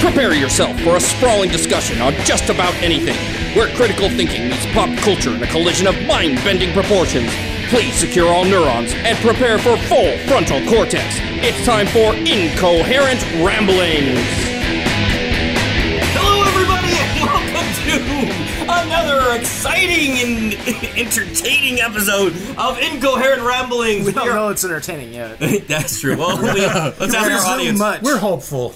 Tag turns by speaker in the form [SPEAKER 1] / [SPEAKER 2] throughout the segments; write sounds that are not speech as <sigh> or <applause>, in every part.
[SPEAKER 1] Prepare yourself for a sprawling discussion on just about anything, where critical thinking meets pop culture in a collision of mind bending proportions. Please secure all neurons and prepare for full frontal cortex. It's time for incoherent ramblings.
[SPEAKER 2] Hello, everybody, and <laughs> welcome to another exciting and <laughs> entertaining episode of Incoherent Ramblings. We
[SPEAKER 3] We don't
[SPEAKER 2] are-
[SPEAKER 3] know it's entertaining yet.
[SPEAKER 2] <laughs> That's true. Well,
[SPEAKER 3] <laughs>
[SPEAKER 2] we, let's ask our audience.
[SPEAKER 3] much.
[SPEAKER 4] We're hopeful.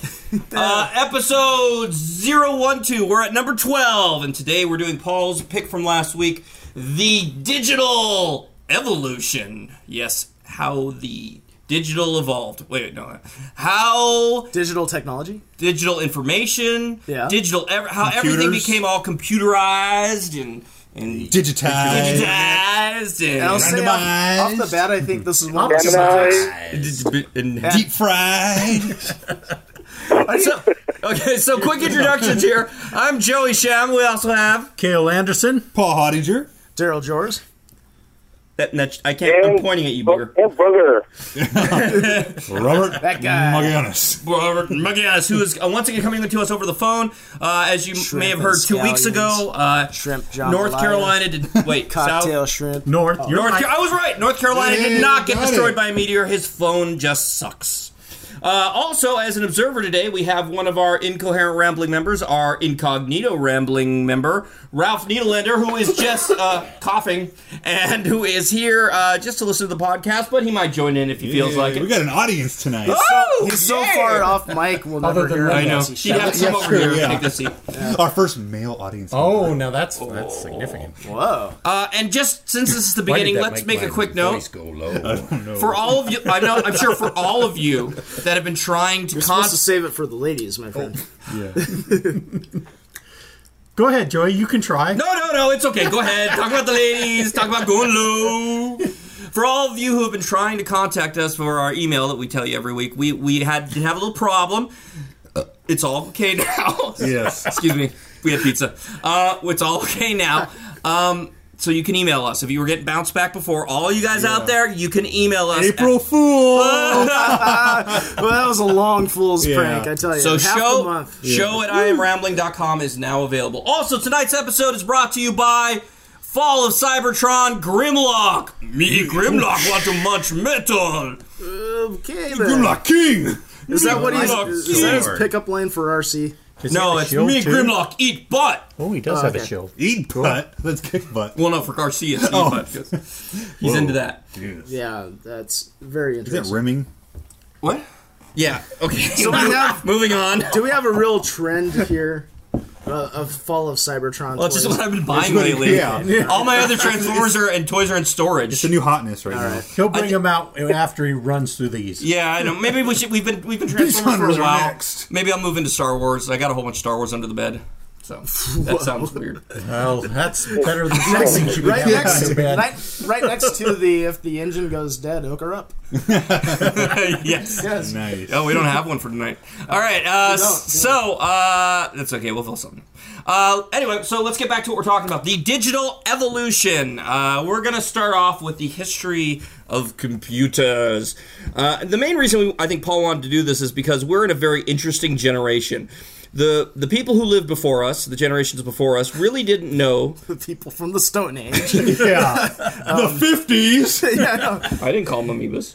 [SPEAKER 2] Uh, episode 012. We're at number 12, and today we're doing Paul's pick from last week the digital evolution. Yes, how the digital evolved. Wait, wait, no. How
[SPEAKER 3] Digital technology?
[SPEAKER 2] digital information,
[SPEAKER 3] Yeah.
[SPEAKER 2] digital ev- how everything
[SPEAKER 4] Computers.
[SPEAKER 2] became all computerized and and
[SPEAKER 4] Digitized.
[SPEAKER 2] digitized and,
[SPEAKER 3] I'll say off, off the
[SPEAKER 4] Randomized.
[SPEAKER 3] bat, I think this is one of the subjects.
[SPEAKER 4] Digitized.
[SPEAKER 2] and,
[SPEAKER 4] Deep fried.
[SPEAKER 2] so, okay, so quick introductions here. I'm Joey Sham. We also have
[SPEAKER 5] Kale Anderson.
[SPEAKER 4] Paul Hottinger.
[SPEAKER 3] Daryl Jors.
[SPEAKER 2] that. that I can't. I'm pointing at you, booger.
[SPEAKER 6] Oh, booger.
[SPEAKER 4] Robert
[SPEAKER 3] That guy.
[SPEAKER 4] Moganis.
[SPEAKER 2] Robert McGinnis, who is uh, once again coming to us over the phone. Uh, as you
[SPEAKER 3] Shrimp
[SPEAKER 2] may have heard
[SPEAKER 3] and
[SPEAKER 2] two weeks ago, uh,
[SPEAKER 3] Shrimp
[SPEAKER 2] North
[SPEAKER 3] jambalaya.
[SPEAKER 2] Carolina
[SPEAKER 3] <laughs>
[SPEAKER 2] did wait
[SPEAKER 3] Cocktail
[SPEAKER 2] South,
[SPEAKER 3] shrimp.
[SPEAKER 5] North. You're
[SPEAKER 2] North
[SPEAKER 5] right.
[SPEAKER 2] Ca- I was right. North Carolina
[SPEAKER 4] Yeah,
[SPEAKER 2] did not get
[SPEAKER 4] got
[SPEAKER 2] destroyed
[SPEAKER 4] it.
[SPEAKER 2] by a meteor. His phone just sucks. Uh, also, as an observer today, we have one of our incoherent rambling members, our incognito rambling member, Ralph Niederlander, who is just uh, coughing and who is here uh, just to listen to the podcast, but he might join in if he feels like it.
[SPEAKER 4] We got an audience tonight.
[SPEAKER 2] oh,
[SPEAKER 3] He's so
[SPEAKER 2] yeah!
[SPEAKER 3] far off mic, we'll never
[SPEAKER 5] than
[SPEAKER 3] hear him.
[SPEAKER 5] that.
[SPEAKER 2] I know.
[SPEAKER 3] unless he
[SPEAKER 2] He'd
[SPEAKER 3] shouts.
[SPEAKER 2] have some
[SPEAKER 4] Yeah,
[SPEAKER 2] over
[SPEAKER 4] sure,
[SPEAKER 2] here.
[SPEAKER 4] yeah.
[SPEAKER 2] Take this seat.
[SPEAKER 4] Our first male audience.
[SPEAKER 5] Oh, now that's that's significant.
[SPEAKER 3] Whoa.
[SPEAKER 2] Uh, and just since this is the
[SPEAKER 5] Why did
[SPEAKER 2] beginning,
[SPEAKER 5] that
[SPEAKER 2] let's make,
[SPEAKER 5] my
[SPEAKER 2] a quick
[SPEAKER 5] voice
[SPEAKER 2] note
[SPEAKER 5] Go low.
[SPEAKER 2] for all of you. I know, I'm sure for all of you that have been trying to
[SPEAKER 3] You're
[SPEAKER 2] con-
[SPEAKER 3] supposed to save it for the ladies, my friend.
[SPEAKER 5] <laughs> Go ahead, Joey. You can try.
[SPEAKER 2] No, no, no, it's okay. Go ahead. Talk about the ladies. Talk about going low. For all of you who have been trying to contact us for our email that we tell you every week, we, we had did have a little problem. Uh, It's all okay now.
[SPEAKER 4] Yes.
[SPEAKER 2] Excuse me. We had pizza. Uh, it's all <laughs> okay now. Um, so you can email us. If you were getting bounced back before, all you guys out there, you can email us. at-
[SPEAKER 4] April
[SPEAKER 2] Ah!
[SPEAKER 4] Fool.
[SPEAKER 3] well, that was a long fool's
[SPEAKER 4] Yeah.
[SPEAKER 3] prank, I tell you.
[SPEAKER 2] <laughs> So
[SPEAKER 3] Half
[SPEAKER 2] show
[SPEAKER 3] the month.
[SPEAKER 2] show at IamRambling.com is now available. Also, tonight's episode is brought to you by Fall of Cybertron Grimlock. Me Grimlock want to much metal.
[SPEAKER 3] Okay, then.
[SPEAKER 4] Good luck, King.
[SPEAKER 3] Is that what he's,
[SPEAKER 2] Good luck,
[SPEAKER 3] is that his
[SPEAKER 2] Lord.
[SPEAKER 3] pickup line for RC?
[SPEAKER 2] No, it's me Grimlock eat butt.
[SPEAKER 5] Oh, he does have
[SPEAKER 3] okay.
[SPEAKER 5] a shield.
[SPEAKER 4] Eat butt. Let's kick butt.
[SPEAKER 2] Well, no, for Garcia, it's eat butt. 'cause He's into that.
[SPEAKER 3] Yeah, that's very
[SPEAKER 4] Is that
[SPEAKER 3] interesting.
[SPEAKER 4] rimming?
[SPEAKER 2] What? Yeah. Okay.
[SPEAKER 3] So we
[SPEAKER 2] <laughs>
[SPEAKER 3] have-
[SPEAKER 2] Moving on.
[SPEAKER 3] Do we have a real trend here uh, of fall of Cybertron?
[SPEAKER 2] Well, it's just
[SPEAKER 3] toys?
[SPEAKER 4] <laughs>
[SPEAKER 2] what I've been buying
[SPEAKER 4] what-
[SPEAKER 2] lately.
[SPEAKER 4] yeah.
[SPEAKER 2] All my
[SPEAKER 4] <laughs>
[SPEAKER 2] other Transformers are and toys are in storage.
[SPEAKER 4] It's a new hotness right now.
[SPEAKER 5] He'll bring him out after he runs through these.
[SPEAKER 2] Yeah, I know. Maybe we should. We've been we've been
[SPEAKER 4] These
[SPEAKER 2] Transformers
[SPEAKER 4] genres
[SPEAKER 2] for a
[SPEAKER 4] are
[SPEAKER 2] while.
[SPEAKER 4] next.
[SPEAKER 2] Maybe I'll move into Star Wars. I got a whole bunch of Star Wars under the bed.
[SPEAKER 4] <laughs>
[SPEAKER 2] So that sounds weird. <laughs>
[SPEAKER 5] Well, that's better than something you
[SPEAKER 3] right
[SPEAKER 5] have
[SPEAKER 3] next,
[SPEAKER 5] in bed.
[SPEAKER 3] right, right next to the if the engine goes dead, hook her up.
[SPEAKER 2] yes.
[SPEAKER 3] Yes.
[SPEAKER 2] <laughs>
[SPEAKER 4] Nice.
[SPEAKER 2] Oh, we don't have one for tonight. All right. Uh,
[SPEAKER 3] don't,
[SPEAKER 2] s- so uh, that's okay. We'll fill something. Uh, anyway, so let's get back to what we're talking about. The digital evolution. Uh, we're gonna start off with the history of computers. Uh, the main reason we, I think Paul wanted to do this is because we're in a very interesting generation. The, the people who lived before us, the generations before us, really didn't know.
[SPEAKER 3] The people from the Stone
[SPEAKER 4] <laughs>
[SPEAKER 3] Age.
[SPEAKER 4] Yeah. the fifties.
[SPEAKER 3] yeah, I know.
[SPEAKER 2] I didn't call them <laughs> amoebas.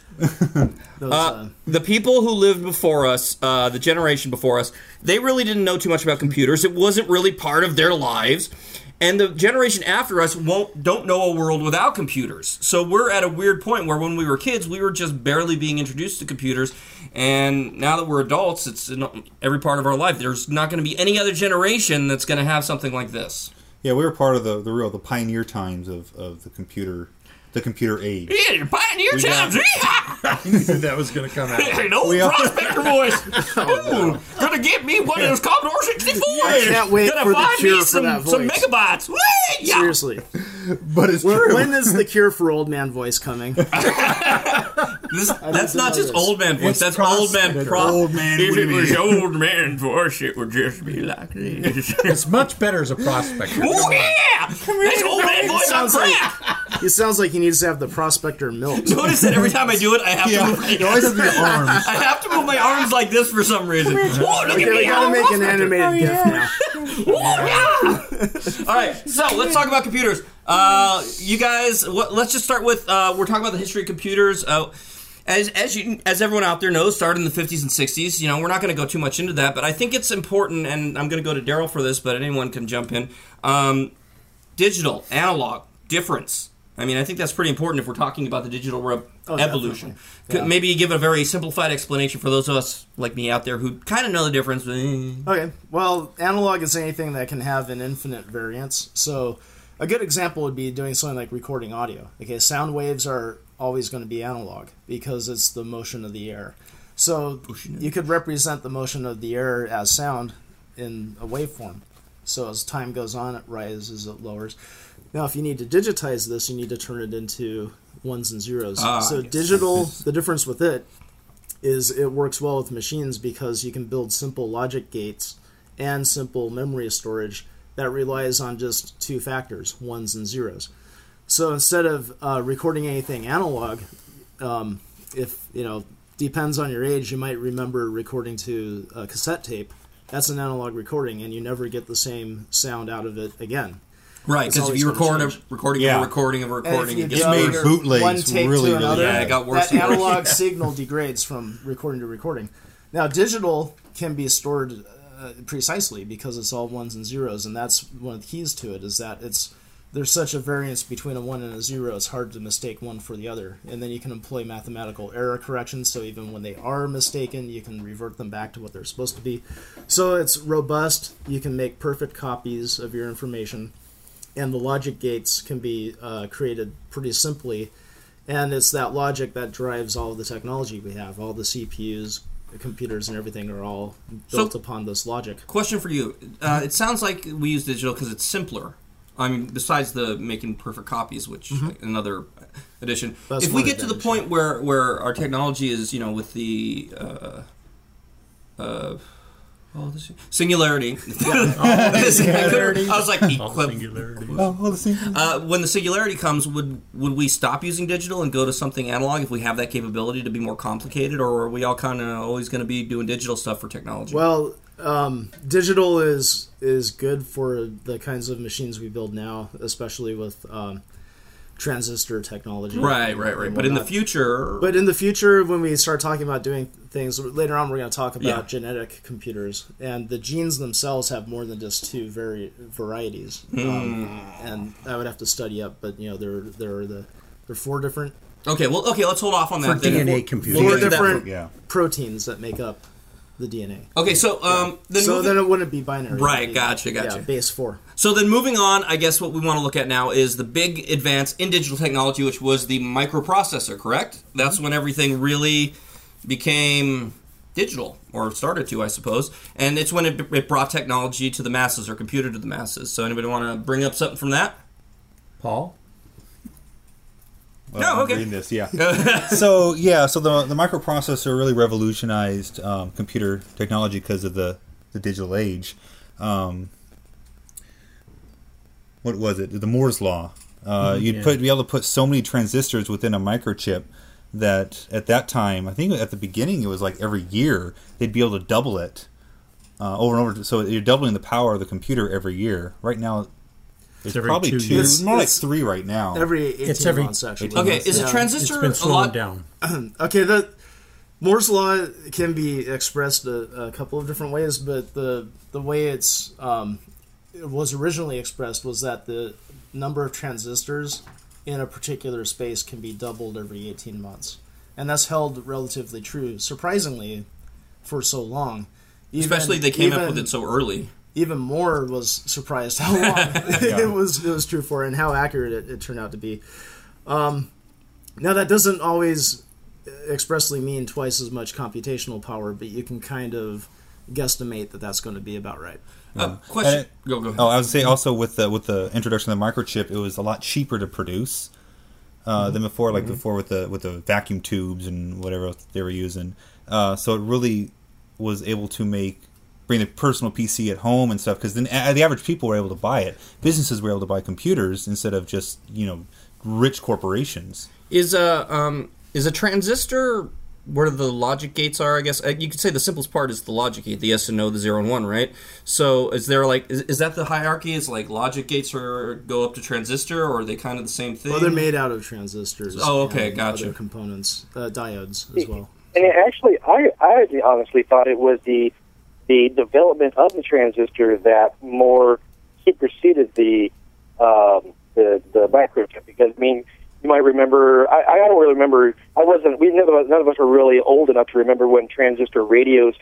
[SPEAKER 3] Those, uh,
[SPEAKER 2] the people who lived before us, uh, the generation before us, they really didn't know too much about computers. It wasn't really part of their lives. And the generation after us won't don't know a world without computers. So we're at a weird point where when we were kids, we were just barely being introduced to computers, and now that we're adults, it's in every part of our life. There's not going to be any other generation that's going to have something like this.
[SPEAKER 4] Yeah, we were part of the, the real the pioneer times of, of the computer the computer age.
[SPEAKER 2] Yeah, pioneer times.
[SPEAKER 5] that was going to come out.
[SPEAKER 2] Hey, no prospector
[SPEAKER 3] <laughs>
[SPEAKER 2] voice.
[SPEAKER 3] Oh,
[SPEAKER 2] Ooh, gonna get me one of those Commodore 64s.
[SPEAKER 3] can't wait
[SPEAKER 2] gonna
[SPEAKER 3] for the
[SPEAKER 2] find
[SPEAKER 3] cure
[SPEAKER 2] me
[SPEAKER 3] for
[SPEAKER 2] some,
[SPEAKER 3] that
[SPEAKER 2] some
[SPEAKER 3] voice.
[SPEAKER 2] megabytes. Whee! Yeah.
[SPEAKER 3] seriously,
[SPEAKER 4] But it's
[SPEAKER 3] When-
[SPEAKER 4] true.
[SPEAKER 3] when is the cure for old man voice coming?
[SPEAKER 2] This- that's
[SPEAKER 3] know
[SPEAKER 2] not just
[SPEAKER 3] this.
[SPEAKER 2] old man voice.
[SPEAKER 5] It's
[SPEAKER 2] that's
[SPEAKER 5] prospector.
[SPEAKER 2] old man pro.
[SPEAKER 4] Old man
[SPEAKER 2] if it
[SPEAKER 4] Woody.
[SPEAKER 2] was old man voice, it would just be like this.
[SPEAKER 3] <laughs>
[SPEAKER 5] It's much better as a prospect.
[SPEAKER 2] Oh yeah, that's old man voice on
[SPEAKER 3] sounds like-
[SPEAKER 2] crack.
[SPEAKER 3] He sounds like he needs to have the prospector
[SPEAKER 4] <laughs>
[SPEAKER 3] milk.
[SPEAKER 2] Notice that every time I do it, I have to move. My,
[SPEAKER 4] You always have your arms.
[SPEAKER 2] <laughs> I have to move my arms like this for some reason. Whoa, look at
[SPEAKER 3] We
[SPEAKER 2] me!
[SPEAKER 3] gotta
[SPEAKER 2] I'm
[SPEAKER 3] make an
[SPEAKER 2] awesome.
[SPEAKER 4] Oh,
[SPEAKER 3] animated gif now.
[SPEAKER 2] All right, so let's talk about computers. Uh, you guys, what, let's just start with uh, we're talking about the history of computers. Uh, as as you as everyone out there knows, started in the 50s and 60s. You know, we're not going to go too much into that, but I think it's important, and I'm going to go to Daryl for this, but anyone can jump in. Um, digital, analog, difference. I mean, I think that's pretty important if we're talking about the digital re- evolution. Could Maybe give a very simplified explanation for those of us like me out there who kind of know the difference. but, eh.
[SPEAKER 3] Okay. Well, analog is anything that can have an infinite variance. So, a good example would be doing something like recording audio. Okay, sound waves are always going to be analog because it's the motion of the air. So, you could represent the motion of the air as sound in a waveform. So, as time goes on, it rises, it lowers. Now, if you need to digitize this, you need to turn it into ones and zeros. so, digital, the difference with it is it works well with machines because you can build simple logic gates and simple memory storage that relies on just two factors, ones and zeros. So instead of uh, recording anything analog, um, if you know depends on your age, you might remember recording to a cassette tape. That's an analog recording, and you never get the same sound out of it again.
[SPEAKER 2] Right, because if
[SPEAKER 3] always
[SPEAKER 2] you
[SPEAKER 3] gonna
[SPEAKER 2] record a
[SPEAKER 3] change.
[SPEAKER 2] recording
[SPEAKER 4] Yeah.
[SPEAKER 2] of a recording of a
[SPEAKER 3] And if
[SPEAKER 2] recording,
[SPEAKER 3] you
[SPEAKER 2] it gets
[SPEAKER 3] go
[SPEAKER 4] made
[SPEAKER 2] worse.
[SPEAKER 3] from
[SPEAKER 4] bootlegs
[SPEAKER 3] one tape
[SPEAKER 4] really,
[SPEAKER 3] to
[SPEAKER 4] really
[SPEAKER 3] another,
[SPEAKER 4] bad. Yeah,
[SPEAKER 2] it got worse
[SPEAKER 3] That
[SPEAKER 2] and worse. <laughs>
[SPEAKER 3] analog signal degrades from recording to recording. Now, digital can be stored uh, precisely because it's all ones and zeros, and that's one of the keys to it. Is that it's there's such a variance between a one and a zero, it's hard to mistake one for the other. And then you can employ mathematical error correction, so even when they are mistaken, you can revert them back to what they're supposed to be. So it's robust. You can make perfect copies of your information and the logic gates can be uh, created pretty simply. And it's that logic that drives all of the technology we have. All the CPUs, the computers, and everything are all built upon this logic.
[SPEAKER 2] Question for you. Uh, it sounds like we use digital because it's simpler. I mean, besides the making perfect copies, which another addition.
[SPEAKER 3] That's
[SPEAKER 2] if we
[SPEAKER 3] one
[SPEAKER 2] get to the
[SPEAKER 3] advantage,
[SPEAKER 2] point where where our technology is, you know, with the uh, uh, oh, this- singularity. <laughs> singularity. I was like, equi-
[SPEAKER 5] Singularity.
[SPEAKER 4] Oh, the same thing.
[SPEAKER 2] uh, when the singularity comes, would would we stop using digital and go to something analog if we have that capability to be more complicated, or are we all kind of always going to be doing digital stuff for technology?
[SPEAKER 3] Well, um, digital is is good for the kinds of machines we build now, especially with um, transistor technology.
[SPEAKER 2] right, right, right.
[SPEAKER 3] and
[SPEAKER 2] But in the
[SPEAKER 3] whatnot.
[SPEAKER 2] future,
[SPEAKER 3] But in the future, when we start talking about doing things later on, we're going to talk about
[SPEAKER 2] Yeah.
[SPEAKER 3] genetic computers, and the genes themselves have more than just two vari- varieties.
[SPEAKER 2] Hmm.
[SPEAKER 3] Um, and I would have to study up, but you know, there there are the there are four different
[SPEAKER 2] Okay, well, okay, let's hold off on that.
[SPEAKER 5] For
[SPEAKER 2] then.
[SPEAKER 5] DNA
[SPEAKER 2] We'll
[SPEAKER 3] four
[SPEAKER 2] get to
[SPEAKER 5] computing.
[SPEAKER 2] that.
[SPEAKER 3] different
[SPEAKER 4] yeah.
[SPEAKER 3] proteins that make up the DNA.
[SPEAKER 2] Okay, so um, then
[SPEAKER 3] So
[SPEAKER 2] moving,
[SPEAKER 3] then it wouldn't be binary.
[SPEAKER 2] Right,
[SPEAKER 3] It'd be,
[SPEAKER 2] gotcha, gotcha.
[SPEAKER 3] Yeah, base four.
[SPEAKER 2] so then moving on, I guess what we want to look at now is the big advance in digital technology, which was the microprocessor. Correct? That's
[SPEAKER 3] Mm-hmm.
[SPEAKER 2] when everything really became digital, or started to, I suppose. And it's when it, it brought technology to the masses, or computer to the masses. So anybody want to bring up something from that?
[SPEAKER 5] Paul?
[SPEAKER 4] Well,
[SPEAKER 2] No,
[SPEAKER 4] I'm
[SPEAKER 2] okay.
[SPEAKER 4] reading this, yeah. so yeah, so the the microprocessor really revolutionized um, computer technology because of the the digital age. Um, what was it? The Moore's law. Uh, you'd put be able to put so many transistors within a microchip that at that time, I think at the beginning it was like every year they'd be able to double it uh, over and over. So you're doubling the power of the computer every year. Right now, it's,
[SPEAKER 5] every
[SPEAKER 4] probably
[SPEAKER 5] two
[SPEAKER 4] two.
[SPEAKER 5] years.
[SPEAKER 4] it's more like
[SPEAKER 3] It's-
[SPEAKER 4] three right now.
[SPEAKER 3] Every eighteen
[SPEAKER 5] It's every-
[SPEAKER 3] months, actually.
[SPEAKER 2] Oh. Okay, is
[SPEAKER 3] Yeah.
[SPEAKER 2] a
[SPEAKER 5] It's
[SPEAKER 2] transistor
[SPEAKER 5] been
[SPEAKER 2] a
[SPEAKER 5] slowed
[SPEAKER 2] lot?
[SPEAKER 5] down.
[SPEAKER 3] Okay, the Moore's law can be expressed a, a couple of different ways, but the the way it's um, it was originally expressed was that the number of transistors in a particular space can be doubled every 18 months, and that's held relatively true, surprisingly, for so long. Even-
[SPEAKER 2] Especially they came up
[SPEAKER 3] even-
[SPEAKER 2] with it so early.
[SPEAKER 3] even more was
[SPEAKER 2] <laughs>
[SPEAKER 3] surprised how long <laughs> it was it was true for and how accurate it, it turned out to be. Um, now that doesn't always expressly mean twice as much computational power, but you can kind of guesstimate that that's going to be about right.
[SPEAKER 2] Uh, question.
[SPEAKER 4] And it-
[SPEAKER 2] go go. Ahead.
[SPEAKER 4] Oh, I would say also with the with the introduction of the microchip, it was a lot cheaper to produce uh,
[SPEAKER 2] Mm-hmm.
[SPEAKER 4] than before. Like before with the with the vacuum tubes and whatever else they were using. Uh, so it really was able to make bring a personal PC at home and uh, stuff because then a- the average people were able to buy it. Businesses were able to buy computers instead of just you know rich corporations.
[SPEAKER 2] Is a um is a transistor where the logic gates are? I guess uh, you could say the simplest part is the logic gate, the yes and no, the zero and one, right? So is there like is, is that the hierarchy? Is like logic gates are go up to transistor, or are they kind of the same thing?
[SPEAKER 3] Well, they're made out of transistors.
[SPEAKER 2] Oh, okay,
[SPEAKER 3] and
[SPEAKER 2] gotcha.
[SPEAKER 3] Other components, uh, diodes as well.
[SPEAKER 6] And it actually, I, I honestly thought it was the the development of the transistor that more superseded the um, the, the microchip. Because I mean, you might remember. I, I don't really remember. I wasn't. We none of, us- none of us were really old enough to remember when transistor radios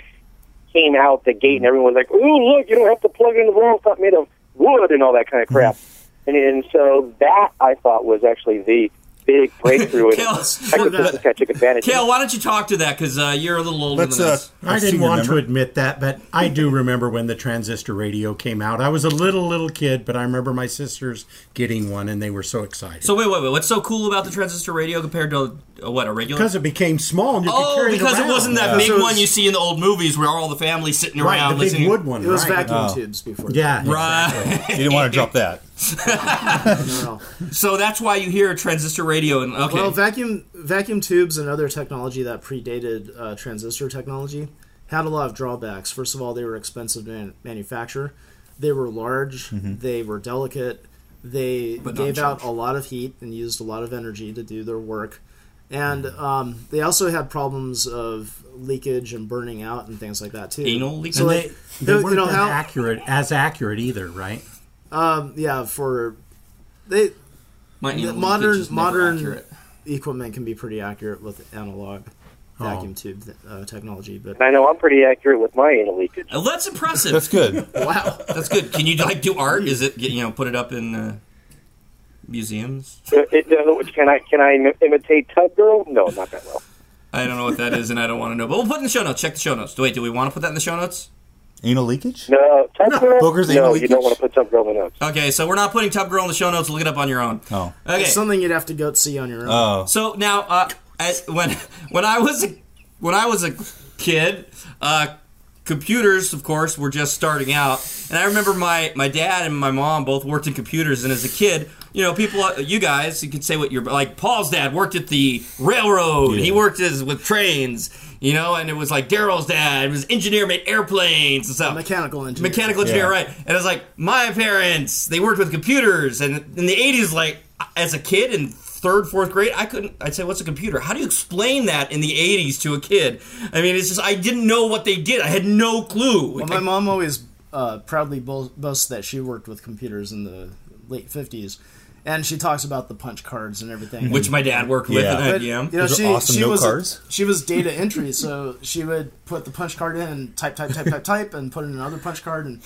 [SPEAKER 6] came out the gate, and everyone was like, "Ooh, look! You don't have to plug in the wall. It's not made of wood and all that kind of crap." and, and so that I thought was actually the big breakthrough. in
[SPEAKER 2] Kale,
[SPEAKER 6] microchips that took advantage. of.
[SPEAKER 2] Kale, why don't you talk to that? Because uh, you're a little older
[SPEAKER 4] Let's
[SPEAKER 2] than
[SPEAKER 4] uh,
[SPEAKER 2] us.
[SPEAKER 5] I
[SPEAKER 4] let's see,
[SPEAKER 5] didn't want
[SPEAKER 4] remember?
[SPEAKER 5] to admit that, but I do remember when the transistor radio came out. I was a little, little kid, but I remember my sisters getting one and they were so excited.
[SPEAKER 2] So wait, wait, wait. What's so cool about the transistor radio compared to uh, what a regular?
[SPEAKER 5] because it became small and you could
[SPEAKER 2] oh,
[SPEAKER 5] carry
[SPEAKER 2] because it
[SPEAKER 5] around.
[SPEAKER 2] wasn't that
[SPEAKER 5] Yeah.
[SPEAKER 2] big
[SPEAKER 3] So it's-
[SPEAKER 2] one you see in the old movies where all the family sitting
[SPEAKER 5] Right,
[SPEAKER 2] around
[SPEAKER 5] the
[SPEAKER 2] listening.
[SPEAKER 5] big wood one.
[SPEAKER 3] It was
[SPEAKER 5] right.
[SPEAKER 3] vacuum
[SPEAKER 2] Oh.
[SPEAKER 3] tubes before.
[SPEAKER 5] Yeah.
[SPEAKER 2] Right. <laughs>
[SPEAKER 4] You didn't want to drop that.
[SPEAKER 3] No.
[SPEAKER 2] so that's why you hear transistor radio and okay.
[SPEAKER 3] Well, vacuum vacuum tubes and other technology that predated uh, transistor technology had a lot of drawbacks. First of all, they were expensive to man- manufacture. They were large. They were delicate. They
[SPEAKER 2] Mm-hmm. not
[SPEAKER 3] gave out
[SPEAKER 2] charged.
[SPEAKER 3] a lot of heat and used a lot of energy to do their work. And
[SPEAKER 2] Mm-hmm.
[SPEAKER 3] um, they also had problems of leakage and burning out and things like that too.
[SPEAKER 2] Anal leakage?
[SPEAKER 5] And
[SPEAKER 3] So
[SPEAKER 5] they,
[SPEAKER 3] like,
[SPEAKER 5] they
[SPEAKER 3] you
[SPEAKER 5] weren't
[SPEAKER 3] know
[SPEAKER 5] that
[SPEAKER 3] how-
[SPEAKER 5] accurate, as accurate either, right?
[SPEAKER 3] yeah, for they
[SPEAKER 2] My anal
[SPEAKER 3] modern-
[SPEAKER 2] leakage is never
[SPEAKER 3] modern-
[SPEAKER 2] accurate.
[SPEAKER 3] equipment can be pretty accurate with analog
[SPEAKER 2] Oh.
[SPEAKER 3] vacuum tube uh, technology, but <laughs>
[SPEAKER 6] I know I'm pretty accurate with my anal leakage.
[SPEAKER 2] Uh, That's impressive.
[SPEAKER 4] That's <laughs>
[SPEAKER 2] That's, <laughs>
[SPEAKER 4] good.
[SPEAKER 3] wow.
[SPEAKER 2] good. Can you like do art? Is it you know put it up in uh, museums?
[SPEAKER 6] It, it, can I can I im- imitate Tub Girl? No, not that well.
[SPEAKER 2] I don't know what that is, and I don't want to know. But we'll put it in the show notes. Check the show notes. Wait, do we want to put that in the show notes?
[SPEAKER 4] Anal leakage?
[SPEAKER 6] No, Tub Girl.
[SPEAKER 4] Booger's anal
[SPEAKER 6] no, you don't
[SPEAKER 4] leakage?
[SPEAKER 6] want to put Tub Girl in the notes.
[SPEAKER 2] Okay, so we're not putting Top Girl in the show notes. Look it up on your own.
[SPEAKER 4] Oh.
[SPEAKER 2] Okay.
[SPEAKER 3] Something you'd have to go see on your own.
[SPEAKER 2] So now, uh, as, when when I was a, when I was a kid, uh, computers, of course, were just starting out, and I remember my my dad and my mom both worked in computers, and as a kid. You know, people, uh, you guys, you could say what you're like. Paul's dad worked at the railroad. He
[SPEAKER 4] Yeah.
[SPEAKER 2] worked as with trains, you know, and it was like Daryl's dad. It was engineer made airplanes and stuff.
[SPEAKER 3] Mechanical engineer.
[SPEAKER 2] Mechanical engineer,
[SPEAKER 4] Yeah.
[SPEAKER 2] right. And it's like, my parents, they worked with computers. And in the 80s, like, as a kid in third, fourth grade, I couldn't, I'd say, what's a computer? How do you explain that in the 80s to a kid? I mean, it's just, I didn't know what they did. I had no clue.
[SPEAKER 3] Well, my mom always uh, proudly bo- boasts that she worked with computers in the late fifties, and she talks about the punch cards and everything.
[SPEAKER 2] which my dad worked with
[SPEAKER 4] Yeah.
[SPEAKER 2] at IBM.
[SPEAKER 3] But, You know,
[SPEAKER 4] Those are
[SPEAKER 3] she,
[SPEAKER 4] awesome
[SPEAKER 3] she
[SPEAKER 4] note
[SPEAKER 3] was
[SPEAKER 4] cards.
[SPEAKER 3] she was data entry, so she would put the punch card in and type, type, type, type, type, and put in another punch card, and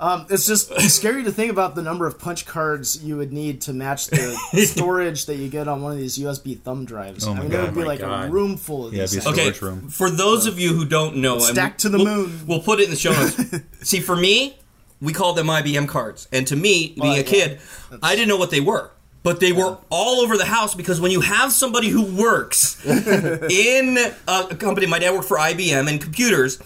[SPEAKER 3] um, it's just scary to think about the number of punch cards you would need to match the storage that you get on one of these USB thumb drives. I
[SPEAKER 4] my
[SPEAKER 3] mean,
[SPEAKER 4] God.
[SPEAKER 3] it would be
[SPEAKER 5] Oh my
[SPEAKER 3] like a
[SPEAKER 5] God.
[SPEAKER 3] room full of
[SPEAKER 4] Yeah,
[SPEAKER 3] these.
[SPEAKER 4] it'd be
[SPEAKER 3] things.
[SPEAKER 4] so-
[SPEAKER 2] Okay,
[SPEAKER 4] storage room.
[SPEAKER 2] for those of you who don't know, and
[SPEAKER 3] stacked to the
[SPEAKER 2] we'll-
[SPEAKER 3] moon.
[SPEAKER 2] We'll put it in the show
[SPEAKER 3] <laughs>
[SPEAKER 2] notes. See, for me, we called them IBM cards, and to me, being a
[SPEAKER 3] yeah.
[SPEAKER 2] kid, I didn't know what they were. But they were all over the house because when you have somebody who
[SPEAKER 3] <laughs>
[SPEAKER 2] works in a company, my dad worked for IBM and computers.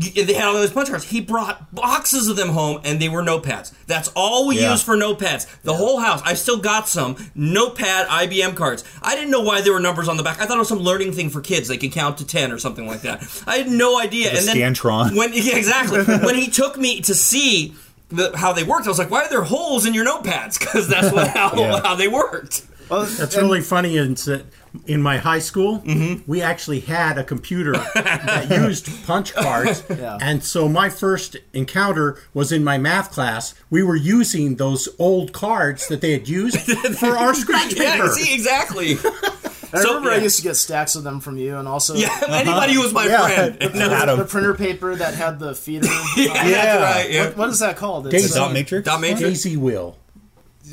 [SPEAKER 2] y- They had all those punch cards. He brought boxes of them home, and they were notepads. That's all we
[SPEAKER 4] Yeah.
[SPEAKER 2] used for notepads. The whole house. I still got some notepad IBM cards. I didn't know why there were numbers on the back. I thought it was some learning thing for kids. They could count to ten or something like that. I had no idea. and then
[SPEAKER 4] Scantron.
[SPEAKER 2] when yeah,
[SPEAKER 4] <laughs>
[SPEAKER 2] exactly when he took me to see the, how they worked, I was like, why are there holes in your notepads? <laughs> Because that's what, how
[SPEAKER 4] <laughs> Yeah.
[SPEAKER 2] how they worked.
[SPEAKER 5] That's really funny. In, in my high school,
[SPEAKER 2] Mm-hmm.
[SPEAKER 5] we actually had a computer that
[SPEAKER 2] <laughs>
[SPEAKER 5] used punch cards. And so my first encounter was in my math class. We were using those old cards that they had used for
[SPEAKER 2] <laughs>
[SPEAKER 5] our scratch
[SPEAKER 2] Yeah,
[SPEAKER 5] paper.
[SPEAKER 2] see exactly. <laughs>
[SPEAKER 3] I
[SPEAKER 2] So,
[SPEAKER 3] remember I
[SPEAKER 2] yeah.
[SPEAKER 3] used to get stacks of them from you, and also
[SPEAKER 2] Yeah, anybody who was my
[SPEAKER 4] Uh-huh. Yeah.
[SPEAKER 2] friend.
[SPEAKER 4] <laughs>
[SPEAKER 2] No,
[SPEAKER 4] Adam.
[SPEAKER 3] the printer paper that had the feeder. uh,
[SPEAKER 2] That's right. <laughs> Yeah.
[SPEAKER 3] what, what is that called? It's, uh,
[SPEAKER 5] Daisy.
[SPEAKER 4] The dot matrix?
[SPEAKER 2] Dot matrix.
[SPEAKER 5] Daisy will.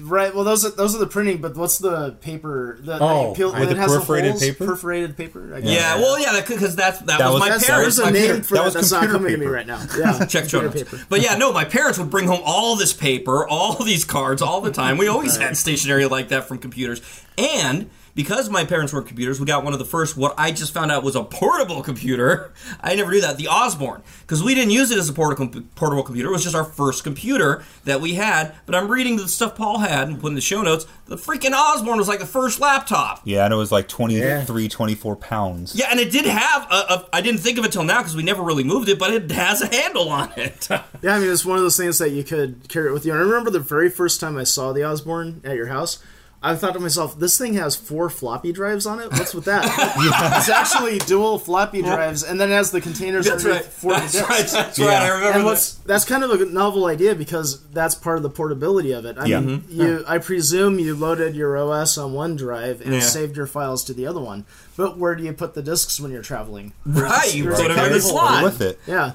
[SPEAKER 3] Right. Well, those are, those are the printing, but what's the paper? The,
[SPEAKER 5] Oh,
[SPEAKER 3] peel,
[SPEAKER 5] with
[SPEAKER 3] it
[SPEAKER 4] the
[SPEAKER 3] has
[SPEAKER 4] perforated
[SPEAKER 3] holes,
[SPEAKER 4] paper?
[SPEAKER 3] Perforated paper. I guess.
[SPEAKER 2] Yeah, well, yeah, because that's that,
[SPEAKER 4] That
[SPEAKER 2] was,
[SPEAKER 4] was-
[SPEAKER 2] my
[SPEAKER 3] That's,
[SPEAKER 2] parents.
[SPEAKER 3] there's
[SPEAKER 2] my
[SPEAKER 3] a name
[SPEAKER 2] parents-
[SPEAKER 3] for
[SPEAKER 4] That
[SPEAKER 3] that.
[SPEAKER 4] was
[SPEAKER 3] That's not
[SPEAKER 4] computer
[SPEAKER 3] coming to me
[SPEAKER 4] paper.
[SPEAKER 3] right now. Yeah.
[SPEAKER 2] Check show
[SPEAKER 3] computer
[SPEAKER 2] notes.
[SPEAKER 3] paper.
[SPEAKER 2] But yeah, no, my parents would bring home all <laughs> this paper, all these cards, all the time. We always had stationery like that from computers. And because my parents worked computers, we got one of the first, what I just found out was a portable computer. <laughs> I never knew that, the Osborne. Because we didn't use it as a portable, portable computer. It was just our first computer that we had. But I'm reading the stuff Paul had and put in the show notes. The freaking Osborne was like the first laptop.
[SPEAKER 4] Yeah, and it was like 23, 24 pounds.
[SPEAKER 2] Yeah, and it did have a. a I didn't think of it till now because we never really moved it, but it has a handle on
[SPEAKER 3] <laughs>
[SPEAKER 2] it.
[SPEAKER 3] Yeah, I mean, it's one of those things that you could carry it with you. And I remember the very first time I saw the Osborne at your house. I thought to myself, this thing has four floppy drives on it. What's
[SPEAKER 2] <laughs>
[SPEAKER 3] with that? It's actually dual floppy drives, and then it has the containers
[SPEAKER 2] That's <laughs>
[SPEAKER 3] underneath
[SPEAKER 2] right.
[SPEAKER 3] for the
[SPEAKER 2] That's
[SPEAKER 3] discs.
[SPEAKER 2] right. That's right. I remember
[SPEAKER 3] <laughs> And
[SPEAKER 2] that.
[SPEAKER 3] what's that's kind of a novel idea because that's part of the portability of it. I
[SPEAKER 4] Yeah.
[SPEAKER 3] mean, you I presume you loaded your OS on one drive and
[SPEAKER 2] Yeah.
[SPEAKER 3] saved your files to the other one. But where do you put the discs when you're traveling?
[SPEAKER 2] Right, you
[SPEAKER 3] Right.
[SPEAKER 2] put it in the
[SPEAKER 3] Carry
[SPEAKER 2] slot.
[SPEAKER 4] with it.
[SPEAKER 3] Yeah,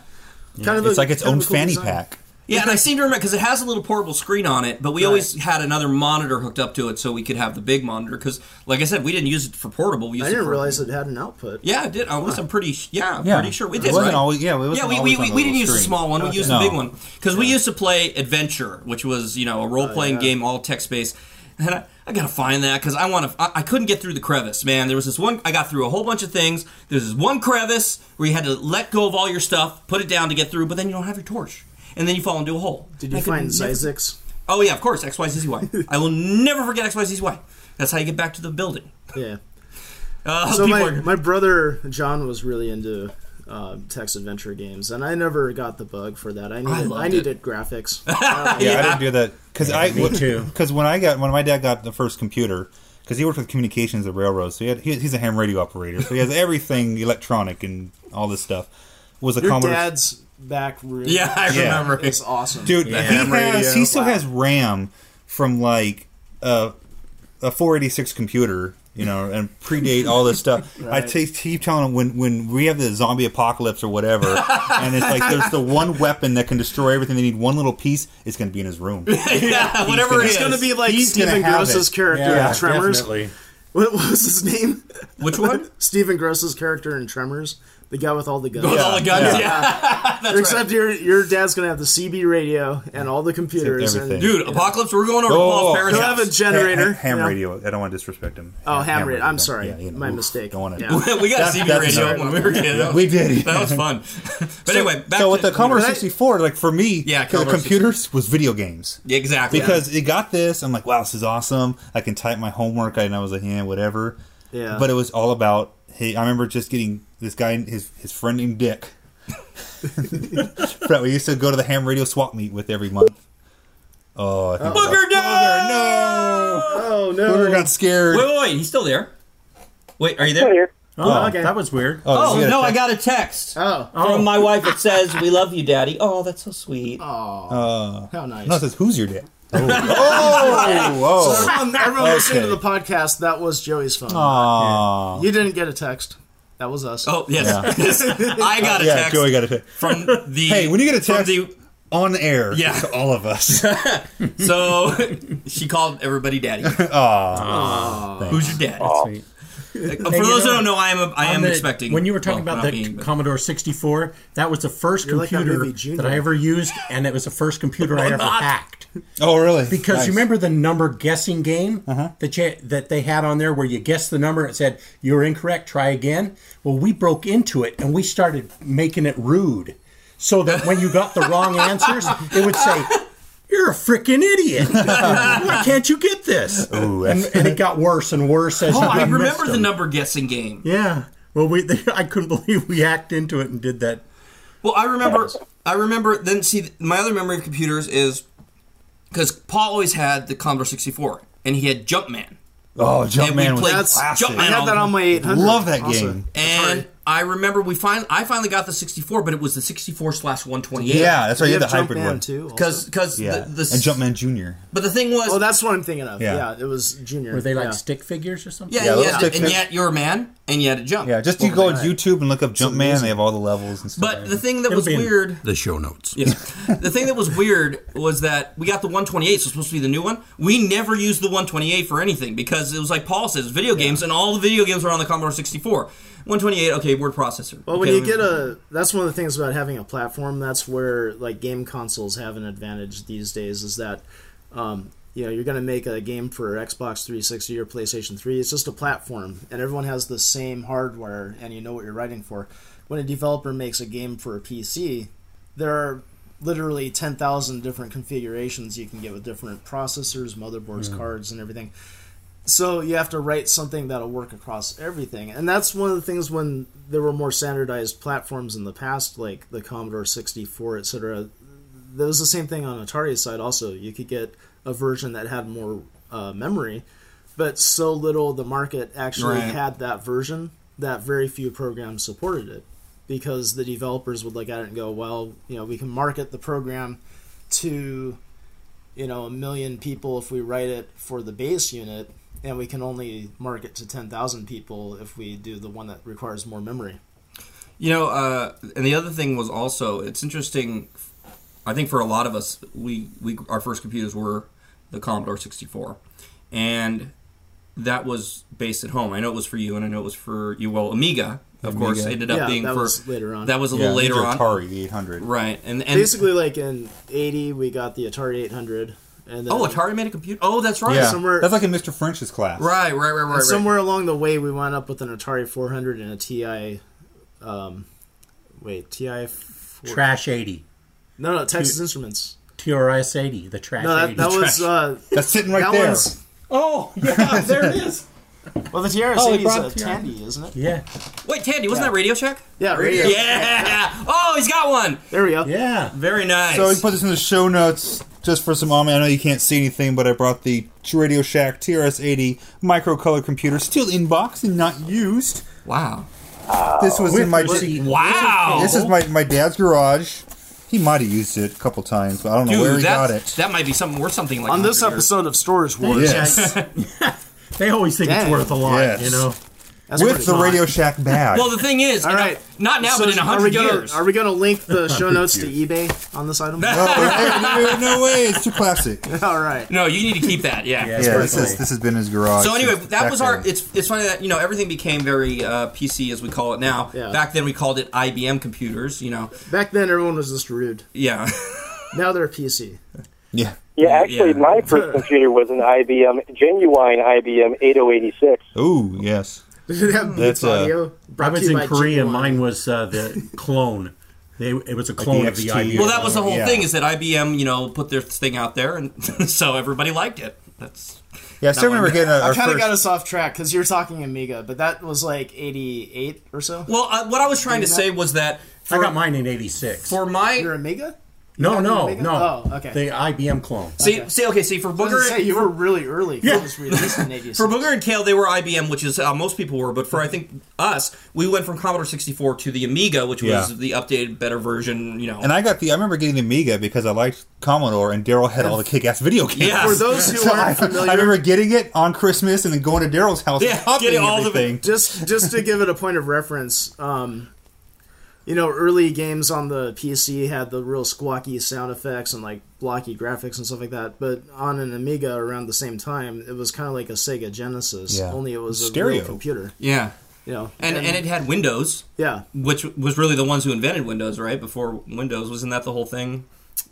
[SPEAKER 3] kind of
[SPEAKER 4] It's
[SPEAKER 3] a-
[SPEAKER 4] like its
[SPEAKER 3] kind of
[SPEAKER 4] own
[SPEAKER 3] a cool
[SPEAKER 4] fanny
[SPEAKER 3] design.
[SPEAKER 4] pack.
[SPEAKER 2] Yeah, and I seem to remember because it has a little portable screen on it, but we always had another monitor hooked up to it so we could have the big monitor. Because, like I said, we didn't use it for portable. We used
[SPEAKER 3] I
[SPEAKER 2] it
[SPEAKER 3] didn't
[SPEAKER 2] for,
[SPEAKER 3] realize it had an output.
[SPEAKER 2] Yeah, it did. I was. I'm pretty. sh- Yeah, I'm
[SPEAKER 4] Yeah.
[SPEAKER 2] pretty sure we
[SPEAKER 4] It
[SPEAKER 2] did.
[SPEAKER 4] wasn't
[SPEAKER 2] right?
[SPEAKER 4] always- yeah, it wasn't
[SPEAKER 2] yeah. We
[SPEAKER 4] always
[SPEAKER 2] we,
[SPEAKER 4] on
[SPEAKER 2] we,
[SPEAKER 4] the
[SPEAKER 2] we
[SPEAKER 4] little
[SPEAKER 2] didn't use the
[SPEAKER 4] screen.
[SPEAKER 2] small one. We used the
[SPEAKER 4] No.
[SPEAKER 2] big one because we used to play Adventure, which was you
[SPEAKER 4] Oh,
[SPEAKER 2] know a role playing game, all text based. And I, I gotta find that because I want to. I, I couldn't get through the crevice, man. There was this one. I got through a whole bunch of things. There's this one crevice where you had to let go of all your stuff, put it down to get through, but then you don't have your torch, and then you fall into a hole.
[SPEAKER 3] Did you
[SPEAKER 2] I could
[SPEAKER 3] find
[SPEAKER 2] never-
[SPEAKER 3] Zizix?
[SPEAKER 2] Oh yeah, of course, X Y Z Z Y.
[SPEAKER 4] <laughs>
[SPEAKER 2] I will never forget X Y Z Z Y. That's how you get back to the building.
[SPEAKER 3] Yeah.
[SPEAKER 2] Uh,
[SPEAKER 3] So
[SPEAKER 2] people
[SPEAKER 3] my,
[SPEAKER 2] are-
[SPEAKER 3] my brother John was really into uh, text adventure games, and I never got the bug for that. I needed
[SPEAKER 2] loved
[SPEAKER 3] I,
[SPEAKER 2] it.
[SPEAKER 3] needed <laughs> graphics. Uh,
[SPEAKER 4] Yeah, I didn't do that because I
[SPEAKER 5] me too.
[SPEAKER 4] Because when I got when my dad got the first computer, because he worked with communications at railroads, so he had, he, he's a ham radio operator, so he has everything electronic and all this stuff. Was a
[SPEAKER 3] Your
[SPEAKER 4] Commodore
[SPEAKER 3] dad's back room.
[SPEAKER 2] yeah, I
[SPEAKER 4] Yeah.
[SPEAKER 2] remember.
[SPEAKER 3] It's awesome,
[SPEAKER 4] dude? he
[SPEAKER 5] ham
[SPEAKER 4] has,
[SPEAKER 5] radio.
[SPEAKER 4] he still has RAM from like a a 486 computer. You know, and predate all this
[SPEAKER 3] <laughs>
[SPEAKER 4] stuff. I t- keep telling him when, when we have the zombie apocalypse or whatever, and it's like there's the one weapon that can destroy everything. They need one little piece. It's going to be in
[SPEAKER 3] <laughs>
[SPEAKER 4] his room.
[SPEAKER 2] <laughs>
[SPEAKER 4] <laughs>
[SPEAKER 2] yeah, whatever
[SPEAKER 4] gonna-
[SPEAKER 2] it
[SPEAKER 4] He's
[SPEAKER 2] is.
[SPEAKER 3] gonna be like
[SPEAKER 4] He's gonna
[SPEAKER 3] Stephen
[SPEAKER 4] have
[SPEAKER 3] Gross's
[SPEAKER 4] it.
[SPEAKER 3] character in Tremors.
[SPEAKER 5] definitely.
[SPEAKER 3] What was his name? <laughs>
[SPEAKER 2] Which one?
[SPEAKER 4] <laughs>
[SPEAKER 3] Stephen Gross's character in Tremors, the guy with all the guns.
[SPEAKER 2] With all the guns, yeah.
[SPEAKER 3] Except your your dad's gonna have the CB radio and all the computers
[SPEAKER 4] Except
[SPEAKER 3] and
[SPEAKER 4] everything.
[SPEAKER 2] Dude, Apocalypse, we're going over to
[SPEAKER 4] Oh,
[SPEAKER 2] Paul's parents'
[SPEAKER 3] he'll have a
[SPEAKER 2] house.
[SPEAKER 3] generator.
[SPEAKER 4] Ha- ha- ham
[SPEAKER 3] you know?
[SPEAKER 4] radio. I don't want to disrespect him.
[SPEAKER 3] Oh,
[SPEAKER 4] Ha-
[SPEAKER 3] ham radio. I'm
[SPEAKER 4] don't-
[SPEAKER 3] sorry.
[SPEAKER 4] you know,
[SPEAKER 3] My
[SPEAKER 4] oof,
[SPEAKER 3] mistake.
[SPEAKER 4] Don't want to.
[SPEAKER 3] Yeah.
[SPEAKER 2] <laughs>
[SPEAKER 4] <laughs>
[SPEAKER 2] we got
[SPEAKER 4] That's-
[SPEAKER 2] CB
[SPEAKER 4] that's
[SPEAKER 2] radio
[SPEAKER 4] another
[SPEAKER 2] when
[SPEAKER 4] one.
[SPEAKER 2] we were kids. That was-
[SPEAKER 4] <laughs> We did.
[SPEAKER 2] That was fun. <laughs> But anyway, back
[SPEAKER 4] so
[SPEAKER 2] to
[SPEAKER 4] with the Commodore
[SPEAKER 2] computers.
[SPEAKER 4] 64, like for me,
[SPEAKER 2] Yeah,
[SPEAKER 4] the
[SPEAKER 2] Commodore
[SPEAKER 4] computers was video games.
[SPEAKER 2] Yeah, Exactly.
[SPEAKER 4] Because it got this, I'm like, wow, this is awesome. I can type my homework, and I was like, yeah, whatever.
[SPEAKER 3] Yeah.
[SPEAKER 4] But it was all about. Hey, I remember just getting this guy, his his friend named Dick. that we used to go to the ham radio swap meet with every month. Oh, I think
[SPEAKER 2] Booger, no!
[SPEAKER 3] Oh no!
[SPEAKER 4] Booger got scared.
[SPEAKER 2] Wait, wait, wait. He's still there. Wait, are you
[SPEAKER 6] Come
[SPEAKER 2] there?
[SPEAKER 6] here.
[SPEAKER 5] Oh,
[SPEAKER 3] okay.
[SPEAKER 5] that was weird.
[SPEAKER 4] Oh,
[SPEAKER 2] Oh,
[SPEAKER 4] you got a
[SPEAKER 2] no, I
[SPEAKER 4] text.
[SPEAKER 2] got a text
[SPEAKER 3] Oh,
[SPEAKER 2] from my wife that says, We love you, Daddy. Oh, that's so sweet.
[SPEAKER 3] how nice!
[SPEAKER 4] Uh, No, it says who's your dick. Oh, oh, whoa.
[SPEAKER 3] Everyone, everyone listening to
[SPEAKER 4] Okay. Oh.
[SPEAKER 3] the podcast, that was Joey's phone.
[SPEAKER 4] Aw.
[SPEAKER 3] You didn't get a text. That was us.
[SPEAKER 2] Oh, yes. Yes. <laughs> I got a
[SPEAKER 4] Yeah,
[SPEAKER 2] text
[SPEAKER 4] Joey got a text.
[SPEAKER 2] from the.
[SPEAKER 4] Hey, when you get a
[SPEAKER 2] from
[SPEAKER 4] text
[SPEAKER 2] the-
[SPEAKER 4] on air,
[SPEAKER 2] Yeah.
[SPEAKER 4] to all of us.
[SPEAKER 2] So <laughs> she called everybody
[SPEAKER 4] <laughs>
[SPEAKER 2] daddy. Who's your dad?
[SPEAKER 5] Sweet.
[SPEAKER 2] For those who don't know, I am a, I am
[SPEAKER 5] on the-
[SPEAKER 2] expecting.
[SPEAKER 5] When you were talking
[SPEAKER 2] well,
[SPEAKER 5] about
[SPEAKER 2] not
[SPEAKER 5] the
[SPEAKER 2] being, but-
[SPEAKER 5] Commodore 64, that was the first
[SPEAKER 3] You're like that
[SPEAKER 5] computer
[SPEAKER 3] movie, Junior.
[SPEAKER 5] that I ever used, and it was the
[SPEAKER 2] <laughs>
[SPEAKER 5] first computer I ever hacked.
[SPEAKER 4] oh, really?
[SPEAKER 5] Because
[SPEAKER 4] Nice.
[SPEAKER 5] you remember the number guessing game that you, that they had on there, where you guessed the number and it said you're incorrect, try again. Well, we broke into it and we started making it rude, so that when you got the wrong answers, it would say. You're a freaking idiot! Why can't you get this?
[SPEAKER 4] Ooh,
[SPEAKER 5] and,
[SPEAKER 4] that's-
[SPEAKER 5] and it got worse and worse as
[SPEAKER 2] Oh,
[SPEAKER 5] you <laughs>
[SPEAKER 2] I
[SPEAKER 5] missed
[SPEAKER 2] remember the
[SPEAKER 5] them.
[SPEAKER 2] number guessing game.
[SPEAKER 5] Yeah. Well, we I couldn't <laughs> believe we hacked into it and did that.
[SPEAKER 2] Well, I remember. I remember. Then see, my other memory of computers is because Paul always had the Commodore 64, and he had Jumpman.
[SPEAKER 4] Oh,
[SPEAKER 2] And we
[SPEAKER 4] Jumpman was
[SPEAKER 2] played
[SPEAKER 4] that's, classic.
[SPEAKER 3] I
[SPEAKER 2] Jumpman
[SPEAKER 4] I
[SPEAKER 3] had that on my 800.
[SPEAKER 4] Love that
[SPEAKER 3] also.
[SPEAKER 4] game.
[SPEAKER 2] And I remember we finally, I finally got the 64, but it was the 64 slash 128.
[SPEAKER 4] Yeah, that's right.
[SPEAKER 3] You
[SPEAKER 4] You had the
[SPEAKER 3] have
[SPEAKER 4] hybrid
[SPEAKER 3] Jumpman
[SPEAKER 4] one.
[SPEAKER 3] too. also?
[SPEAKER 2] Because because
[SPEAKER 4] Yeah.
[SPEAKER 2] the, the
[SPEAKER 4] and Jumpman Junior.
[SPEAKER 2] But the thing was,
[SPEAKER 3] oh, that's what I'm thinking of. Yeah,
[SPEAKER 4] Yeah.
[SPEAKER 3] it was Junior.
[SPEAKER 5] Were they like
[SPEAKER 3] yeah.
[SPEAKER 5] stick figures or something?
[SPEAKER 2] yeah,
[SPEAKER 4] Yeah,
[SPEAKER 2] yeah,
[SPEAKER 4] those
[SPEAKER 2] and
[SPEAKER 4] stick figures.
[SPEAKER 2] yet you're a man, and you had to jump.
[SPEAKER 4] Yeah, just you go on YouTube and look up Jumpman. They have all the levels and stuff.
[SPEAKER 2] But the thing that
[SPEAKER 5] It'll
[SPEAKER 2] was
[SPEAKER 5] be in
[SPEAKER 2] weird.
[SPEAKER 5] The show notes.
[SPEAKER 2] <laughs> the thing that was weird was that we got the 128, so it's supposed to be the new one. We never used the 128 for anything because it was like Paul says, video games, and all the video games were on the Commodore 64. 128, okay, word processor.
[SPEAKER 3] Well, when
[SPEAKER 2] Okay,
[SPEAKER 3] you get a, that's one of the things about having a platform. That's where like game consoles have an advantage these days. Is that um, you know you're going to make a game for Xbox 360 or PlayStation 3. It's just a platform, and everyone has the same hardware, and you know what you're writing for. When a developer makes a game for a PC, there are literally 10,000 different configurations you can get with different processors, motherboards, cards, and everything. So you have to write something that'll work across everything. And that's one of the things when there were more standardized platforms in the past, like the Commodore 64, etc. That was the same thing on Atari's side, also. You could get a version that had more uh, memory, but so little of the market actually
[SPEAKER 4] Right.
[SPEAKER 3] had that version that very few programs supported it because the developers would look at it and go, well, you know, we can market the program to, you know, a million people if we write it for the base unit, and we can only market to 10,000 people if we do the one that requires more memory.
[SPEAKER 2] You know, uh, and the other thing was also it's interesting. I think for a lot of us, we, we our first computers were the Commodore 64, and that was based at home. I know it was for you, and I know it was for you. Well, Amiga, of course, ended up
[SPEAKER 3] Yeah,
[SPEAKER 2] being
[SPEAKER 3] that
[SPEAKER 2] for
[SPEAKER 3] was later on.
[SPEAKER 2] That was a
[SPEAKER 4] Yeah,
[SPEAKER 2] little later
[SPEAKER 4] these are
[SPEAKER 2] on,
[SPEAKER 4] Atari the 800.
[SPEAKER 2] right? And and
[SPEAKER 3] Basically, like in 80, we got the Atari 800. And then
[SPEAKER 2] oh, Atari made a computer. Oh, that's right.
[SPEAKER 4] Yeah,
[SPEAKER 3] somewhere-
[SPEAKER 4] that's like in Mr. French's class.
[SPEAKER 2] Right, right, right, right. right.
[SPEAKER 3] somewhere along the way, we wound up with an Atari 400 and a TI. Um, wait, TI.
[SPEAKER 5] Trash 80.
[SPEAKER 3] No, no, Texas Instruments.
[SPEAKER 5] TRS 80, the Trash
[SPEAKER 3] No,
[SPEAKER 5] 80.
[SPEAKER 3] that, that was.
[SPEAKER 4] Trash.
[SPEAKER 3] Uh,
[SPEAKER 4] That's sitting right
[SPEAKER 3] that
[SPEAKER 4] there.
[SPEAKER 3] one's.
[SPEAKER 5] oh, <laughs> yeah, there it is.
[SPEAKER 3] Well, the TRS
[SPEAKER 2] Oh,
[SPEAKER 5] they
[SPEAKER 3] 80 is
[SPEAKER 5] brought
[SPEAKER 3] a
[SPEAKER 5] it to your-
[SPEAKER 3] Tandy, isn't it?
[SPEAKER 5] Yeah,
[SPEAKER 2] Wait, Tandy, wasn't that Radio Shack?
[SPEAKER 3] Yeah, radio.
[SPEAKER 2] Yeah. Oh, he's got one.
[SPEAKER 3] There we go.
[SPEAKER 5] yeah.
[SPEAKER 2] Very nice.
[SPEAKER 4] So we put this in the show notes just for some comment. I know you can't see anything, but I brought the Radio Shack TRS-80 microcolor computer, still in box and not used.
[SPEAKER 2] wow.
[SPEAKER 4] This was in my
[SPEAKER 5] receipt.
[SPEAKER 2] Wow.
[SPEAKER 4] this is my, my dad's garage. He might have used it a couple times, but I don't know
[SPEAKER 2] Dude,
[SPEAKER 4] where he
[SPEAKER 2] that's-
[SPEAKER 4] got it.
[SPEAKER 2] That might be something worth something like
[SPEAKER 3] On this
[SPEAKER 2] 100 years.
[SPEAKER 3] episode of Storage Wars,
[SPEAKER 4] Yes,
[SPEAKER 5] They always think
[SPEAKER 3] Dang.
[SPEAKER 5] it's worth a lot,
[SPEAKER 4] Yes.
[SPEAKER 5] you know.
[SPEAKER 3] that's
[SPEAKER 4] with
[SPEAKER 3] pretty
[SPEAKER 4] the
[SPEAKER 3] hot.
[SPEAKER 4] Radio Shack bag. <laughs>
[SPEAKER 2] Well, the thing is,
[SPEAKER 3] All
[SPEAKER 2] in a-
[SPEAKER 3] right.
[SPEAKER 2] not now,
[SPEAKER 3] So
[SPEAKER 2] but in a
[SPEAKER 3] are we
[SPEAKER 2] hundred
[SPEAKER 3] gonna-
[SPEAKER 2] years.
[SPEAKER 3] Are we going to link the
[SPEAKER 4] <laughs>
[SPEAKER 3] show notes to eBay on
[SPEAKER 2] <laughs>
[SPEAKER 3] this item?
[SPEAKER 4] no, no way, it's too classic.
[SPEAKER 3] <laughs> All right.
[SPEAKER 2] no, you need to keep that. Yeah.
[SPEAKER 4] yeah, this is this has been his garage.
[SPEAKER 2] <laughs> So anyway,
[SPEAKER 4] since
[SPEAKER 2] that
[SPEAKER 4] back
[SPEAKER 2] was our.
[SPEAKER 4] then.
[SPEAKER 2] It's it's funny that you know everything became very uh, PC as we call it now.
[SPEAKER 3] Yeah.
[SPEAKER 2] Back then we called it IBM computers. You know.
[SPEAKER 3] Back then, everyone was just rude.
[SPEAKER 2] Yeah. <laughs>
[SPEAKER 3] Now they're <laughs> PC.
[SPEAKER 4] yeah.
[SPEAKER 6] Yeah, actually,
[SPEAKER 2] Yeah.
[SPEAKER 6] my first computer was an IBM, genuine IBM 8086.
[SPEAKER 4] Oh yes,
[SPEAKER 3] Did it have Beats
[SPEAKER 4] That's, uh,
[SPEAKER 3] audio?
[SPEAKER 5] I
[SPEAKER 3] Brought to
[SPEAKER 5] was
[SPEAKER 3] you
[SPEAKER 5] in
[SPEAKER 3] by
[SPEAKER 5] Korea.
[SPEAKER 3] G1.
[SPEAKER 5] Mine was uh, the clone. They, it was a clone of the
[SPEAKER 4] XT.
[SPEAKER 5] IBM.
[SPEAKER 2] well, that was the whole
[SPEAKER 4] Yeah.
[SPEAKER 2] thing is that IBM you know put their thing out there and <laughs> so everybody liked it. That's
[SPEAKER 4] yeah. I still
[SPEAKER 2] That
[SPEAKER 4] remember
[SPEAKER 2] one.
[SPEAKER 4] getting our,
[SPEAKER 3] I
[SPEAKER 4] our
[SPEAKER 3] kind of
[SPEAKER 4] first.
[SPEAKER 3] got us off track because you're talking Amiga, but that was like 88 or so.
[SPEAKER 2] well. Uh, what I was trying to say was that
[SPEAKER 5] I got mine in '86.
[SPEAKER 2] for
[SPEAKER 3] You're
[SPEAKER 2] my
[SPEAKER 3] Amiga?
[SPEAKER 5] no, no,
[SPEAKER 3] Amiga?
[SPEAKER 5] no.
[SPEAKER 3] Oh, okay.
[SPEAKER 5] The IBM clone.
[SPEAKER 2] see see okay see for
[SPEAKER 3] I was gonna
[SPEAKER 2] Booger
[SPEAKER 3] say you were really early. Yeah. was released in 86.
[SPEAKER 2] For Booger and Kale, they were IBM, which is how most people were. But for I think us, we went from Commodore 64 to the Amiga, which
[SPEAKER 4] Yeah.
[SPEAKER 2] was the updated, better version. You know,
[SPEAKER 4] and I got the. I remember getting the Amiga because I liked Commodore, and Daryl had all the kick-ass video games.
[SPEAKER 2] Yeah.
[SPEAKER 3] For those who
[SPEAKER 4] So I,
[SPEAKER 3] aren't familiar,
[SPEAKER 4] I remember getting it on Christmas and then going to Daryl's house
[SPEAKER 2] Yeah,
[SPEAKER 4] and copying
[SPEAKER 2] getting all the- <laughs>
[SPEAKER 4] everything.
[SPEAKER 3] just just to give it a point of reference, um, you know, early games on the PC had the real squawky sound effects and like blocky graphics and stuff like that. But on an Amiga around the same time, it was kind of like a Sega Genesis,
[SPEAKER 4] Yeah.
[SPEAKER 3] only it was a
[SPEAKER 4] Stereo.
[SPEAKER 3] real computer.
[SPEAKER 2] yeah,
[SPEAKER 3] You know,
[SPEAKER 2] and and it had Windows,
[SPEAKER 3] yeah,
[SPEAKER 2] which was really the ones who invented Windows, right? Before Windows, wasn't that the whole thing?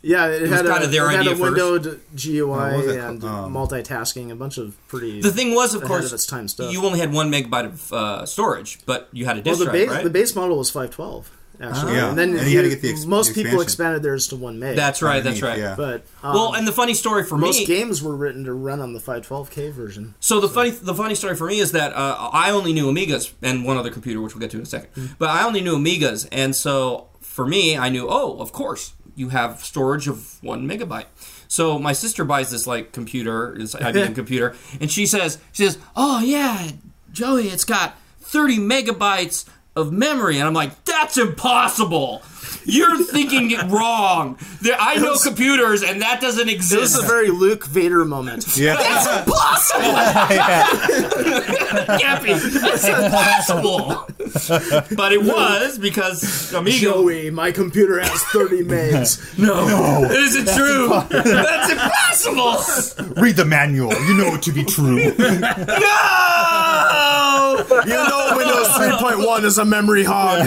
[SPEAKER 3] yeah, it,
[SPEAKER 2] was
[SPEAKER 3] had a,
[SPEAKER 2] kinda their
[SPEAKER 3] it had
[SPEAKER 2] idea
[SPEAKER 3] a
[SPEAKER 2] first.
[SPEAKER 3] windowed GUI
[SPEAKER 4] was it
[SPEAKER 3] and
[SPEAKER 4] called? Um,
[SPEAKER 3] multitasking, a bunch of pretty.
[SPEAKER 2] The thing was, of
[SPEAKER 3] Ahead of
[SPEAKER 2] course,
[SPEAKER 3] its time stuff.
[SPEAKER 2] you only had one megabyte of uh, storage, but you had a
[SPEAKER 3] well,
[SPEAKER 2] disk
[SPEAKER 3] the
[SPEAKER 2] drive,
[SPEAKER 3] base
[SPEAKER 2] right?
[SPEAKER 3] the base model was five twelve actually,
[SPEAKER 4] Yeah.
[SPEAKER 3] and then
[SPEAKER 4] Ah. And you had to get the ex-
[SPEAKER 3] most
[SPEAKER 4] the
[SPEAKER 3] people
[SPEAKER 4] expansion.
[SPEAKER 3] expanded theirs to one meg.
[SPEAKER 2] that's right. That's right.
[SPEAKER 4] Yeah.
[SPEAKER 3] but um,
[SPEAKER 2] Well, and the funny story for
[SPEAKER 3] Most
[SPEAKER 2] me,
[SPEAKER 3] games were written to run on the 512K version.
[SPEAKER 2] So the funny the funny story for me is that uh, I only knew Amigas and one other computer, which we'll get to in a 2nd
[SPEAKER 3] Mm-hmm.
[SPEAKER 2] But I only knew Amigas, and so for me, I knew oh, of course you have storage of one megabyte. So my sister buys this like computer,
[SPEAKER 3] <laughs>
[SPEAKER 2] this IBM computer, and she says she says oh yeah, Joey, it's got thirty megabytes of memory, and I'm like that's impossible. You're thinking
[SPEAKER 3] <laughs>
[SPEAKER 2] it wrong. There, I know computers, and that doesn't
[SPEAKER 3] This is
[SPEAKER 2] exist.
[SPEAKER 3] a very Luke Vader moment.
[SPEAKER 4] Yeah.
[SPEAKER 2] That's impossible. Gappy, that's impossible. But it was because Amigo.
[SPEAKER 3] <laughs> Joey, my computer has 30 megs.
[SPEAKER 2] No, it isn't true. That's impossible.
[SPEAKER 4] Read the manual. You know it to
[SPEAKER 2] <laughs>
[SPEAKER 4] be true.
[SPEAKER 2] No.
[SPEAKER 3] you know Windows 3.1 is a memory hog.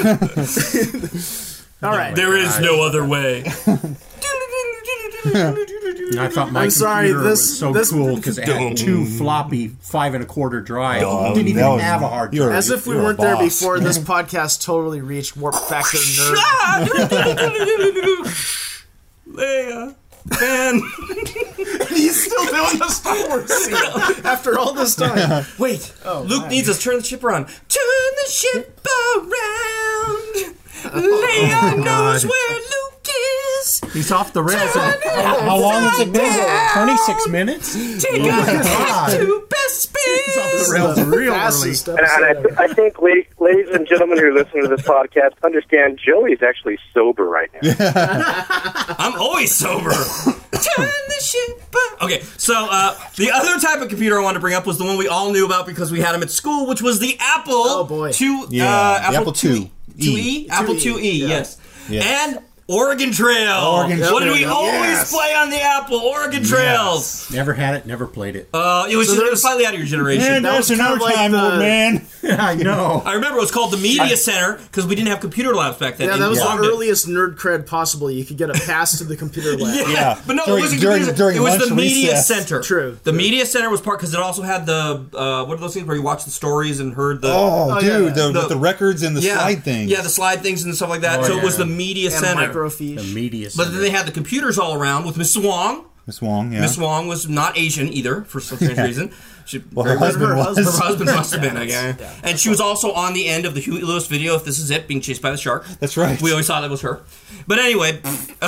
[SPEAKER 3] <laughs> All right.
[SPEAKER 2] There is no other way.
[SPEAKER 5] And I thought my
[SPEAKER 3] I'm sorry,
[SPEAKER 5] computer
[SPEAKER 3] this-
[SPEAKER 5] was so
[SPEAKER 3] this-
[SPEAKER 5] cool because it had
[SPEAKER 2] Dumb.
[SPEAKER 5] two floppy five and a quarter drives.
[SPEAKER 4] Oh,
[SPEAKER 5] It didn't
[SPEAKER 4] that
[SPEAKER 5] even
[SPEAKER 4] was-
[SPEAKER 5] have a hard
[SPEAKER 4] you're-
[SPEAKER 5] drive.
[SPEAKER 3] As if we
[SPEAKER 4] You're a
[SPEAKER 3] weren't there
[SPEAKER 4] boss.
[SPEAKER 3] before,
[SPEAKER 2] <laughs>
[SPEAKER 3] this podcast totally reached warp factor nerd.
[SPEAKER 2] Oh,
[SPEAKER 3] <laughs>
[SPEAKER 2] Leia. Man.
[SPEAKER 3] He's still doing the Star Wars <laughs> scene after all this time.
[SPEAKER 2] Wait.
[SPEAKER 5] Oh,
[SPEAKER 2] Luke needs us. Turn the ship around. Turn the ship around.
[SPEAKER 5] Oh,
[SPEAKER 2] Leia knows where Luke is.
[SPEAKER 5] He's off the rails. How, how long has it been? Twenty six minutes.
[SPEAKER 2] Take us back
[SPEAKER 5] Oh God.
[SPEAKER 2] to best space.
[SPEAKER 5] The rails
[SPEAKER 3] The
[SPEAKER 5] real early.
[SPEAKER 3] fastest
[SPEAKER 6] And, and I,
[SPEAKER 3] episode
[SPEAKER 6] th- I think, ladies, ladies and gentlemen who listen to this podcast, understand Joey's actually sober right now.
[SPEAKER 2] I'm always sober. <laughs> Turn the ship. up. Okay, so uh, the other type of computer I wanted to bring up was the one we all knew about because we had them at school, which was the Apple. Oh
[SPEAKER 3] boy.
[SPEAKER 2] Two,
[SPEAKER 4] Yeah,
[SPEAKER 2] uh,
[SPEAKER 4] the
[SPEAKER 2] Apple
[SPEAKER 4] Apple II.
[SPEAKER 2] Two
[SPEAKER 4] E.
[SPEAKER 2] E. Apple Two E. Yes. And Oregon Trail.
[SPEAKER 4] Oregon
[SPEAKER 2] what did we
[SPEAKER 4] Trail,
[SPEAKER 2] always
[SPEAKER 4] yes.
[SPEAKER 2] play on the Apple? Oregon Trails.
[SPEAKER 5] Never had it. Never played it.
[SPEAKER 2] Uh, it was just it was slightly out of your generation.
[SPEAKER 3] that's was another kinda like time, the- old
[SPEAKER 4] man.
[SPEAKER 5] I know.
[SPEAKER 2] I remember it was called the Media Center because we didn't have computer labs back then.
[SPEAKER 3] Yeah,
[SPEAKER 2] They
[SPEAKER 3] that was the
[SPEAKER 2] logged it.
[SPEAKER 3] earliest nerd cred possible. You could get a pass to the
[SPEAKER 2] <laughs>
[SPEAKER 3] computer lab.
[SPEAKER 4] Yeah.
[SPEAKER 2] But no, it
[SPEAKER 4] During-
[SPEAKER 2] wasn't
[SPEAKER 4] during-
[SPEAKER 2] computer-
[SPEAKER 4] during
[SPEAKER 2] It was the
[SPEAKER 4] lunch
[SPEAKER 2] media
[SPEAKER 4] recess.
[SPEAKER 2] center.
[SPEAKER 3] True.
[SPEAKER 2] The media center was part because it also had the uh, what are those things where you watch the stories and heard the
[SPEAKER 4] Oh,
[SPEAKER 3] yeah,
[SPEAKER 4] dude,
[SPEAKER 3] yeah.
[SPEAKER 4] The,
[SPEAKER 2] The-
[SPEAKER 4] with the records and the
[SPEAKER 2] yeah,
[SPEAKER 4] slide thing.
[SPEAKER 2] Yeah, the slide things and stuff like that.
[SPEAKER 5] Oh,
[SPEAKER 2] so it was
[SPEAKER 5] yeah.
[SPEAKER 2] the media
[SPEAKER 3] And
[SPEAKER 2] center.
[SPEAKER 5] The
[SPEAKER 3] microfiche.
[SPEAKER 5] media.
[SPEAKER 2] but then
[SPEAKER 5] center.
[SPEAKER 2] they had the computers all around with Miss Wong.
[SPEAKER 4] Miss Wong, yeah.
[SPEAKER 2] Miss Wong was not Asian either for some strange reason. She,
[SPEAKER 4] <laughs> Well, her
[SPEAKER 2] very-
[SPEAKER 4] husband
[SPEAKER 3] her
[SPEAKER 4] was.
[SPEAKER 2] her husband must
[SPEAKER 4] <laughs>
[SPEAKER 2] have been a guy. And she was also on the end of the Huey Lewis video, If This Is It, being chased by the shark.
[SPEAKER 4] That's right.
[SPEAKER 2] We always thought that was her. But anyway, <laughs>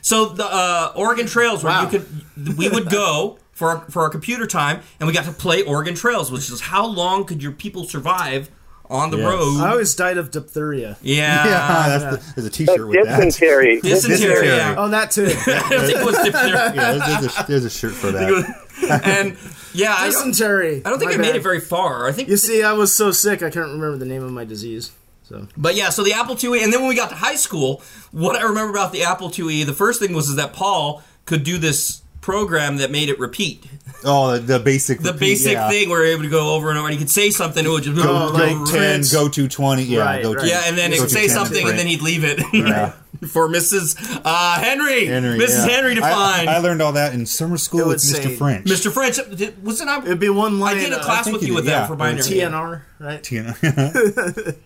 [SPEAKER 2] so the uh, Oregon Trails, where
[SPEAKER 3] Wow.
[SPEAKER 2] you could, we would go for our, for our computer time, and we got to play Oregon Trails, which is how long could your people survive on the
[SPEAKER 4] Yes. Uh,
[SPEAKER 2] road?
[SPEAKER 3] I always died of diphtheria.
[SPEAKER 2] yeah.
[SPEAKER 4] <laughs> yeah, that's The, there's a T-shirt with that.
[SPEAKER 6] Dysentery.
[SPEAKER 2] Dysentery. <laughs> Yeah.
[SPEAKER 3] Oh, that too.
[SPEAKER 2] I think it was
[SPEAKER 4] <laughs>
[SPEAKER 2] diphtheria.
[SPEAKER 4] <laughs> Yeah, there's, there's a, there's a shirt for that.
[SPEAKER 2] And yeah, I don't,
[SPEAKER 3] Dysentery.
[SPEAKER 2] I don't think
[SPEAKER 3] My
[SPEAKER 2] I made
[SPEAKER 3] bad.
[SPEAKER 2] it very far. I think
[SPEAKER 3] You see, I was so sick I couldn't remember the name of my disease. So
[SPEAKER 2] But yeah, so the Apple IIe, and then when we got to high school, what I remember about the Apple IIe, the first thing was is that Paul could do this program that made it
[SPEAKER 4] <laughs>
[SPEAKER 2] repeat.
[SPEAKER 4] Oh, the, the basic.
[SPEAKER 2] The
[SPEAKER 4] repeat,
[SPEAKER 2] basic
[SPEAKER 4] yeah.
[SPEAKER 2] thing where it would go over and over, and he could say something, it would just
[SPEAKER 4] Go,
[SPEAKER 3] Oh,
[SPEAKER 4] go
[SPEAKER 3] like
[SPEAKER 4] ten,
[SPEAKER 3] Prince.
[SPEAKER 4] go to twenty. Yeah,
[SPEAKER 3] Right,
[SPEAKER 4] go
[SPEAKER 3] right.
[SPEAKER 4] to.
[SPEAKER 2] Yeah, and then it
[SPEAKER 4] go
[SPEAKER 2] would
[SPEAKER 4] to
[SPEAKER 2] say
[SPEAKER 4] 10,
[SPEAKER 2] something, and then he'd leave it
[SPEAKER 4] <laughs> Yeah.
[SPEAKER 2] <laughs> for Mrs. Uh, Henry,
[SPEAKER 4] Henry,
[SPEAKER 2] Mrs.
[SPEAKER 4] yeah.
[SPEAKER 2] Henry to
[SPEAKER 4] I-
[SPEAKER 2] find.
[SPEAKER 4] I, learned all that in summer school
[SPEAKER 3] It
[SPEAKER 4] with
[SPEAKER 3] would say-
[SPEAKER 4] Mr. French.
[SPEAKER 2] Mr. French, did- wasn't I?
[SPEAKER 3] it'd be one
[SPEAKER 2] I
[SPEAKER 3] line.
[SPEAKER 2] did a
[SPEAKER 3] uh,
[SPEAKER 2] class
[SPEAKER 4] think
[SPEAKER 2] with
[SPEAKER 4] you
[SPEAKER 2] you
[SPEAKER 4] did,
[SPEAKER 2] with that
[SPEAKER 4] yeah.
[SPEAKER 2] for binary.
[SPEAKER 3] TNR, right?
[SPEAKER 4] <laughs> French.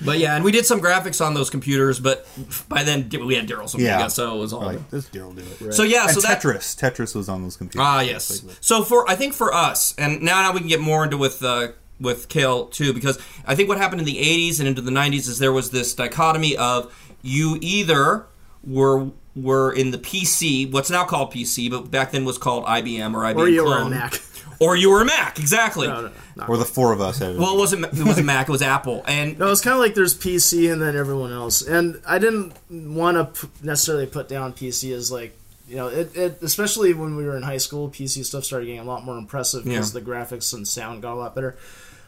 [SPEAKER 2] But yeah, and we did some graphics on those computers, but by then we had Daryl Omega,
[SPEAKER 4] Yeah.
[SPEAKER 2] so it was all.
[SPEAKER 4] like, this Daryl do it.
[SPEAKER 2] So yeah,
[SPEAKER 4] and
[SPEAKER 2] so that
[SPEAKER 4] Tetris. Tetris was on those computers.
[SPEAKER 2] Ah, yes. So for I think for us, and now now we can get more into with uh, with Kale too, because I think what happened in the '80s and into the '90s is there was this dichotomy of you either were were in the PC, what's now called PC, but back then was called IBM or IBM
[SPEAKER 3] Or you were a
[SPEAKER 2] clone.
[SPEAKER 3] Mac.
[SPEAKER 2] or you were a Mac, exactly.
[SPEAKER 3] No, no, no.
[SPEAKER 4] Or the four of us had it.
[SPEAKER 2] Well, it wasn't it wasn't Mac, it was Apple, and
[SPEAKER 3] No, it's kind of like there's PC and then everyone else. And I didn't want to p- necessarily put down PC as like, you know, it, it especially when we were in high school, PC stuff started getting a lot more impressive because
[SPEAKER 2] Yeah.
[SPEAKER 3] the graphics and sound got a lot better.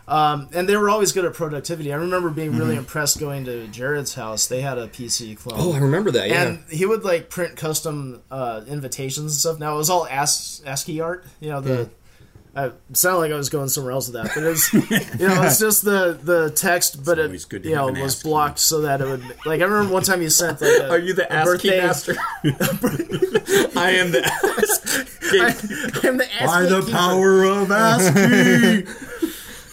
[SPEAKER 3] Um, and they were always good at productivity. I remember being really
[SPEAKER 2] Mm-hmm.
[SPEAKER 3] impressed going to Jared's house. They had a PC clone.
[SPEAKER 2] Oh, remember that.
[SPEAKER 3] and he would like print custom uh, invitations and stuff. Now it was all AS- ASCII art, you know. The I sounded like I was going somewhere else with that, but
[SPEAKER 2] <laughs>
[SPEAKER 3] it's you know it's just the the text, but
[SPEAKER 5] always
[SPEAKER 3] it
[SPEAKER 5] good to
[SPEAKER 3] you
[SPEAKER 5] have
[SPEAKER 3] know
[SPEAKER 5] an
[SPEAKER 3] was
[SPEAKER 5] ASCII.
[SPEAKER 3] blocked so that it would like I remember one time you sent like
[SPEAKER 2] <laughs>
[SPEAKER 3] a,
[SPEAKER 7] Are you the
[SPEAKER 3] a
[SPEAKER 7] ASCII
[SPEAKER 3] birthday-
[SPEAKER 7] master? <laughs> I am the
[SPEAKER 3] I'm the ASCII
[SPEAKER 5] By the
[SPEAKER 3] keeper.
[SPEAKER 4] <laughs>
[SPEAKER 5] power of ASCII.
[SPEAKER 3] <laughs>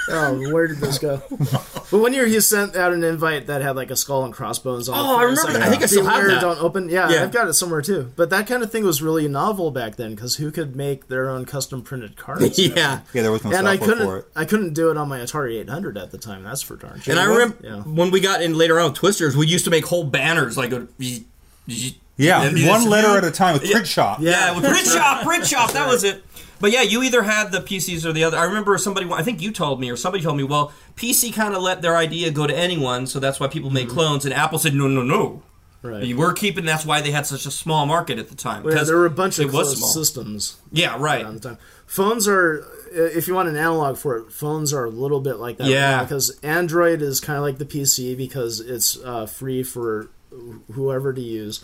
[SPEAKER 3] Oh, where did
[SPEAKER 2] <laughs>
[SPEAKER 3] this go? but one year he sent out an invite that had like a skull and crossbones on. it.
[SPEAKER 2] Oh, I
[SPEAKER 3] And it's
[SPEAKER 2] remember
[SPEAKER 3] like,
[SPEAKER 2] that. I think I still have
[SPEAKER 3] "Beware,
[SPEAKER 2] that."
[SPEAKER 3] Don't open. Yeah,
[SPEAKER 2] Yeah.
[SPEAKER 3] I've got it somewhere too. But that kind of thing was really novel back then because who could make their own custom
[SPEAKER 2] <laughs>
[SPEAKER 3] printed cards?
[SPEAKER 2] yeah.
[SPEAKER 4] yeah, there was no
[SPEAKER 3] and I
[SPEAKER 4] software for
[SPEAKER 3] couldn't.
[SPEAKER 4] it.
[SPEAKER 3] I couldn't do it on my Atari 800 at the time. That's for darn sure.
[SPEAKER 2] And I remember
[SPEAKER 3] Yeah.
[SPEAKER 2] when we got in later on with Twisters, we used to make whole banners like a,
[SPEAKER 4] Yeah,
[SPEAKER 2] And-
[SPEAKER 4] one letter at a time with print shop.
[SPEAKER 2] Yeah, with print shop, print shop, that was it. But yeah, you either had the PCs or the other. I remember somebody, I think you told me, or somebody told me, well, PC kind of let their idea go to anyone, so that's why people made clones. And Apple said, no, no, no.
[SPEAKER 3] Mm-hmm. Right.
[SPEAKER 2] We're keeping. That's why they had such a small market at the time.
[SPEAKER 3] Yeah,
[SPEAKER 2] because
[SPEAKER 3] there were a bunch of
[SPEAKER 2] it was
[SPEAKER 3] closed
[SPEAKER 2] small.
[SPEAKER 3] systems
[SPEAKER 2] Yeah, right.
[SPEAKER 3] at the time. Phones are, if you want an analog for it, phones are a little bit like that.
[SPEAKER 2] Yeah.
[SPEAKER 3] now, because Android is kind of like the PC because it's uh, free for wh- whoever to use.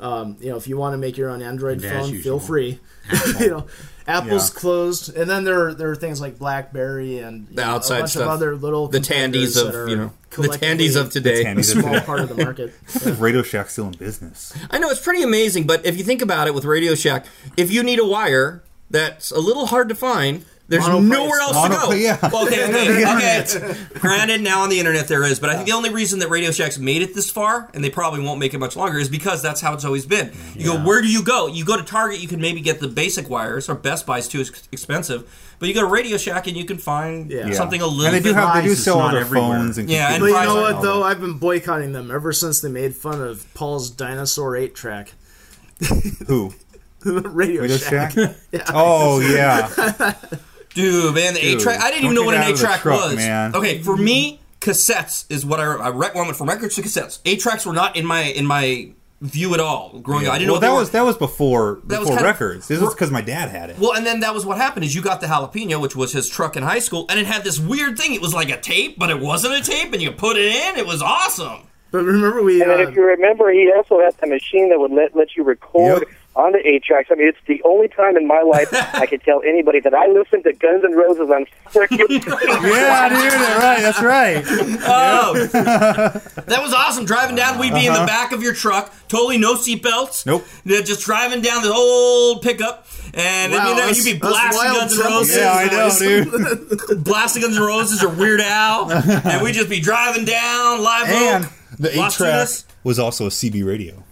[SPEAKER 3] Um, you know, if you want to make your own Android
[SPEAKER 5] And as
[SPEAKER 3] phone, feel
[SPEAKER 5] usual.
[SPEAKER 3] free. <laughs> you know, Apple's closed, and then there are, there are things like BlackBerry and you
[SPEAKER 2] The
[SPEAKER 3] know,
[SPEAKER 2] outside
[SPEAKER 3] a bunch
[SPEAKER 2] stuff.
[SPEAKER 3] of other little
[SPEAKER 2] The
[SPEAKER 3] competitors
[SPEAKER 2] Tandies of,
[SPEAKER 3] that are
[SPEAKER 2] you know, the
[SPEAKER 3] collectively
[SPEAKER 2] Tandies of today.
[SPEAKER 4] The Tandies
[SPEAKER 3] a
[SPEAKER 4] of
[SPEAKER 2] <laughs>
[SPEAKER 3] small
[SPEAKER 4] today.
[SPEAKER 3] part of the market.
[SPEAKER 4] Is Radio Shack still in business?
[SPEAKER 2] I know it's pretty amazing, but if you think about it with Radio Shack, if you need a wire that's a little hard to find, there's
[SPEAKER 3] Monoprice.
[SPEAKER 2] nowhere else to go.
[SPEAKER 4] Monoprice, yeah. <laughs>
[SPEAKER 2] Okay, okay, okay. Granted, now on the internet there is, but I think the only reason that Radio Shack's made it this far, and they probably won't make it much longer, is because that's how it's always been. You go, where do you go? You go to Target, you can maybe get the basic wires, or Best Buy's too ex- expensive, but you go to Radio Shack and you can find
[SPEAKER 3] Yeah.
[SPEAKER 2] something a little
[SPEAKER 4] And they do
[SPEAKER 2] bit
[SPEAKER 4] have they do
[SPEAKER 5] Lies,
[SPEAKER 4] sell
[SPEAKER 5] it's
[SPEAKER 4] all
[SPEAKER 5] not
[SPEAKER 4] their
[SPEAKER 5] everywhere.
[SPEAKER 4] phones and
[SPEAKER 2] Yeah, and
[SPEAKER 4] computers.
[SPEAKER 3] But you
[SPEAKER 2] Price
[SPEAKER 3] know
[SPEAKER 2] on
[SPEAKER 3] what though? I've been boycotting them ever since they made fun of Paul's dinosaur eight track.
[SPEAKER 4] who
[SPEAKER 3] Radio,
[SPEAKER 4] Radio
[SPEAKER 3] Shack.
[SPEAKER 4] Shack?
[SPEAKER 2] <laughs>
[SPEAKER 3] <laughs>
[SPEAKER 4] Oh yeah,
[SPEAKER 2] Dude, man, the eight track. I didn't even know
[SPEAKER 4] don't
[SPEAKER 2] what an
[SPEAKER 4] get out
[SPEAKER 2] eight
[SPEAKER 4] of the
[SPEAKER 2] track
[SPEAKER 4] truck,
[SPEAKER 2] was.
[SPEAKER 4] man.
[SPEAKER 2] Okay, for me, cassettes is what I I re- well, I went from records to cassettes. Eight tracks were not in my in my view at all growing up. I didn't
[SPEAKER 4] well
[SPEAKER 2] know
[SPEAKER 4] that
[SPEAKER 2] what
[SPEAKER 4] was
[SPEAKER 2] they
[SPEAKER 4] that was before
[SPEAKER 2] That was
[SPEAKER 4] before
[SPEAKER 2] kind of-
[SPEAKER 4] records. This is because my dad
[SPEAKER 2] <laughs>
[SPEAKER 4] had it.
[SPEAKER 2] were. Well, and then that was what happened is you got the jalapeno, which was his truck in high school, and it had this weird thing. It was like a tape, but it wasn't a tape, and you put it in. It was awesome.
[SPEAKER 3] But remember we
[SPEAKER 6] And then
[SPEAKER 3] uh,
[SPEAKER 6] if you remember, he also had the machine that would let let you record
[SPEAKER 4] Yep.
[SPEAKER 6] on the eight tracks. I mean, it's the only time in
[SPEAKER 2] <laughs>
[SPEAKER 6] my life I could tell anybody that I listened to Guns N' Roses on
[SPEAKER 2] <laughs>
[SPEAKER 6] freaking. <laughs>
[SPEAKER 4] yeah, dude, right, that's <laughs> right.
[SPEAKER 2] Oh, that was awesome. Driving down, we'd be in the back of your truck, totally no seatbelts.
[SPEAKER 4] Uh-huh. Nope.
[SPEAKER 2] Yeah, Just driving down the old pickup, and I mean,
[SPEAKER 3] Wow,
[SPEAKER 2] you'd be
[SPEAKER 3] that's- that's
[SPEAKER 2] blasting
[SPEAKER 3] wild
[SPEAKER 2] Guns N'
[SPEAKER 3] trouble.
[SPEAKER 2] Roses.
[SPEAKER 4] Yeah, I
[SPEAKER 2] <laughs>
[SPEAKER 4] know, dude.
[SPEAKER 2] blasting Guns N' Roses or Weird Al, and we just be driving down live
[SPEAKER 4] And
[SPEAKER 2] Oak.
[SPEAKER 4] the eight
[SPEAKER 2] Lots of
[SPEAKER 4] track
[SPEAKER 2] this?
[SPEAKER 4] was also a CB radio.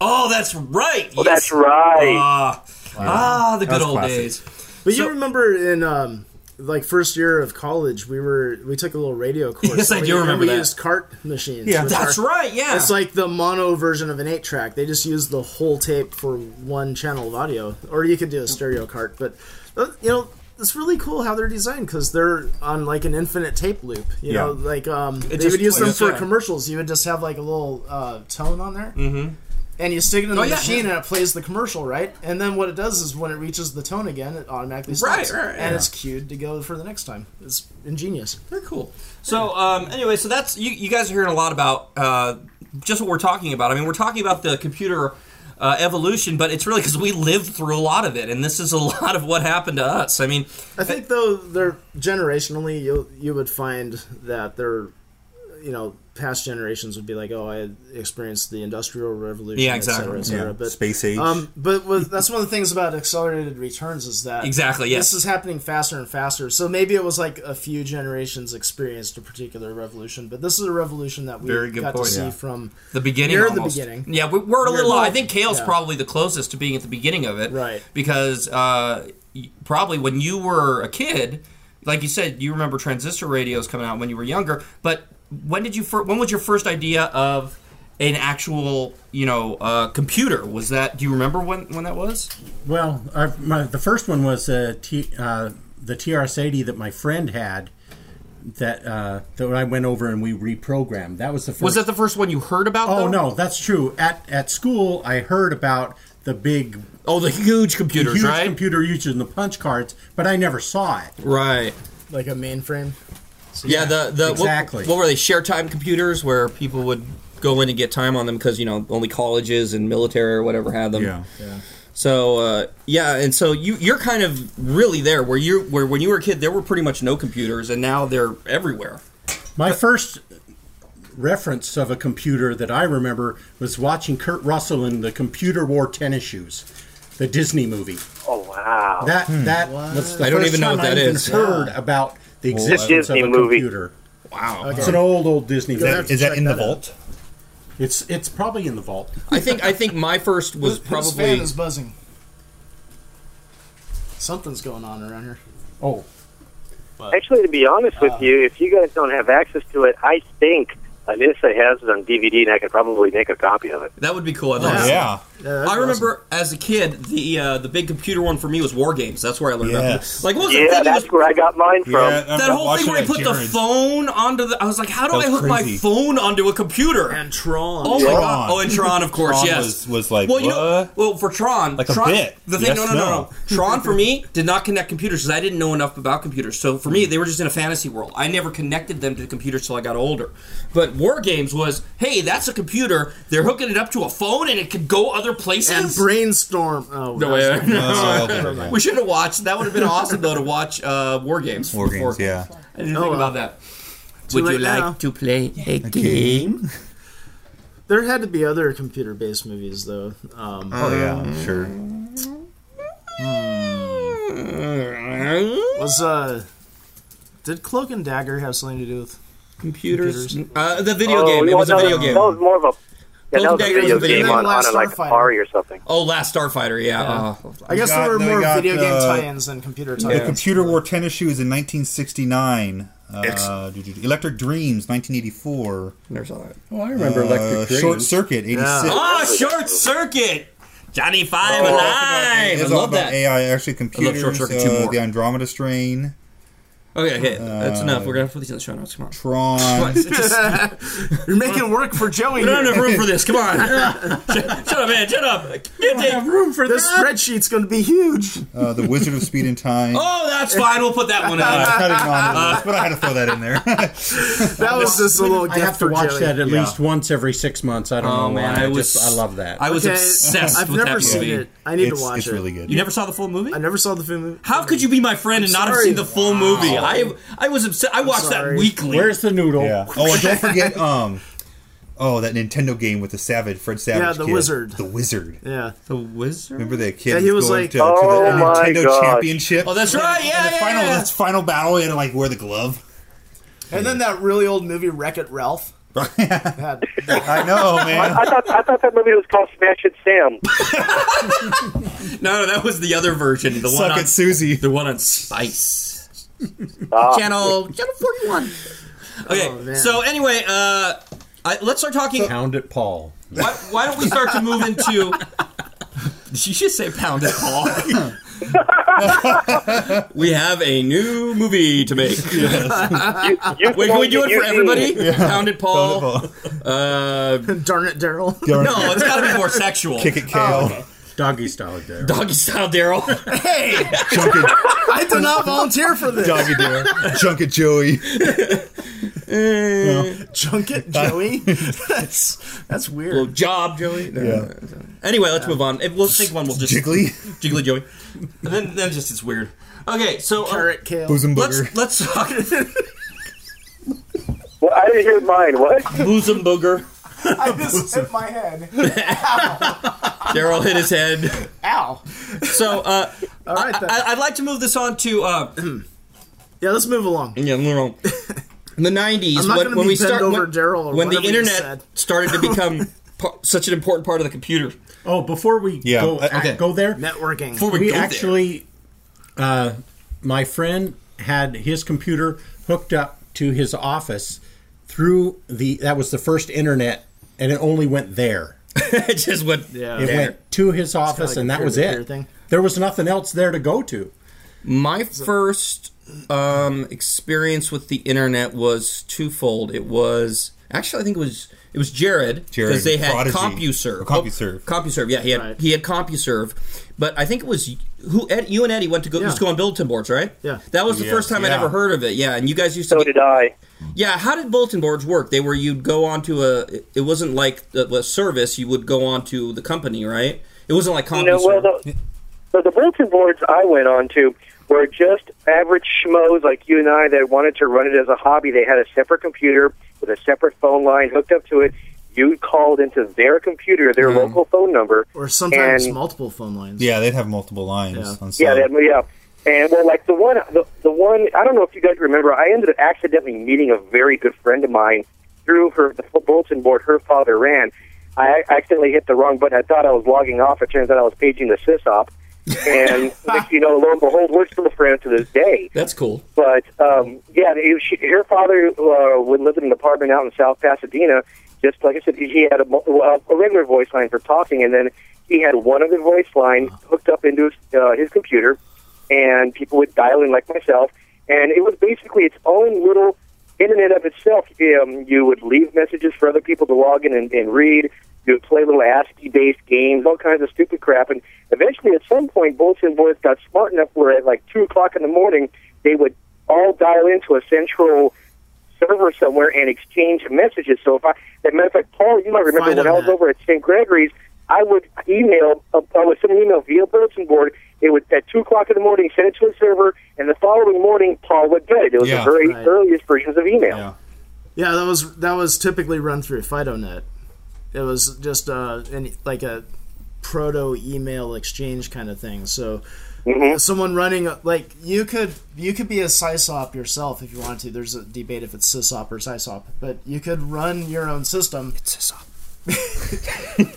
[SPEAKER 2] Oh, that's right. yes.
[SPEAKER 6] That's right.
[SPEAKER 2] Ah, ah, the good
[SPEAKER 4] was
[SPEAKER 2] old
[SPEAKER 4] classic.
[SPEAKER 2] days.
[SPEAKER 3] But
[SPEAKER 2] So-
[SPEAKER 3] you remember in um, like first year of college, we were we took a little radio
[SPEAKER 2] <laughs>
[SPEAKER 3] course.
[SPEAKER 2] Yes, I
[SPEAKER 3] and
[SPEAKER 2] do
[SPEAKER 3] we, and
[SPEAKER 2] remember
[SPEAKER 3] we
[SPEAKER 2] that.
[SPEAKER 3] used cart machines.
[SPEAKER 4] Yeah.
[SPEAKER 3] which
[SPEAKER 2] That's
[SPEAKER 3] are-
[SPEAKER 2] right. Yeah.
[SPEAKER 3] It's like the mono version of an eight track. They just use the whole tape for one channel of audio, or you could do a stereo cart. But uh, you know, it's really cool how they're designed because they're on like an infinite tape loop. You
[SPEAKER 4] Yeah.
[SPEAKER 3] know, like um, they
[SPEAKER 2] just
[SPEAKER 3] would use them
[SPEAKER 2] plays,
[SPEAKER 3] for
[SPEAKER 2] yeah.
[SPEAKER 3] commercials. You would just have like a little uh, tone on there. Mm-hmm. And you stick it in the
[SPEAKER 2] Oh, yeah,
[SPEAKER 3] machine
[SPEAKER 2] yeah.
[SPEAKER 3] and it plays the commercial, right? And then what it does is when it reaches the tone again, it automatically
[SPEAKER 2] Right,
[SPEAKER 3] stops.
[SPEAKER 2] right,
[SPEAKER 3] and
[SPEAKER 2] yeah.
[SPEAKER 3] it's cued to go for the next time. It's ingenious.
[SPEAKER 2] Very cool. So um, anyway, so that's you, you guys are hearing a lot about uh, just what we're talking about. I mean, we're talking about the computer uh, evolution, but it's really because we lived through a lot of it, and this is a <laughs> lot of what happened to us. I mean,
[SPEAKER 3] I think though they're generationally you you would find that they're you know past generations would be like oh I experienced the industrial revolution
[SPEAKER 2] Yeah,
[SPEAKER 3] et cetera,
[SPEAKER 2] exactly.
[SPEAKER 3] et cetera. but
[SPEAKER 4] space age.
[SPEAKER 3] um but with, that's one of the things about accelerated returns is that
[SPEAKER 2] Exactly, yes.
[SPEAKER 3] this is happening faster and faster so maybe it was like a few generations experienced a particular revolution but this is a revolution that we
[SPEAKER 2] Very good
[SPEAKER 3] got
[SPEAKER 2] point.
[SPEAKER 3] to see
[SPEAKER 2] Yeah.
[SPEAKER 3] from
[SPEAKER 2] the beginning.
[SPEAKER 3] Near the
[SPEAKER 2] almost.
[SPEAKER 3] beginning.
[SPEAKER 2] Yeah, we, we're at a
[SPEAKER 3] Near-
[SPEAKER 2] little. I
[SPEAKER 3] well,
[SPEAKER 2] think Kale's
[SPEAKER 3] yeah.
[SPEAKER 2] probably the closest to being at the beginning of it,
[SPEAKER 3] Right.
[SPEAKER 2] Because uh, y- probably when you were a kid, like you said, you remember transistor radios coming out when you were younger. But when did you? Fir- when was your first idea of an actual, you know, uh, computer? Was that? Do you remember when when that was?
[SPEAKER 5] Well, I, my, the first one was uh, T, uh, the TRS-80 that my friend had that uh, that I went over and we reprogrammed. That was the first.
[SPEAKER 2] Was that the first one you heard about?
[SPEAKER 5] Oh
[SPEAKER 2] though?
[SPEAKER 5] no, that's true. At at school, I heard about the big
[SPEAKER 2] Oh, the huge computers,
[SPEAKER 5] huge
[SPEAKER 2] right?
[SPEAKER 5] computer using the punch cards, but I never saw it.
[SPEAKER 2] right.
[SPEAKER 3] like a mainframe
[SPEAKER 2] Yeah, the the what-
[SPEAKER 5] Exactly.
[SPEAKER 2] What, were they? Share time computers where people would go in and get time on them because you know only colleges and military or whatever had them.
[SPEAKER 4] yeah.
[SPEAKER 2] So uh, yeah, and so you you're kind of really there where you where when you were a kid there were pretty much no computers and now they're everywhere.
[SPEAKER 5] My first reference of a computer that I remember was watching Kurt Russell in the Computer Wore Tennis Shoes, the Disney movie.
[SPEAKER 6] Oh wow.
[SPEAKER 5] That that was the
[SPEAKER 2] Hmm. I don't
[SPEAKER 5] first
[SPEAKER 2] even know
[SPEAKER 5] time
[SPEAKER 2] what that
[SPEAKER 5] I even
[SPEAKER 2] is.
[SPEAKER 5] heard about the existence
[SPEAKER 6] Disney
[SPEAKER 5] of a
[SPEAKER 6] movie.
[SPEAKER 5] computer.
[SPEAKER 2] Wow.
[SPEAKER 5] It's an old old Disney movie.
[SPEAKER 4] Is that
[SPEAKER 3] check
[SPEAKER 4] in the
[SPEAKER 3] that out.
[SPEAKER 4] vault?
[SPEAKER 5] It's it's probably in the vault.
[SPEAKER 2] I think I think my
[SPEAKER 6] <laughs>
[SPEAKER 2] first was
[SPEAKER 3] Whose- whose fan
[SPEAKER 2] probably
[SPEAKER 3] is buzzing something's going on around here
[SPEAKER 5] Oh,
[SPEAKER 6] Actually, to be honest with
[SPEAKER 2] Uh.
[SPEAKER 6] you, if you guys don't have access to it, I think Anissa has it on DVD, and I could probably make a copy of it.
[SPEAKER 2] that would be cool. I,
[SPEAKER 4] Yeah.
[SPEAKER 2] love
[SPEAKER 3] Yeah, that'd
[SPEAKER 2] I
[SPEAKER 3] be awesome.
[SPEAKER 2] remember as a kid the uh, the big computer one for me was War Games. That's where I learned about
[SPEAKER 4] Yes.
[SPEAKER 2] about like what was
[SPEAKER 6] Yeah,
[SPEAKER 2] that thing? It was-
[SPEAKER 6] that's where I got mine from.
[SPEAKER 4] Yeah, I
[SPEAKER 2] that
[SPEAKER 4] remember
[SPEAKER 2] whole thing
[SPEAKER 4] watching
[SPEAKER 2] where I
[SPEAKER 4] that
[SPEAKER 2] put the
[SPEAKER 4] Jared's.
[SPEAKER 2] phone onto the I was like, how do
[SPEAKER 4] That was
[SPEAKER 2] I hook my
[SPEAKER 4] crazy.
[SPEAKER 2] phone onto a computer?
[SPEAKER 3] and Tron.
[SPEAKER 2] Oh my
[SPEAKER 4] Tron.
[SPEAKER 2] god! Oh, and Tron, of course,
[SPEAKER 4] Tron
[SPEAKER 2] yes.
[SPEAKER 4] was- was like,
[SPEAKER 2] well, you know,
[SPEAKER 4] what?
[SPEAKER 2] well for Tron,
[SPEAKER 4] Like a
[SPEAKER 2] Tron,
[SPEAKER 4] bit.
[SPEAKER 2] The thing,
[SPEAKER 4] Yes,
[SPEAKER 2] no, no, no, no.
[SPEAKER 4] no. <laughs>
[SPEAKER 2] Tron for me did not connect computers because I didn't know enough about computers. So for
[SPEAKER 4] Hmm.
[SPEAKER 2] me, they were just in a fantasy world. I never connected them to computers till I got older. But War Games was, hey, that's a computer. They're hooking it up to a phone and it could go other other
[SPEAKER 3] and
[SPEAKER 2] places.
[SPEAKER 3] brainstorm.
[SPEAKER 2] No,
[SPEAKER 3] Oh, that was-
[SPEAKER 2] yeah.
[SPEAKER 4] <laughs> Oh, there we go.
[SPEAKER 2] we should have watched. That would have been awesome though to watch uh, War Games.
[SPEAKER 4] War
[SPEAKER 2] before-
[SPEAKER 4] games, yeah.
[SPEAKER 2] I didn't think about that.
[SPEAKER 3] Oh, Too late now.
[SPEAKER 2] to play a game?
[SPEAKER 3] There had to be other computer-based movies though. Um,
[SPEAKER 4] Oh yeah, I'm sure.
[SPEAKER 3] was uh, did Cloak and Dagger have something to do with?
[SPEAKER 2] Computers.
[SPEAKER 3] Computers.
[SPEAKER 2] Uh, the video
[SPEAKER 6] Oh,
[SPEAKER 2] game.
[SPEAKER 6] you
[SPEAKER 2] It
[SPEAKER 6] know,
[SPEAKER 2] was a
[SPEAKER 6] that
[SPEAKER 2] video game.
[SPEAKER 6] That was more of a. Yeah, that
[SPEAKER 2] Golden
[SPEAKER 6] was a
[SPEAKER 2] Dagger was
[SPEAKER 6] video
[SPEAKER 2] a video
[SPEAKER 6] game
[SPEAKER 2] game.
[SPEAKER 6] on, on a, like
[SPEAKER 3] Last Starfighter.
[SPEAKER 6] Atari or something.
[SPEAKER 2] Oh, Last Starfighter. Yeah. Oh.
[SPEAKER 3] I guess
[SPEAKER 4] got-
[SPEAKER 3] there were
[SPEAKER 4] they
[SPEAKER 3] more
[SPEAKER 4] got,
[SPEAKER 3] video game
[SPEAKER 4] uh,
[SPEAKER 3] tie-ins than computer tie-ins.
[SPEAKER 4] The computer wore tennis shoes in 1969. Uh, do- do- do- Electric Dreams, 1984.
[SPEAKER 2] Never saw that.
[SPEAKER 7] Oh, I remember
[SPEAKER 4] Uh,
[SPEAKER 7] Electric Dreams.
[SPEAKER 4] Short Circuit, 86.
[SPEAKER 2] Ah, Short Circuit. Oh, Johnny Five
[SPEAKER 4] It's all
[SPEAKER 2] Alive. I
[SPEAKER 4] about- it's all
[SPEAKER 2] love
[SPEAKER 4] about
[SPEAKER 2] that.
[SPEAKER 4] AI, actually, computers.
[SPEAKER 2] Short Circuit two
[SPEAKER 4] uh,
[SPEAKER 2] more.
[SPEAKER 4] The Andromeda Strain,
[SPEAKER 2] Okay, okay, that's enough. We're gonna put these in the show notes. <laughs> Come on.
[SPEAKER 4] Tron.
[SPEAKER 2] Uh, It's just-
[SPEAKER 3] <laughs> You're making work for Joey.
[SPEAKER 2] we don't
[SPEAKER 3] here.
[SPEAKER 2] have <laughs> room for this. Come <laughs> on. shut, shut up, man. Shut up. Can't take room for
[SPEAKER 3] <laughs> This spreadsheet's going to be huge.
[SPEAKER 4] uh, the Wizard of Speed and Time. Uh,
[SPEAKER 2] Oh, that's fine. We'll put <laughs> that one
[SPEAKER 4] I
[SPEAKER 2] in.
[SPEAKER 4] cut it on the list, but I had to throw that in there.
[SPEAKER 3] That was just a little
[SPEAKER 5] I
[SPEAKER 3] gift
[SPEAKER 5] have to
[SPEAKER 3] for
[SPEAKER 5] watch
[SPEAKER 3] Joey.
[SPEAKER 5] that at
[SPEAKER 4] Yeah.
[SPEAKER 5] least once every six months. I don't
[SPEAKER 2] Oh,
[SPEAKER 5] know
[SPEAKER 2] man,
[SPEAKER 5] why.
[SPEAKER 2] I
[SPEAKER 5] I,
[SPEAKER 2] was-
[SPEAKER 5] just I love that.
[SPEAKER 2] I was
[SPEAKER 3] Okay,
[SPEAKER 2] obsessed
[SPEAKER 3] I've
[SPEAKER 2] with
[SPEAKER 3] never
[SPEAKER 2] that
[SPEAKER 3] seen
[SPEAKER 2] movie.
[SPEAKER 3] it. I need
[SPEAKER 4] it's,
[SPEAKER 3] to watch
[SPEAKER 4] it's
[SPEAKER 3] it.
[SPEAKER 4] really good.
[SPEAKER 2] You never saw the full movie?
[SPEAKER 3] I never saw the full movie.
[SPEAKER 2] How could you be my friend and not have
[SPEAKER 3] sorry.
[SPEAKER 2] seen the full movie? I I was obsessed. I watched that
[SPEAKER 3] sorry.
[SPEAKER 2] weekly.
[SPEAKER 5] Where's the noodle?
[SPEAKER 4] yeah. Oh, and
[SPEAKER 2] <laughs>
[SPEAKER 4] don't forget, um, oh, that Nintendo game with the Savage, Fred Savage.
[SPEAKER 3] Yeah, the
[SPEAKER 4] kid.
[SPEAKER 3] Wizard.
[SPEAKER 4] The Wizard.
[SPEAKER 3] Yeah,
[SPEAKER 2] the wizard?
[SPEAKER 4] Remember that kid?
[SPEAKER 3] Yeah, he
[SPEAKER 4] that's
[SPEAKER 3] was
[SPEAKER 4] going
[SPEAKER 3] like-
[SPEAKER 4] to, to
[SPEAKER 6] Oh
[SPEAKER 4] the
[SPEAKER 6] my
[SPEAKER 4] Nintendo
[SPEAKER 6] gosh.
[SPEAKER 4] Championship.
[SPEAKER 2] Oh, that's right. Yeah,
[SPEAKER 4] and the
[SPEAKER 2] yeah,
[SPEAKER 4] final,
[SPEAKER 2] yeah.
[SPEAKER 4] that's final battle. He had to like wear the glove.
[SPEAKER 3] and then that really old movie Wreck It Ralph. Had-
[SPEAKER 4] I <laughs> know, man.
[SPEAKER 6] I thought I thought that movie was called Smash It Sam.
[SPEAKER 2] No, no, that was the other version. The one
[SPEAKER 4] Suck
[SPEAKER 2] on
[SPEAKER 4] it, Susie.
[SPEAKER 2] the one on Spice.
[SPEAKER 6] Ah.
[SPEAKER 2] Channel Channel 41. Okay.
[SPEAKER 3] Oh, man.
[SPEAKER 2] so anyway, uh I, let's start talking.
[SPEAKER 5] Pound it, Paul.
[SPEAKER 2] Why, why don't we start to move into? Did you just say pound it, Paul? <laughs> we have a new movie to make.
[SPEAKER 6] You
[SPEAKER 2] Wait, can we do it
[SPEAKER 6] you
[SPEAKER 2] for everybody? Pound it, Paul. Uh,
[SPEAKER 3] <laughs> Darn it, Daryl.
[SPEAKER 2] no, it's got to be more sexual.
[SPEAKER 4] Kick it, Kale.
[SPEAKER 5] Doggy style there.
[SPEAKER 2] Doggy style, Daryl.
[SPEAKER 4] Junk it,
[SPEAKER 3] I did not volunteer for this.
[SPEAKER 4] doggy dare. Junk it, Joey.
[SPEAKER 3] Junk it, Joey. <laughs> that's
[SPEAKER 2] <laughs>
[SPEAKER 3] that's
[SPEAKER 2] Little
[SPEAKER 3] weird.
[SPEAKER 2] job, Joey. No,
[SPEAKER 4] Yeah.
[SPEAKER 2] no, no. Anyway, let's move on. If we'll take one. We'll just
[SPEAKER 4] Jiggly.
[SPEAKER 2] jiggly Joey. And then, then just it's weird. Okay, so uh,
[SPEAKER 3] Carrot Kale.
[SPEAKER 4] Bosom booger.
[SPEAKER 2] let's let's talk. <laughs>
[SPEAKER 6] Well, I didn't hear
[SPEAKER 2] <laughs>
[SPEAKER 6] mine. What?
[SPEAKER 2] Bosom booger.
[SPEAKER 3] I just hit my head.
[SPEAKER 2] Daryl hit his head.
[SPEAKER 3] Ow.
[SPEAKER 2] So uh,
[SPEAKER 3] All right then.
[SPEAKER 2] I, I'd like to move this on to <clears throat> uh,
[SPEAKER 3] yeah, let's move along.
[SPEAKER 2] yeah, I'm wrong. In the '90s,
[SPEAKER 3] I'm not
[SPEAKER 2] when,
[SPEAKER 3] gonna
[SPEAKER 2] when
[SPEAKER 3] be
[SPEAKER 2] we
[SPEAKER 3] bent
[SPEAKER 2] start
[SPEAKER 3] over
[SPEAKER 2] when,
[SPEAKER 3] Daryl or
[SPEAKER 2] when the
[SPEAKER 3] whatever you
[SPEAKER 2] internet
[SPEAKER 3] said.
[SPEAKER 2] started to
[SPEAKER 3] <laughs>
[SPEAKER 2] become par- such an important part of the computer. <laughs>
[SPEAKER 5] Oh, before we
[SPEAKER 4] Yeah,
[SPEAKER 5] go,
[SPEAKER 4] uh,
[SPEAKER 2] okay.
[SPEAKER 5] go there,
[SPEAKER 3] Networking.
[SPEAKER 2] Before we,
[SPEAKER 5] we
[SPEAKER 2] go there.
[SPEAKER 5] actually, Uh, my friend had his computer hooked up to his office through the. That was the first internet, and it only went there.
[SPEAKER 2] it just went.
[SPEAKER 3] Yeah.
[SPEAKER 5] It went to his office,
[SPEAKER 3] like
[SPEAKER 5] and
[SPEAKER 3] a
[SPEAKER 5] that was
[SPEAKER 3] peer-to-peer
[SPEAKER 5] it.
[SPEAKER 3] thing.
[SPEAKER 5] There was nothing else there to go to.
[SPEAKER 2] My first um, experience with the internet was twofold. It was actually I think it was it was Jared
[SPEAKER 4] Jared,
[SPEAKER 2] because they had
[SPEAKER 4] Prodigy.
[SPEAKER 2] CompuServe.
[SPEAKER 4] Or CompuServe.
[SPEAKER 2] Oh, CompuServe. Yeah, he had
[SPEAKER 3] Right.
[SPEAKER 2] he had CompuServe, but I think it was who Ed, you and Eddie went to go
[SPEAKER 3] Yeah.
[SPEAKER 2] just go on bulletin boards, right?
[SPEAKER 3] Yeah.
[SPEAKER 2] that was the
[SPEAKER 4] Yeah.
[SPEAKER 2] first time I'd
[SPEAKER 4] Yeah.
[SPEAKER 2] ever heard of it. Yeah, and you guys used to
[SPEAKER 6] So
[SPEAKER 2] get-
[SPEAKER 6] did I.
[SPEAKER 2] Yeah, how did bulletin boards work? They were you'd go onto a. It wasn't like a, a service. You would go onto the company, right? It wasn't like CompuServe.
[SPEAKER 6] No, well, the, so the bulletin boards I went on to were just average schmoes like you and I that wanted to run it as a hobby. They had a separate computer with a separate phone line hooked up to it. You called into their computer, their
[SPEAKER 2] Mm-hmm.
[SPEAKER 6] local phone number,
[SPEAKER 3] Or sometimes
[SPEAKER 6] and-
[SPEAKER 3] multiple phone lines.
[SPEAKER 4] Yeah, they'd have multiple lines
[SPEAKER 3] Yeah.
[SPEAKER 4] on
[SPEAKER 6] Yeah,
[SPEAKER 4] sale.
[SPEAKER 6] that, yeah. And well, like the one, the, the one. I don't know if you guys remember. I ended up accidentally meeting a very good friend of mine through her the bulletin board her father ran. I accidentally hit the wrong button. I thought I was logging off. It turns out I was paging the sysop. And next you know, lo and behold, we're still friends to this day.
[SPEAKER 2] That's cool.
[SPEAKER 6] But um, yeah, it, she, her father uh, would live in an apartment out in South Pasadena. Just like I said, he had a, mul- well, a regular voice line for talking, and then he had one other voice line hooked up into his, uh, his computer, and people would dial in like myself, and it was basically its own little internet of itself. Um, you would leave messages for other people to log in and, and read. You would play little ASCII-based games, all kinds of stupid crap, and eventually, at some point, bulletin boards got smart enough where at like two o'clock in the morning, they would all dial into a central server somewhere and exchange messages. So if I, as a matter of fact, Paul, you might remember
[SPEAKER 3] Find
[SPEAKER 6] when
[SPEAKER 3] them
[SPEAKER 6] I was
[SPEAKER 3] that.
[SPEAKER 6] over at St. Gregory's, I would email, uh, I would send an email via bulletin board. It would at two o'clock in the morning send it to the server, and the following morning Paul would get it. It was
[SPEAKER 4] Yeah,
[SPEAKER 6] the very
[SPEAKER 3] right.
[SPEAKER 6] earliest versions of email.
[SPEAKER 3] Yeah, that was that was typically run through FidoNet. It was just uh, any, like a proto email exchange kind of thing. So someone running like you could you could be a sysop yourself if you wanted to. There's a debate if it's sysop or sysop, but you could run your own system. It's sysop. <laughs>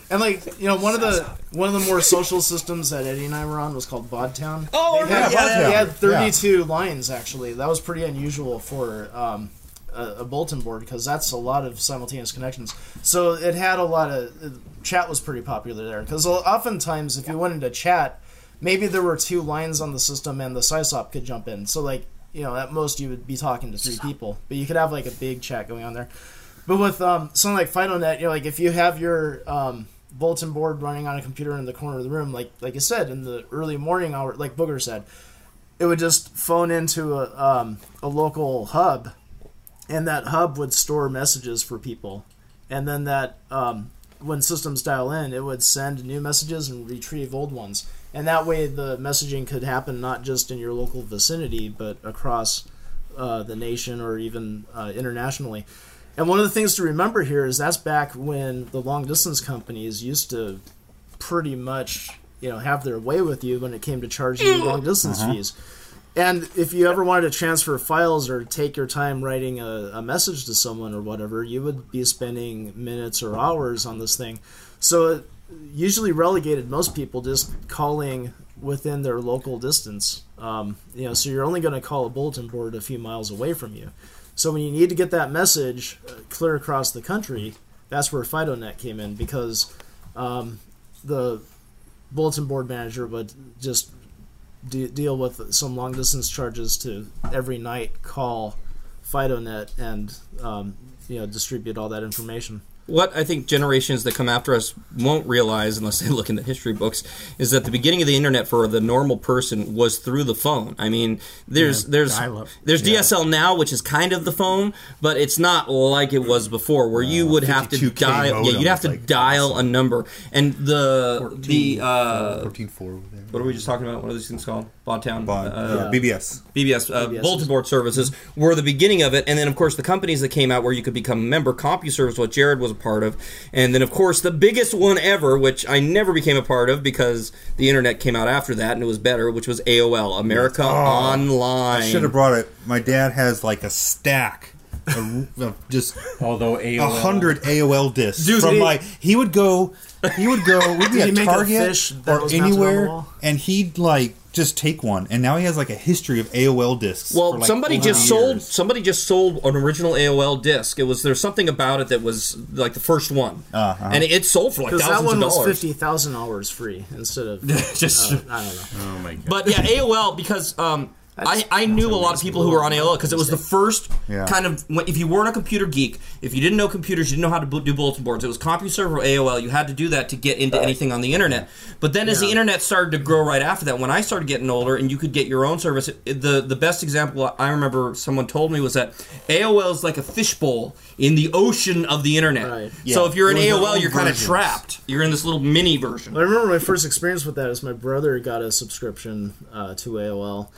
[SPEAKER 3] and like you know, one of the one of the more social systems that Eddie and I were on was called Bodtown.
[SPEAKER 2] Oh,
[SPEAKER 3] They had,
[SPEAKER 2] yeah, yeah,
[SPEAKER 3] they
[SPEAKER 4] yeah.
[SPEAKER 3] had 32 lines actually. That was pretty unusual for um, a, a bulletin board because that's a lot of simultaneous connections. So it had a lot of uh, chat was pretty popular there because oftentimes if you went into chat, maybe there were two lines on the system and the sysop could jump in. So like you know at most you would be talking to three people, but you could have like a big chat going on there. But with um, something like FidoNet, you know, like if you have your um, bulletin board running on a computer in the corner of the room, like like I said in the early morning hour, like Booger said, it would just phone into a um, a local hub, and that hub would store messages for people, and then that um, when systems dial in, it would send new messages and retrieve old ones, and that way the messaging could happen not just in your local vicinity but across uh, the nation or even uh, internationally. And one of the things to remember here is that's back when the long distance companies used to pretty much, you know, have their way with you when it came to charging you long distance fees. And if you ever wanted to transfer files or take your time writing a, a message to someone or whatever, you would be spending minutes or hours on this thing. So it usually relegated most people just calling within their local distance. Um, you know, so you're only going to call a bulletin board a few miles away from you. So when you need to get that message uh, clear across the country, that's where FidoNet came in because um, the bulletin board manager would just de- deal with some long distance charges to every night call FidoNet and um, you know distribute all that information.
[SPEAKER 2] what I think generations that come after us won't realize unless they <laughs> look in the history books is that the beginning of the internet for the normal person was through the phone. I mean, there's there's
[SPEAKER 5] dial-up.
[SPEAKER 2] there's DSL now, which is kind of the phone, but it's not like it was before, where you would have to
[SPEAKER 4] 52K
[SPEAKER 2] dial. Yeah,
[SPEAKER 4] Uh, modem
[SPEAKER 2] you'd have to
[SPEAKER 4] was like
[SPEAKER 2] dial a number, and the the uh,
[SPEAKER 4] fourteen four. What
[SPEAKER 2] what are we just talking about? What are these things called? Bottown.
[SPEAKER 4] Bond,
[SPEAKER 2] Uh,
[SPEAKER 4] yeah, BBS.
[SPEAKER 2] BBS, uh, bulletin board services were the beginning of it, and then of course the companies that came out where you could become a member, CompuServe is what Jared was a part of, and then of course the biggest one ever, which I never became a part of because the internet came out after that and it was better, which was AOL, America Online.
[SPEAKER 4] Should have Oh, brought it. My dad has like a stack of, of just
[SPEAKER 5] Although
[SPEAKER 4] a
[SPEAKER 5] AOL.
[SPEAKER 4] hundred AOL discs
[SPEAKER 2] Dude,
[SPEAKER 4] from
[SPEAKER 2] he-
[SPEAKER 4] like he would go, he would
[SPEAKER 3] <laughs>
[SPEAKER 4] go, we'd be
[SPEAKER 3] he
[SPEAKER 4] at
[SPEAKER 3] make a fish
[SPEAKER 4] Target
[SPEAKER 3] that
[SPEAKER 4] or
[SPEAKER 3] was mounted on the
[SPEAKER 4] anywhere,
[SPEAKER 3] wall?
[SPEAKER 4] and he'd like just take one. And now he has like a history of AOL discs.
[SPEAKER 2] Well,
[SPEAKER 4] for, like,
[SPEAKER 2] somebody
[SPEAKER 4] over
[SPEAKER 2] just
[SPEAKER 4] years.
[SPEAKER 2] sold. Somebody just sold an original AOL disc. It was there's something about it that was like the first one,
[SPEAKER 4] Uh-huh.
[SPEAKER 2] and it, it sold for like
[SPEAKER 3] Because
[SPEAKER 2] thousands
[SPEAKER 3] that one
[SPEAKER 2] of
[SPEAKER 3] was
[SPEAKER 2] dollars.
[SPEAKER 4] <laughs>
[SPEAKER 3] fifty thousand hours free instead of
[SPEAKER 2] <laughs> Just-
[SPEAKER 3] uh, I don't know.
[SPEAKER 2] But
[SPEAKER 4] <laughs>
[SPEAKER 2] yeah, AOL because um, I I knew a lot of people who were on AOL because it was the first
[SPEAKER 4] Yeah.
[SPEAKER 2] kind of if you weren't a computer geek, if you didn't know computers, you didn't know how to bu- do bulletin boards. It was CompuServe or AOL. You had to do that to get into anything on the internet. But then as the internet started to grow right after that, when I started getting older and you could get your own service, it- the the best example I remember someone told me was that AOL is like a fishbowl in the ocean of the internet.
[SPEAKER 3] Right.
[SPEAKER 2] So if you're in
[SPEAKER 4] There was no
[SPEAKER 2] AOL, you're kind of
[SPEAKER 4] versions.
[SPEAKER 2] trapped. You're in this little mini version.
[SPEAKER 3] I remember my first experience with that is my brother got a subscription uh, to AOL,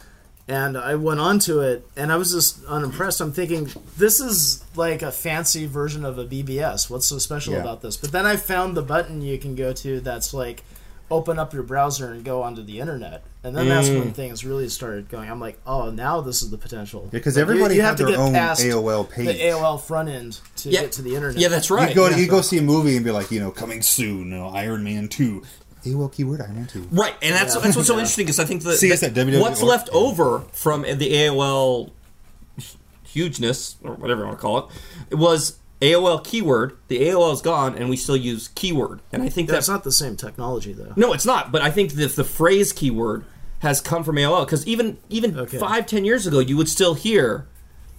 [SPEAKER 3] and I went onto it, and I was just unimpressed. I'm thinking this is like a fancy version of a BBS. What's so special
[SPEAKER 4] Yeah.
[SPEAKER 3] about this? But then I found the button you can go to that's like open up your browser and go onto the internet, and then that's
[SPEAKER 4] Mm.
[SPEAKER 3] when things really started going. I'm like, oh, now this is the potential
[SPEAKER 4] Because
[SPEAKER 3] Like,
[SPEAKER 4] everybody had their own AOL
[SPEAKER 3] the
[SPEAKER 4] page.
[SPEAKER 3] AOL front end to get to the internet.
[SPEAKER 2] Yeah, that's right.
[SPEAKER 4] You go, you go see a movie and be like, you know, coming soon, you know, Iron Man two, AOL keyword Iron Man two.
[SPEAKER 2] Right, and that's that's <laughs> what's so interesting because I think the,
[SPEAKER 4] See us
[SPEAKER 2] the-
[SPEAKER 4] at www.org.
[SPEAKER 2] what's left over from the AOL hugeness or whatever you want to call it was AOL keyword. The AOL is gone, and we still use keyword. And I think
[SPEAKER 3] that's
[SPEAKER 2] that's
[SPEAKER 3] not the same technology though.
[SPEAKER 2] no, it's not. But I think that the phrase keyword has come from AOL because even even
[SPEAKER 3] Okay.
[SPEAKER 2] five ten years ago, you would still hear.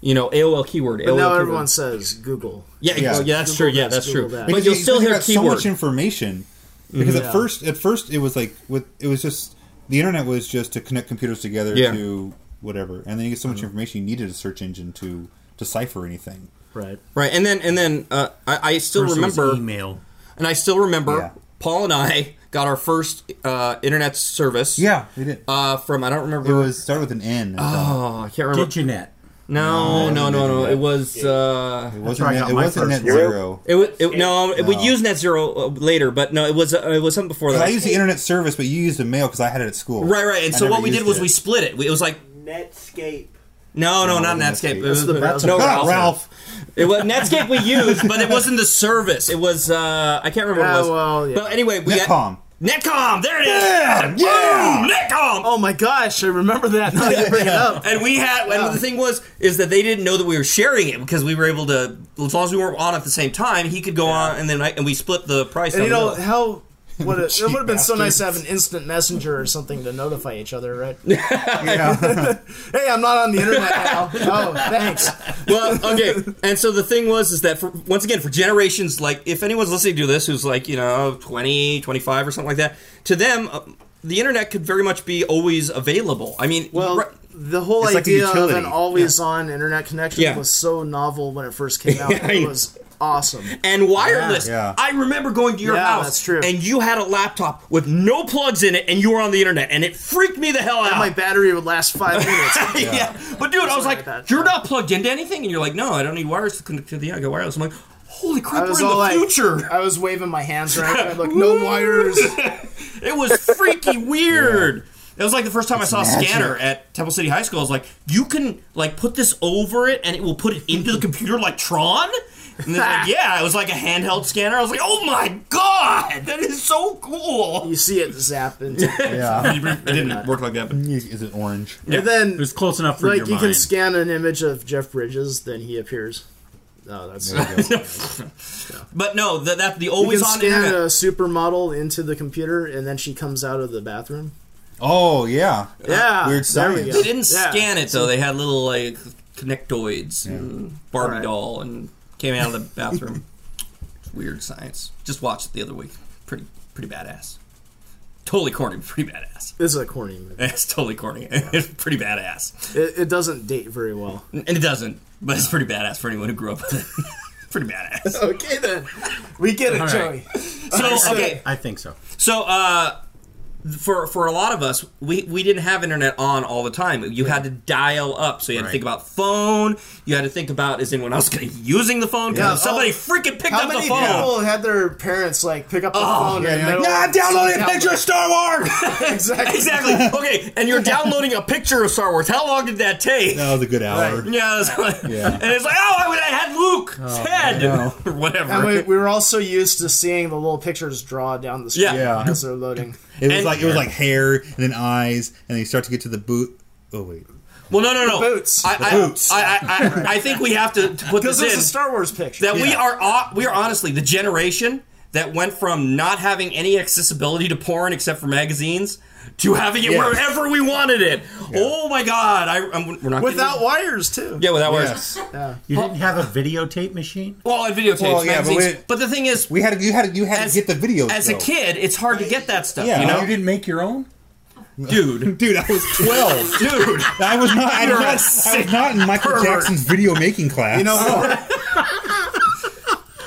[SPEAKER 2] You know, AOL keyword.
[SPEAKER 3] But
[SPEAKER 2] AOL
[SPEAKER 3] now
[SPEAKER 2] keyword.
[SPEAKER 3] everyone says Google.
[SPEAKER 2] yeah, yeah,
[SPEAKER 4] Yeah.
[SPEAKER 2] yeah, that's true. Yeah,
[SPEAKER 3] Google
[SPEAKER 2] that's
[SPEAKER 3] this,
[SPEAKER 2] true.
[SPEAKER 3] Google
[SPEAKER 2] But
[SPEAKER 3] that.
[SPEAKER 4] Because
[SPEAKER 2] you'll
[SPEAKER 4] you-
[SPEAKER 2] still
[SPEAKER 4] you
[SPEAKER 2] hear
[SPEAKER 4] got so
[SPEAKER 2] keyword.
[SPEAKER 4] much information. Because
[SPEAKER 3] Yeah.
[SPEAKER 4] at first, at first, it was like with it was just the internet was just to connect computers together
[SPEAKER 2] Yeah.
[SPEAKER 4] to whatever, and then you get so much
[SPEAKER 3] Mm-hmm.
[SPEAKER 4] information you needed a search engine to decipher anything.
[SPEAKER 3] Right.
[SPEAKER 2] right, and then and then uh, I, I still
[SPEAKER 5] First it was
[SPEAKER 2] remember
[SPEAKER 5] email.
[SPEAKER 2] And I still remember
[SPEAKER 4] Yeah.
[SPEAKER 2] Paul and I got our first uh, internet service.
[SPEAKER 4] Yeah, we did.
[SPEAKER 2] Uh, from I don't remember.
[SPEAKER 4] it was started with an N. Oh,
[SPEAKER 2] I can't remember.
[SPEAKER 5] Diginet.
[SPEAKER 2] No, no, no, no. It was. Uh,
[SPEAKER 4] it wasn't.
[SPEAKER 5] I
[SPEAKER 4] Net,
[SPEAKER 5] got
[SPEAKER 4] it
[SPEAKER 5] my
[SPEAKER 4] wasn't
[SPEAKER 5] first
[SPEAKER 4] Net
[SPEAKER 5] one.
[SPEAKER 4] Zero.
[SPEAKER 2] it was. It, no, it, we used Net Zero uh, later, but no, it was. Uh, it was something before that.
[SPEAKER 4] I used the internet service, but you used the mail because I had it at school.
[SPEAKER 2] right, right. And
[SPEAKER 4] I
[SPEAKER 2] so
[SPEAKER 4] never
[SPEAKER 2] what we did
[SPEAKER 4] used
[SPEAKER 2] was
[SPEAKER 4] it.
[SPEAKER 2] we split it. We- It was like
[SPEAKER 7] Netscape.
[SPEAKER 2] no, no, not
[SPEAKER 4] wasn't
[SPEAKER 2] Netscape.
[SPEAKER 4] Netscape.
[SPEAKER 2] It was,
[SPEAKER 3] the browser.
[SPEAKER 2] no,
[SPEAKER 4] Ah,
[SPEAKER 2] Ralph.
[SPEAKER 4] <laughs> Ralph.
[SPEAKER 2] It was Netscape we used, but it wasn't the service. It was uh, I can't remember. what it
[SPEAKER 3] Ah,
[SPEAKER 2] was.
[SPEAKER 3] well, yeah.
[SPEAKER 2] But anyway, we <laughs>
[SPEAKER 4] Netcom.
[SPEAKER 2] Got, Netcom. There it is.
[SPEAKER 4] Yeah,
[SPEAKER 2] Boom, Netcom.
[SPEAKER 3] Oh my gosh, I remember that. Now you bring it up.
[SPEAKER 2] And we had, and the thing was, is that they didn't know that we were sharing it because we were able to, as long as we weren't on at the same time, he could go on, and then I, and we split the price.
[SPEAKER 3] And you
[SPEAKER 2] down the
[SPEAKER 3] know <laughs>
[SPEAKER 2] middle.
[SPEAKER 3] how. What it, it would have been so nice to have
[SPEAKER 4] bastards.
[SPEAKER 3] an instant messenger or something to notify each other, right? hey, I'm not on the internet now. Oh, thanks.
[SPEAKER 2] well, okay. And so the thing was, is that for, once again, for generations, like if anyone's listening to this who's like, you know, 20, 25 or something like that, to them, uh, the internet could very much be always available. I mean,
[SPEAKER 3] Well,
[SPEAKER 2] right-
[SPEAKER 3] the whole
[SPEAKER 4] It's like a
[SPEAKER 3] idea of
[SPEAKER 4] utility.
[SPEAKER 3] an always-on internet connection
[SPEAKER 2] Yeah.
[SPEAKER 3] was so novel when it first came out.
[SPEAKER 2] I
[SPEAKER 3] it
[SPEAKER 2] know.
[SPEAKER 3] was awesome.
[SPEAKER 2] and wireless.
[SPEAKER 4] Yeah.
[SPEAKER 2] I remember going to your
[SPEAKER 3] Yeah,
[SPEAKER 2] house
[SPEAKER 3] that's true.
[SPEAKER 2] and you had a laptop with no plugs in it and you were on the internet and it freaked me the hell out.
[SPEAKER 3] My battery would last five minutes.
[SPEAKER 2] <laughs> yeah. But dude, I was like,
[SPEAKER 3] like that.
[SPEAKER 2] you're not plugged into anything and you're like, no, I don't need wires to connect to the I got wireless. I'm like, holy crap,
[SPEAKER 3] I
[SPEAKER 2] we're
[SPEAKER 3] was
[SPEAKER 2] in the
[SPEAKER 3] all like, <laughs>
[SPEAKER 2] future.
[SPEAKER 3] I was waving my hands around. I'm like, no wires.
[SPEAKER 2] It was freaky weird. It was like the first time I saw a
[SPEAKER 4] magic.
[SPEAKER 2] scanner at Temple City High School. I was like, you can like put this over it and it will put it into the computer like Tron. And then
[SPEAKER 3] <laughs>
[SPEAKER 2] like, yeah, it was like a handheld scanner. I was like, oh my god, that is so cool.
[SPEAKER 3] <laughs> You see it zap into.
[SPEAKER 4] Yeah.
[SPEAKER 2] It didn't work like that, but
[SPEAKER 4] <laughs> Is it orange?
[SPEAKER 3] And then,
[SPEAKER 5] It was close enough for
[SPEAKER 3] like,
[SPEAKER 5] your
[SPEAKER 3] you
[SPEAKER 5] mind.
[SPEAKER 3] can scan an image of Jeff Bridges, then he appears. Oh, that's. <laughs>
[SPEAKER 2] but no, that, that the
[SPEAKER 3] You
[SPEAKER 2] always
[SPEAKER 3] can
[SPEAKER 2] on
[SPEAKER 3] scan
[SPEAKER 2] internet.
[SPEAKER 3] a supermodel into the computer, and then she comes out of the bathroom.
[SPEAKER 4] Oh yeah.
[SPEAKER 3] Yeah,
[SPEAKER 4] Weird
[SPEAKER 3] there we
[SPEAKER 4] science.
[SPEAKER 2] They
[SPEAKER 3] go.
[SPEAKER 2] didn't
[SPEAKER 3] Yeah.
[SPEAKER 2] scan it though. They had little like connectoids, and Barbie
[SPEAKER 3] Alright.
[SPEAKER 2] doll, and came out of the bathroom. It's Weird science. Just watched it the other week. Pretty pretty badass. Totally corny, <laughs> but pretty badass.
[SPEAKER 3] This is a corny movie.
[SPEAKER 2] It's totally corny. <laughs> It's pretty badass,
[SPEAKER 3] It, it doesn't date
[SPEAKER 2] <laughs>
[SPEAKER 3] very well.
[SPEAKER 2] and it doesn't. But it's pretty badass for anyone who grew up with it. <laughs> pretty badass.
[SPEAKER 3] Okay then, we get it,
[SPEAKER 5] right.
[SPEAKER 2] So okay,
[SPEAKER 5] I think so.
[SPEAKER 2] So, uh, for for a lot of us, we, we didn't have internet on all the time. You had to dial up, so you had to think about phone. You had to think about is anyone else <laughs> going to be using the phone?
[SPEAKER 3] Yeah. Oh,
[SPEAKER 2] Because somebody freaking picked
[SPEAKER 3] How
[SPEAKER 2] up
[SPEAKER 3] many
[SPEAKER 2] the phone. Oh,
[SPEAKER 3] people had their parents like pick up the phone? and
[SPEAKER 4] Yeah, I'm downloading a picture of Star Wars.
[SPEAKER 3] <laughs>
[SPEAKER 2] <laughs> <laughs>
[SPEAKER 3] Exactly.
[SPEAKER 2] Exactly. okay, and you're downloading a picture of Star Wars. How long did that take?
[SPEAKER 4] <laughs> that was a good
[SPEAKER 2] <laughs>
[SPEAKER 4] hour.
[SPEAKER 2] Yeah, it's like-
[SPEAKER 4] Yeah.
[SPEAKER 2] and it's like, oh, I, I had Luke's
[SPEAKER 3] Oh,
[SPEAKER 2] head
[SPEAKER 4] no.
[SPEAKER 2] or <laughs> whatever.
[SPEAKER 3] And we, we were also used to seeing the little pictures draw down the screen
[SPEAKER 2] Yeah.
[SPEAKER 4] Yeah.
[SPEAKER 3] as
[SPEAKER 2] <laughs>
[SPEAKER 3] they're loading.
[SPEAKER 4] It was
[SPEAKER 2] And-
[SPEAKER 4] like it was like hair and then eyes, and then you start to get to the boot. Oh wait.
[SPEAKER 2] well, no, no, no.
[SPEAKER 3] Boots.
[SPEAKER 2] I, I,
[SPEAKER 4] Boots.
[SPEAKER 2] I, I, I, I think we have to, to
[SPEAKER 3] <laughs>
[SPEAKER 2] put
[SPEAKER 3] Because
[SPEAKER 2] this
[SPEAKER 3] it's
[SPEAKER 2] in.
[SPEAKER 3] a Star Wars picture.
[SPEAKER 2] that we are o- we are honestly the generation that went from not having any accessibility to porn except for magazines to having it
[SPEAKER 4] Yes.
[SPEAKER 2] wherever we wanted it. Oh my god! I, I'm, we're not
[SPEAKER 3] Without
[SPEAKER 2] getting,
[SPEAKER 3] wires too.
[SPEAKER 2] yeah without words.
[SPEAKER 4] Yes.
[SPEAKER 5] You didn't have a videotape machine?
[SPEAKER 2] Well, and videotapes,
[SPEAKER 4] Well, yeah, but
[SPEAKER 2] magazines.
[SPEAKER 4] we-
[SPEAKER 2] But, the thing is,
[SPEAKER 4] We had to, you had to, you had
[SPEAKER 2] As-
[SPEAKER 4] to get the video
[SPEAKER 2] as a
[SPEAKER 4] though.
[SPEAKER 2] kid, it's hard to get that stuff.
[SPEAKER 4] Yeah.
[SPEAKER 2] you know,
[SPEAKER 5] You didn't make your own?
[SPEAKER 2] dude,
[SPEAKER 4] Dude, I was
[SPEAKER 2] <laughs>
[SPEAKER 4] twelve.
[SPEAKER 2] dude.
[SPEAKER 4] I was not. I,
[SPEAKER 2] You're
[SPEAKER 4] was
[SPEAKER 2] a
[SPEAKER 4] not I
[SPEAKER 2] sick
[SPEAKER 4] was not in Michael
[SPEAKER 2] pervert.
[SPEAKER 4] Jackson's video making class.
[SPEAKER 3] You know,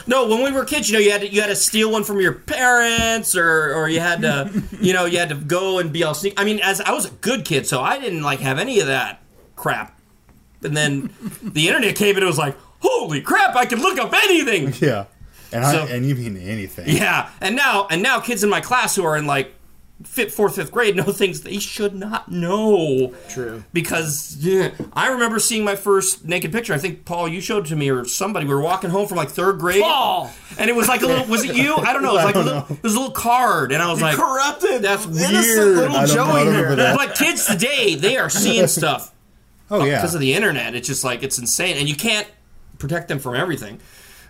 [SPEAKER 2] No, when we were kids, you know, you had to, you had to steal one from your parents, or or you had to, you know, you had to go and be all sneak. I mean, as I was a good kid, so I didn't like have any of that crap. And then the internet came, and it was like, holy crap, I can look up anything.
[SPEAKER 4] <laughs> Yeah. And
[SPEAKER 2] So-
[SPEAKER 4] I, and you mean anything?
[SPEAKER 2] Yeah, and now and now kids in my class who are in like fifth, fourth, fifth grade know things they should not know.
[SPEAKER 3] True.
[SPEAKER 2] Because yeah, I remember seeing my first naked picture. I think Paul, you showed it to me or somebody. We were walking home from like third grade, Paul, and it was like a little. Was it you? <laughs> I don't know. It was like a little, it was a little card, and I was like,
[SPEAKER 3] corrupted.
[SPEAKER 2] That's
[SPEAKER 3] Innocent
[SPEAKER 2] weird.
[SPEAKER 4] I
[SPEAKER 3] little
[SPEAKER 4] don't know, I
[SPEAKER 3] Joey
[SPEAKER 4] don't
[SPEAKER 3] here.
[SPEAKER 4] remember that.
[SPEAKER 2] but kids today they are <laughs> seeing stuff
[SPEAKER 4] Oh yeah.
[SPEAKER 2] because of the internet. It's just like it's insane, and you can't protect them from everything.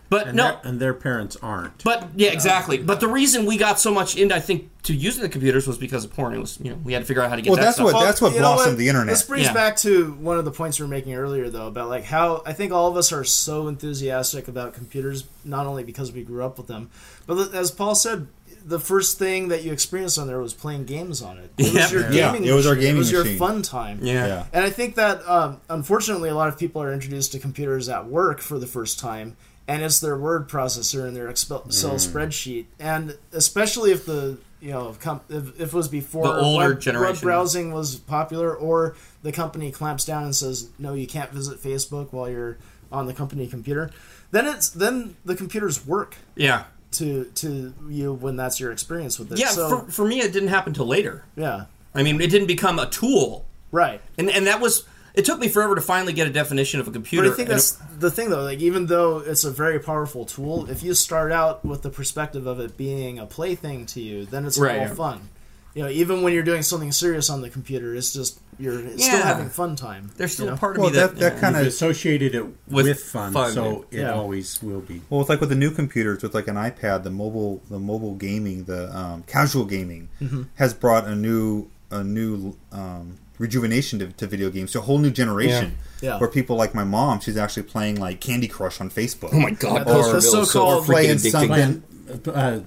[SPEAKER 2] But
[SPEAKER 5] And
[SPEAKER 2] no,
[SPEAKER 5] their- and their parents aren't.
[SPEAKER 2] But yeah, exactly. But the reason we got so much into, I think, to using the computers was because of porn. It was you know we had to figure out how to get
[SPEAKER 4] Well,
[SPEAKER 2] that
[SPEAKER 4] that's
[SPEAKER 2] stuff.
[SPEAKER 4] what- That's
[SPEAKER 3] You know
[SPEAKER 4] blossomed the internet.
[SPEAKER 3] This brings
[SPEAKER 2] Yeah.
[SPEAKER 3] back to one of the points we were making earlier, though, about like how I think all of us are so enthusiastic about computers, not only because we grew up with them, but as Paul said, the first thing that you experienced on there was playing games on it. It
[SPEAKER 2] Yep.
[SPEAKER 3] was your
[SPEAKER 4] Yeah,
[SPEAKER 3] gaming.
[SPEAKER 4] it was our
[SPEAKER 3] machine.
[SPEAKER 4] gaming
[SPEAKER 3] It was your
[SPEAKER 4] machine.
[SPEAKER 3] fun time.
[SPEAKER 2] Yeah.
[SPEAKER 4] Yeah.
[SPEAKER 3] And I think that um, unfortunately, a lot of people are introduced to computers at work for the first time, and it's their word processor and their Excel
[SPEAKER 2] Mm.
[SPEAKER 3] spreadsheet, and especially if the you know if, com- if, if it was before
[SPEAKER 2] The older
[SPEAKER 3] web, web
[SPEAKER 2] generation.
[SPEAKER 3] browsing was popular, or the company clamps down and says no, you can't visit Facebook while you're on the company computer. Then it's then the computers work
[SPEAKER 2] Yeah.
[SPEAKER 3] to to you when that's your experience with it.
[SPEAKER 2] Yeah,
[SPEAKER 3] so,
[SPEAKER 2] for, for me, it didn't happen till later.
[SPEAKER 3] yeah,
[SPEAKER 2] I mean, it didn't become a tool,
[SPEAKER 3] right.
[SPEAKER 2] and and that was. It took me forever to finally get a definition of a computer.
[SPEAKER 3] But I think
[SPEAKER 2] and
[SPEAKER 3] that's the thing, though. Like, even though it's a very powerful tool, if you start out with the perspective of it being a plaything to you, then it's
[SPEAKER 2] Right.
[SPEAKER 3] all fun. You know, even when you're doing something serious on the computer, it's just you're still
[SPEAKER 2] Yeah.
[SPEAKER 3] having fun time.
[SPEAKER 2] there's still
[SPEAKER 3] you know?
[SPEAKER 2] a part of
[SPEAKER 4] Well,
[SPEAKER 2] me that,
[SPEAKER 4] that, that kind
[SPEAKER 5] You've
[SPEAKER 4] of
[SPEAKER 5] associated it with,
[SPEAKER 2] With
[SPEAKER 5] fun,
[SPEAKER 2] fun,
[SPEAKER 5] so it
[SPEAKER 3] yeah.
[SPEAKER 5] always will be.
[SPEAKER 4] Well, it's like with the new computers, with like an iPad, the mobile, the mobile gaming, the um, casual gaming has brought a new, a new um, rejuvenation to, to video games, to a whole new generation.
[SPEAKER 3] Yeah. Yeah.
[SPEAKER 4] Where people like my mom, she's actually playing like Candy Crush on Facebook. Oh
[SPEAKER 1] my God,
[SPEAKER 3] That's-
[SPEAKER 1] those
[SPEAKER 3] that's
[SPEAKER 1] bills
[SPEAKER 3] so-called
[SPEAKER 1] are freaking
[SPEAKER 4] playing
[SPEAKER 1] addicting.
[SPEAKER 4] something.
[SPEAKER 5] Playing, uh,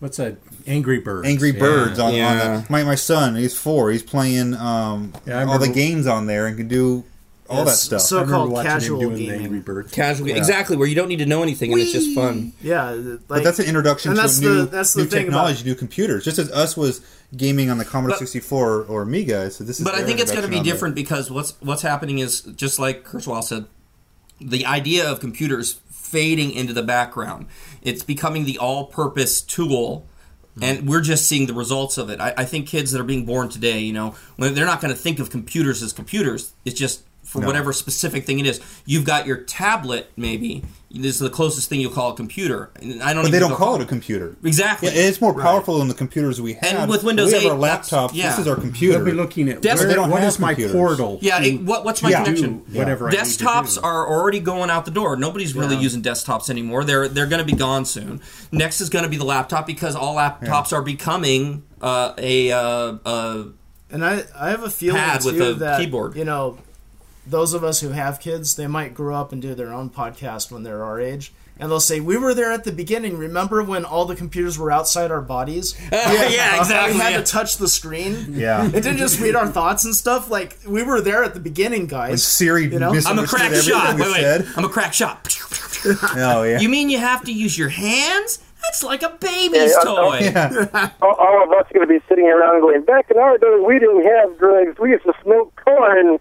[SPEAKER 5] what's that? Angry Birds.
[SPEAKER 4] Angry Birds on,
[SPEAKER 1] Yeah.
[SPEAKER 4] on the, my my son. He's four. He's playing um,
[SPEAKER 5] Yeah, I
[SPEAKER 4] all the
[SPEAKER 5] remember-
[SPEAKER 4] games on there and can do all that
[SPEAKER 3] It's
[SPEAKER 4] stuff.
[SPEAKER 5] I
[SPEAKER 3] So
[SPEAKER 5] remember
[SPEAKER 3] called
[SPEAKER 5] watching him
[SPEAKER 3] casual
[SPEAKER 5] doing the Angry
[SPEAKER 3] gaming.
[SPEAKER 5] Birds.
[SPEAKER 2] casually, exactly, where you don't need to know anything and it's just fun.
[SPEAKER 3] Yeah, like,
[SPEAKER 4] but that's an introduction
[SPEAKER 3] and
[SPEAKER 4] to
[SPEAKER 3] that's
[SPEAKER 4] a new,
[SPEAKER 3] the- that's the
[SPEAKER 4] new
[SPEAKER 3] thing about-
[SPEAKER 4] technology, new computers. Just as us was gaming on the Commodore 64 or Amiga, so this is.
[SPEAKER 2] But I
[SPEAKER 4] their
[SPEAKER 2] think it's going to
[SPEAKER 4] introduction
[SPEAKER 2] be
[SPEAKER 4] on the-
[SPEAKER 2] different because what's what's happening is just like Kurzweil said, the idea of computers fading into the background. It's becoming the all-purpose tool,
[SPEAKER 4] Mm-hmm.
[SPEAKER 2] and we're just seeing the results of it. I, I think kids that are being born today, you know, when they're not going to think of computers as computers. It's just for whatever specific thing it is. You've got your tablet, maybe. This is the closest thing you'll call a computer. And I don't.
[SPEAKER 4] But
[SPEAKER 2] even
[SPEAKER 4] they
[SPEAKER 2] know-
[SPEAKER 4] don't call it a computer.
[SPEAKER 2] Exactly.
[SPEAKER 4] Yeah, it's more powerful than the computers we have.
[SPEAKER 2] with Windows
[SPEAKER 4] we have
[SPEAKER 2] 8,
[SPEAKER 4] our
[SPEAKER 2] that's-
[SPEAKER 4] laptops.
[SPEAKER 2] yeah.
[SPEAKER 4] This is our
[SPEAKER 5] They'll
[SPEAKER 4] computer.
[SPEAKER 5] be looking at
[SPEAKER 2] That's-
[SPEAKER 5] where-
[SPEAKER 4] They don't
[SPEAKER 5] what
[SPEAKER 4] have
[SPEAKER 5] is my
[SPEAKER 4] computers.
[SPEAKER 5] portal?
[SPEAKER 2] Yeah,
[SPEAKER 5] to-
[SPEAKER 2] it, what, what's my
[SPEAKER 4] Yeah.
[SPEAKER 2] connection?
[SPEAKER 5] do whatever I need to
[SPEAKER 2] desktops
[SPEAKER 5] do.
[SPEAKER 2] are already going out the door. Nobody's really using desktops anymore. They're they're going to be gone soon. Next is going to be the laptop because all laptops are becoming uh, a uh, uh,
[SPEAKER 3] And I, I have a feeling
[SPEAKER 2] Pad
[SPEAKER 3] too
[SPEAKER 2] with a
[SPEAKER 3] that
[SPEAKER 2] keyboard.
[SPEAKER 3] you know, those of us who have kids, they might grow up and do their own podcast when they're our age, and they'll say, "We were there at the beginning. Remember when all the computers were outside our bodies?
[SPEAKER 2] <laughs> yeah, exactly.
[SPEAKER 3] <laughs> We had
[SPEAKER 2] yeah.
[SPEAKER 3] to touch the screen.
[SPEAKER 4] Yeah.
[SPEAKER 3] it didn't just read our thoughts and stuff. Like we were there at the beginning, guys.
[SPEAKER 4] Siri
[SPEAKER 3] You know?
[SPEAKER 2] I'm a
[SPEAKER 4] misunderstood
[SPEAKER 2] crack
[SPEAKER 4] everything
[SPEAKER 2] shot.
[SPEAKER 4] we
[SPEAKER 2] Wait, wait.
[SPEAKER 4] said.
[SPEAKER 2] I'm a crack shot.
[SPEAKER 4] Oh yeah.
[SPEAKER 2] you mean you have to use your hands? That's like a baby's
[SPEAKER 6] Yeah, I'm-
[SPEAKER 2] toy.
[SPEAKER 6] all, all of us going to be sitting around going, back in our day, we didn't have drugs. We used to smoke corn.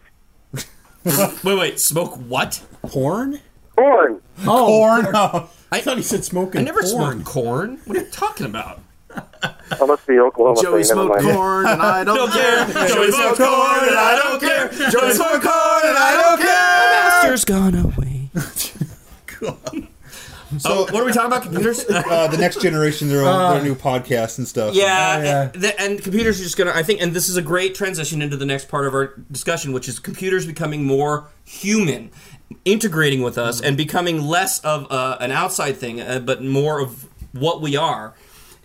[SPEAKER 2] Wait, wait. Smoke what?
[SPEAKER 5] porn.
[SPEAKER 6] Corn.
[SPEAKER 5] Oh,
[SPEAKER 4] Porn. Oh.
[SPEAKER 5] I thought he said smoking.
[SPEAKER 2] I never
[SPEAKER 5] porn.
[SPEAKER 2] smoked corn. What are you talking about?
[SPEAKER 6] I must be
[SPEAKER 3] <laughs>
[SPEAKER 6] Oklahoma.
[SPEAKER 3] Joey
[SPEAKER 6] thing, never
[SPEAKER 3] smoked
[SPEAKER 6] mind.
[SPEAKER 3] corn,
[SPEAKER 2] <laughs>
[SPEAKER 3] and I don't, care.
[SPEAKER 2] Joey smoked corn and I don't care. Joey smoked corn and I don't care. Master's gone <laughs> away.
[SPEAKER 4] So
[SPEAKER 2] What are we talking about? Computers?
[SPEAKER 4] uh, the next generation, their own,
[SPEAKER 5] Uh,
[SPEAKER 4] their new podcasts and stuff.
[SPEAKER 2] Yeah,
[SPEAKER 5] Yeah.
[SPEAKER 2] and- the- and computers are just gonna. I think, and this is a great transition into the next part of our discussion, which is computers becoming more human, integrating with us, and becoming less of uh, an outside thing, uh, but more of what we are.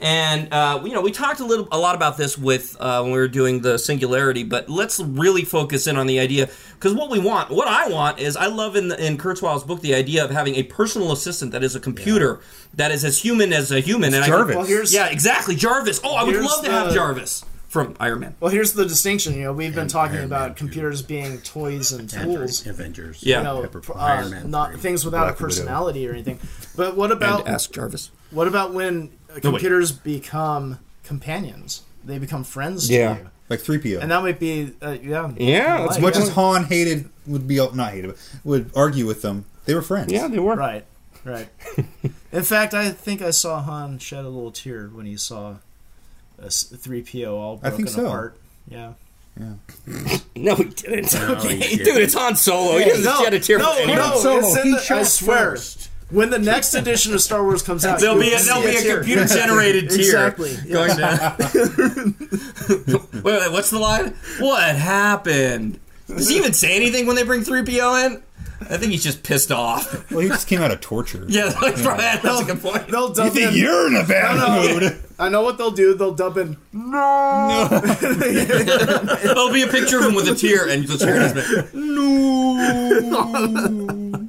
[SPEAKER 2] And uh, you know, we talked a little, a lot about this with uh, when we were doing the singularity, but let's really focus in on the idea because what we want, what I want, is I love in in Kurzweil's book the idea of having a personal assistant that is a computer that is as human as a human. and I-
[SPEAKER 4] Jarvis.
[SPEAKER 3] Well, here's
[SPEAKER 2] yeah, exactly. Jarvis. Oh, I would
[SPEAKER 3] Here's
[SPEAKER 2] love to
[SPEAKER 3] the-
[SPEAKER 2] have Jarvis from Iron Man.
[SPEAKER 3] well, here's the distinction. You know, we've been talking
[SPEAKER 5] Iron Man
[SPEAKER 3] about
[SPEAKER 5] too.
[SPEAKER 3] computers being toys and tools.
[SPEAKER 5] Avengers. Avengers.
[SPEAKER 2] Yeah.
[SPEAKER 3] you know,
[SPEAKER 5] Pepper
[SPEAKER 3] pr-
[SPEAKER 5] Pie,
[SPEAKER 3] uh,
[SPEAKER 5] Iron Man
[SPEAKER 3] not
[SPEAKER 5] three,
[SPEAKER 3] things without a
[SPEAKER 4] Black Widow.
[SPEAKER 3] personality or anything. But what
[SPEAKER 2] And
[SPEAKER 3] about
[SPEAKER 2] ask Jarvis.
[SPEAKER 3] what about when uh, computers become companions? They become friends to
[SPEAKER 2] Yeah.
[SPEAKER 3] you,
[SPEAKER 4] Like three PO.
[SPEAKER 3] and that might be uh, yeah,
[SPEAKER 2] Yeah,
[SPEAKER 3] that's
[SPEAKER 4] As much as Han hated would be not hated, but would argue with them. They were friends.
[SPEAKER 2] they were.
[SPEAKER 3] right, right. In fact, I think I saw Han shed a little tear when he saw a three PO all
[SPEAKER 4] I
[SPEAKER 3] broken
[SPEAKER 4] think so.
[SPEAKER 3] apart. Yeah.
[SPEAKER 2] <laughs> No, he didn't. okay.
[SPEAKER 5] he
[SPEAKER 2] Dude, it's Han Solo. He doesn't shed a tear.
[SPEAKER 3] no,
[SPEAKER 2] for anyone.
[SPEAKER 3] no,
[SPEAKER 5] Solo,
[SPEAKER 3] it's in
[SPEAKER 5] he
[SPEAKER 3] the- I
[SPEAKER 5] shot
[SPEAKER 3] swear.
[SPEAKER 5] first.
[SPEAKER 3] When the next edition of Star Wars
[SPEAKER 2] <laughs>
[SPEAKER 3] comes out,
[SPEAKER 2] There'll
[SPEAKER 3] you
[SPEAKER 2] be a, there'll
[SPEAKER 3] will see
[SPEAKER 2] be a
[SPEAKER 3] tear.
[SPEAKER 2] computer <laughs> generated tear.
[SPEAKER 3] Exactly.
[SPEAKER 2] Going down. <laughs> wait, wait, what's the line? What happened? Does he even say anything when they bring 3PO in? I think he's just pissed off. <laughs>
[SPEAKER 4] Well, he just came out of torture.
[SPEAKER 2] Yeah, that's, probably, that's a good point.
[SPEAKER 3] They'll dub in-
[SPEAKER 4] You're in a bad
[SPEAKER 2] <laughs>
[SPEAKER 4] mood.
[SPEAKER 3] I know what they'll do. They'll dub in
[SPEAKER 2] There'll be a picture of him with a tear and the tear in his <laughs> mouth. No.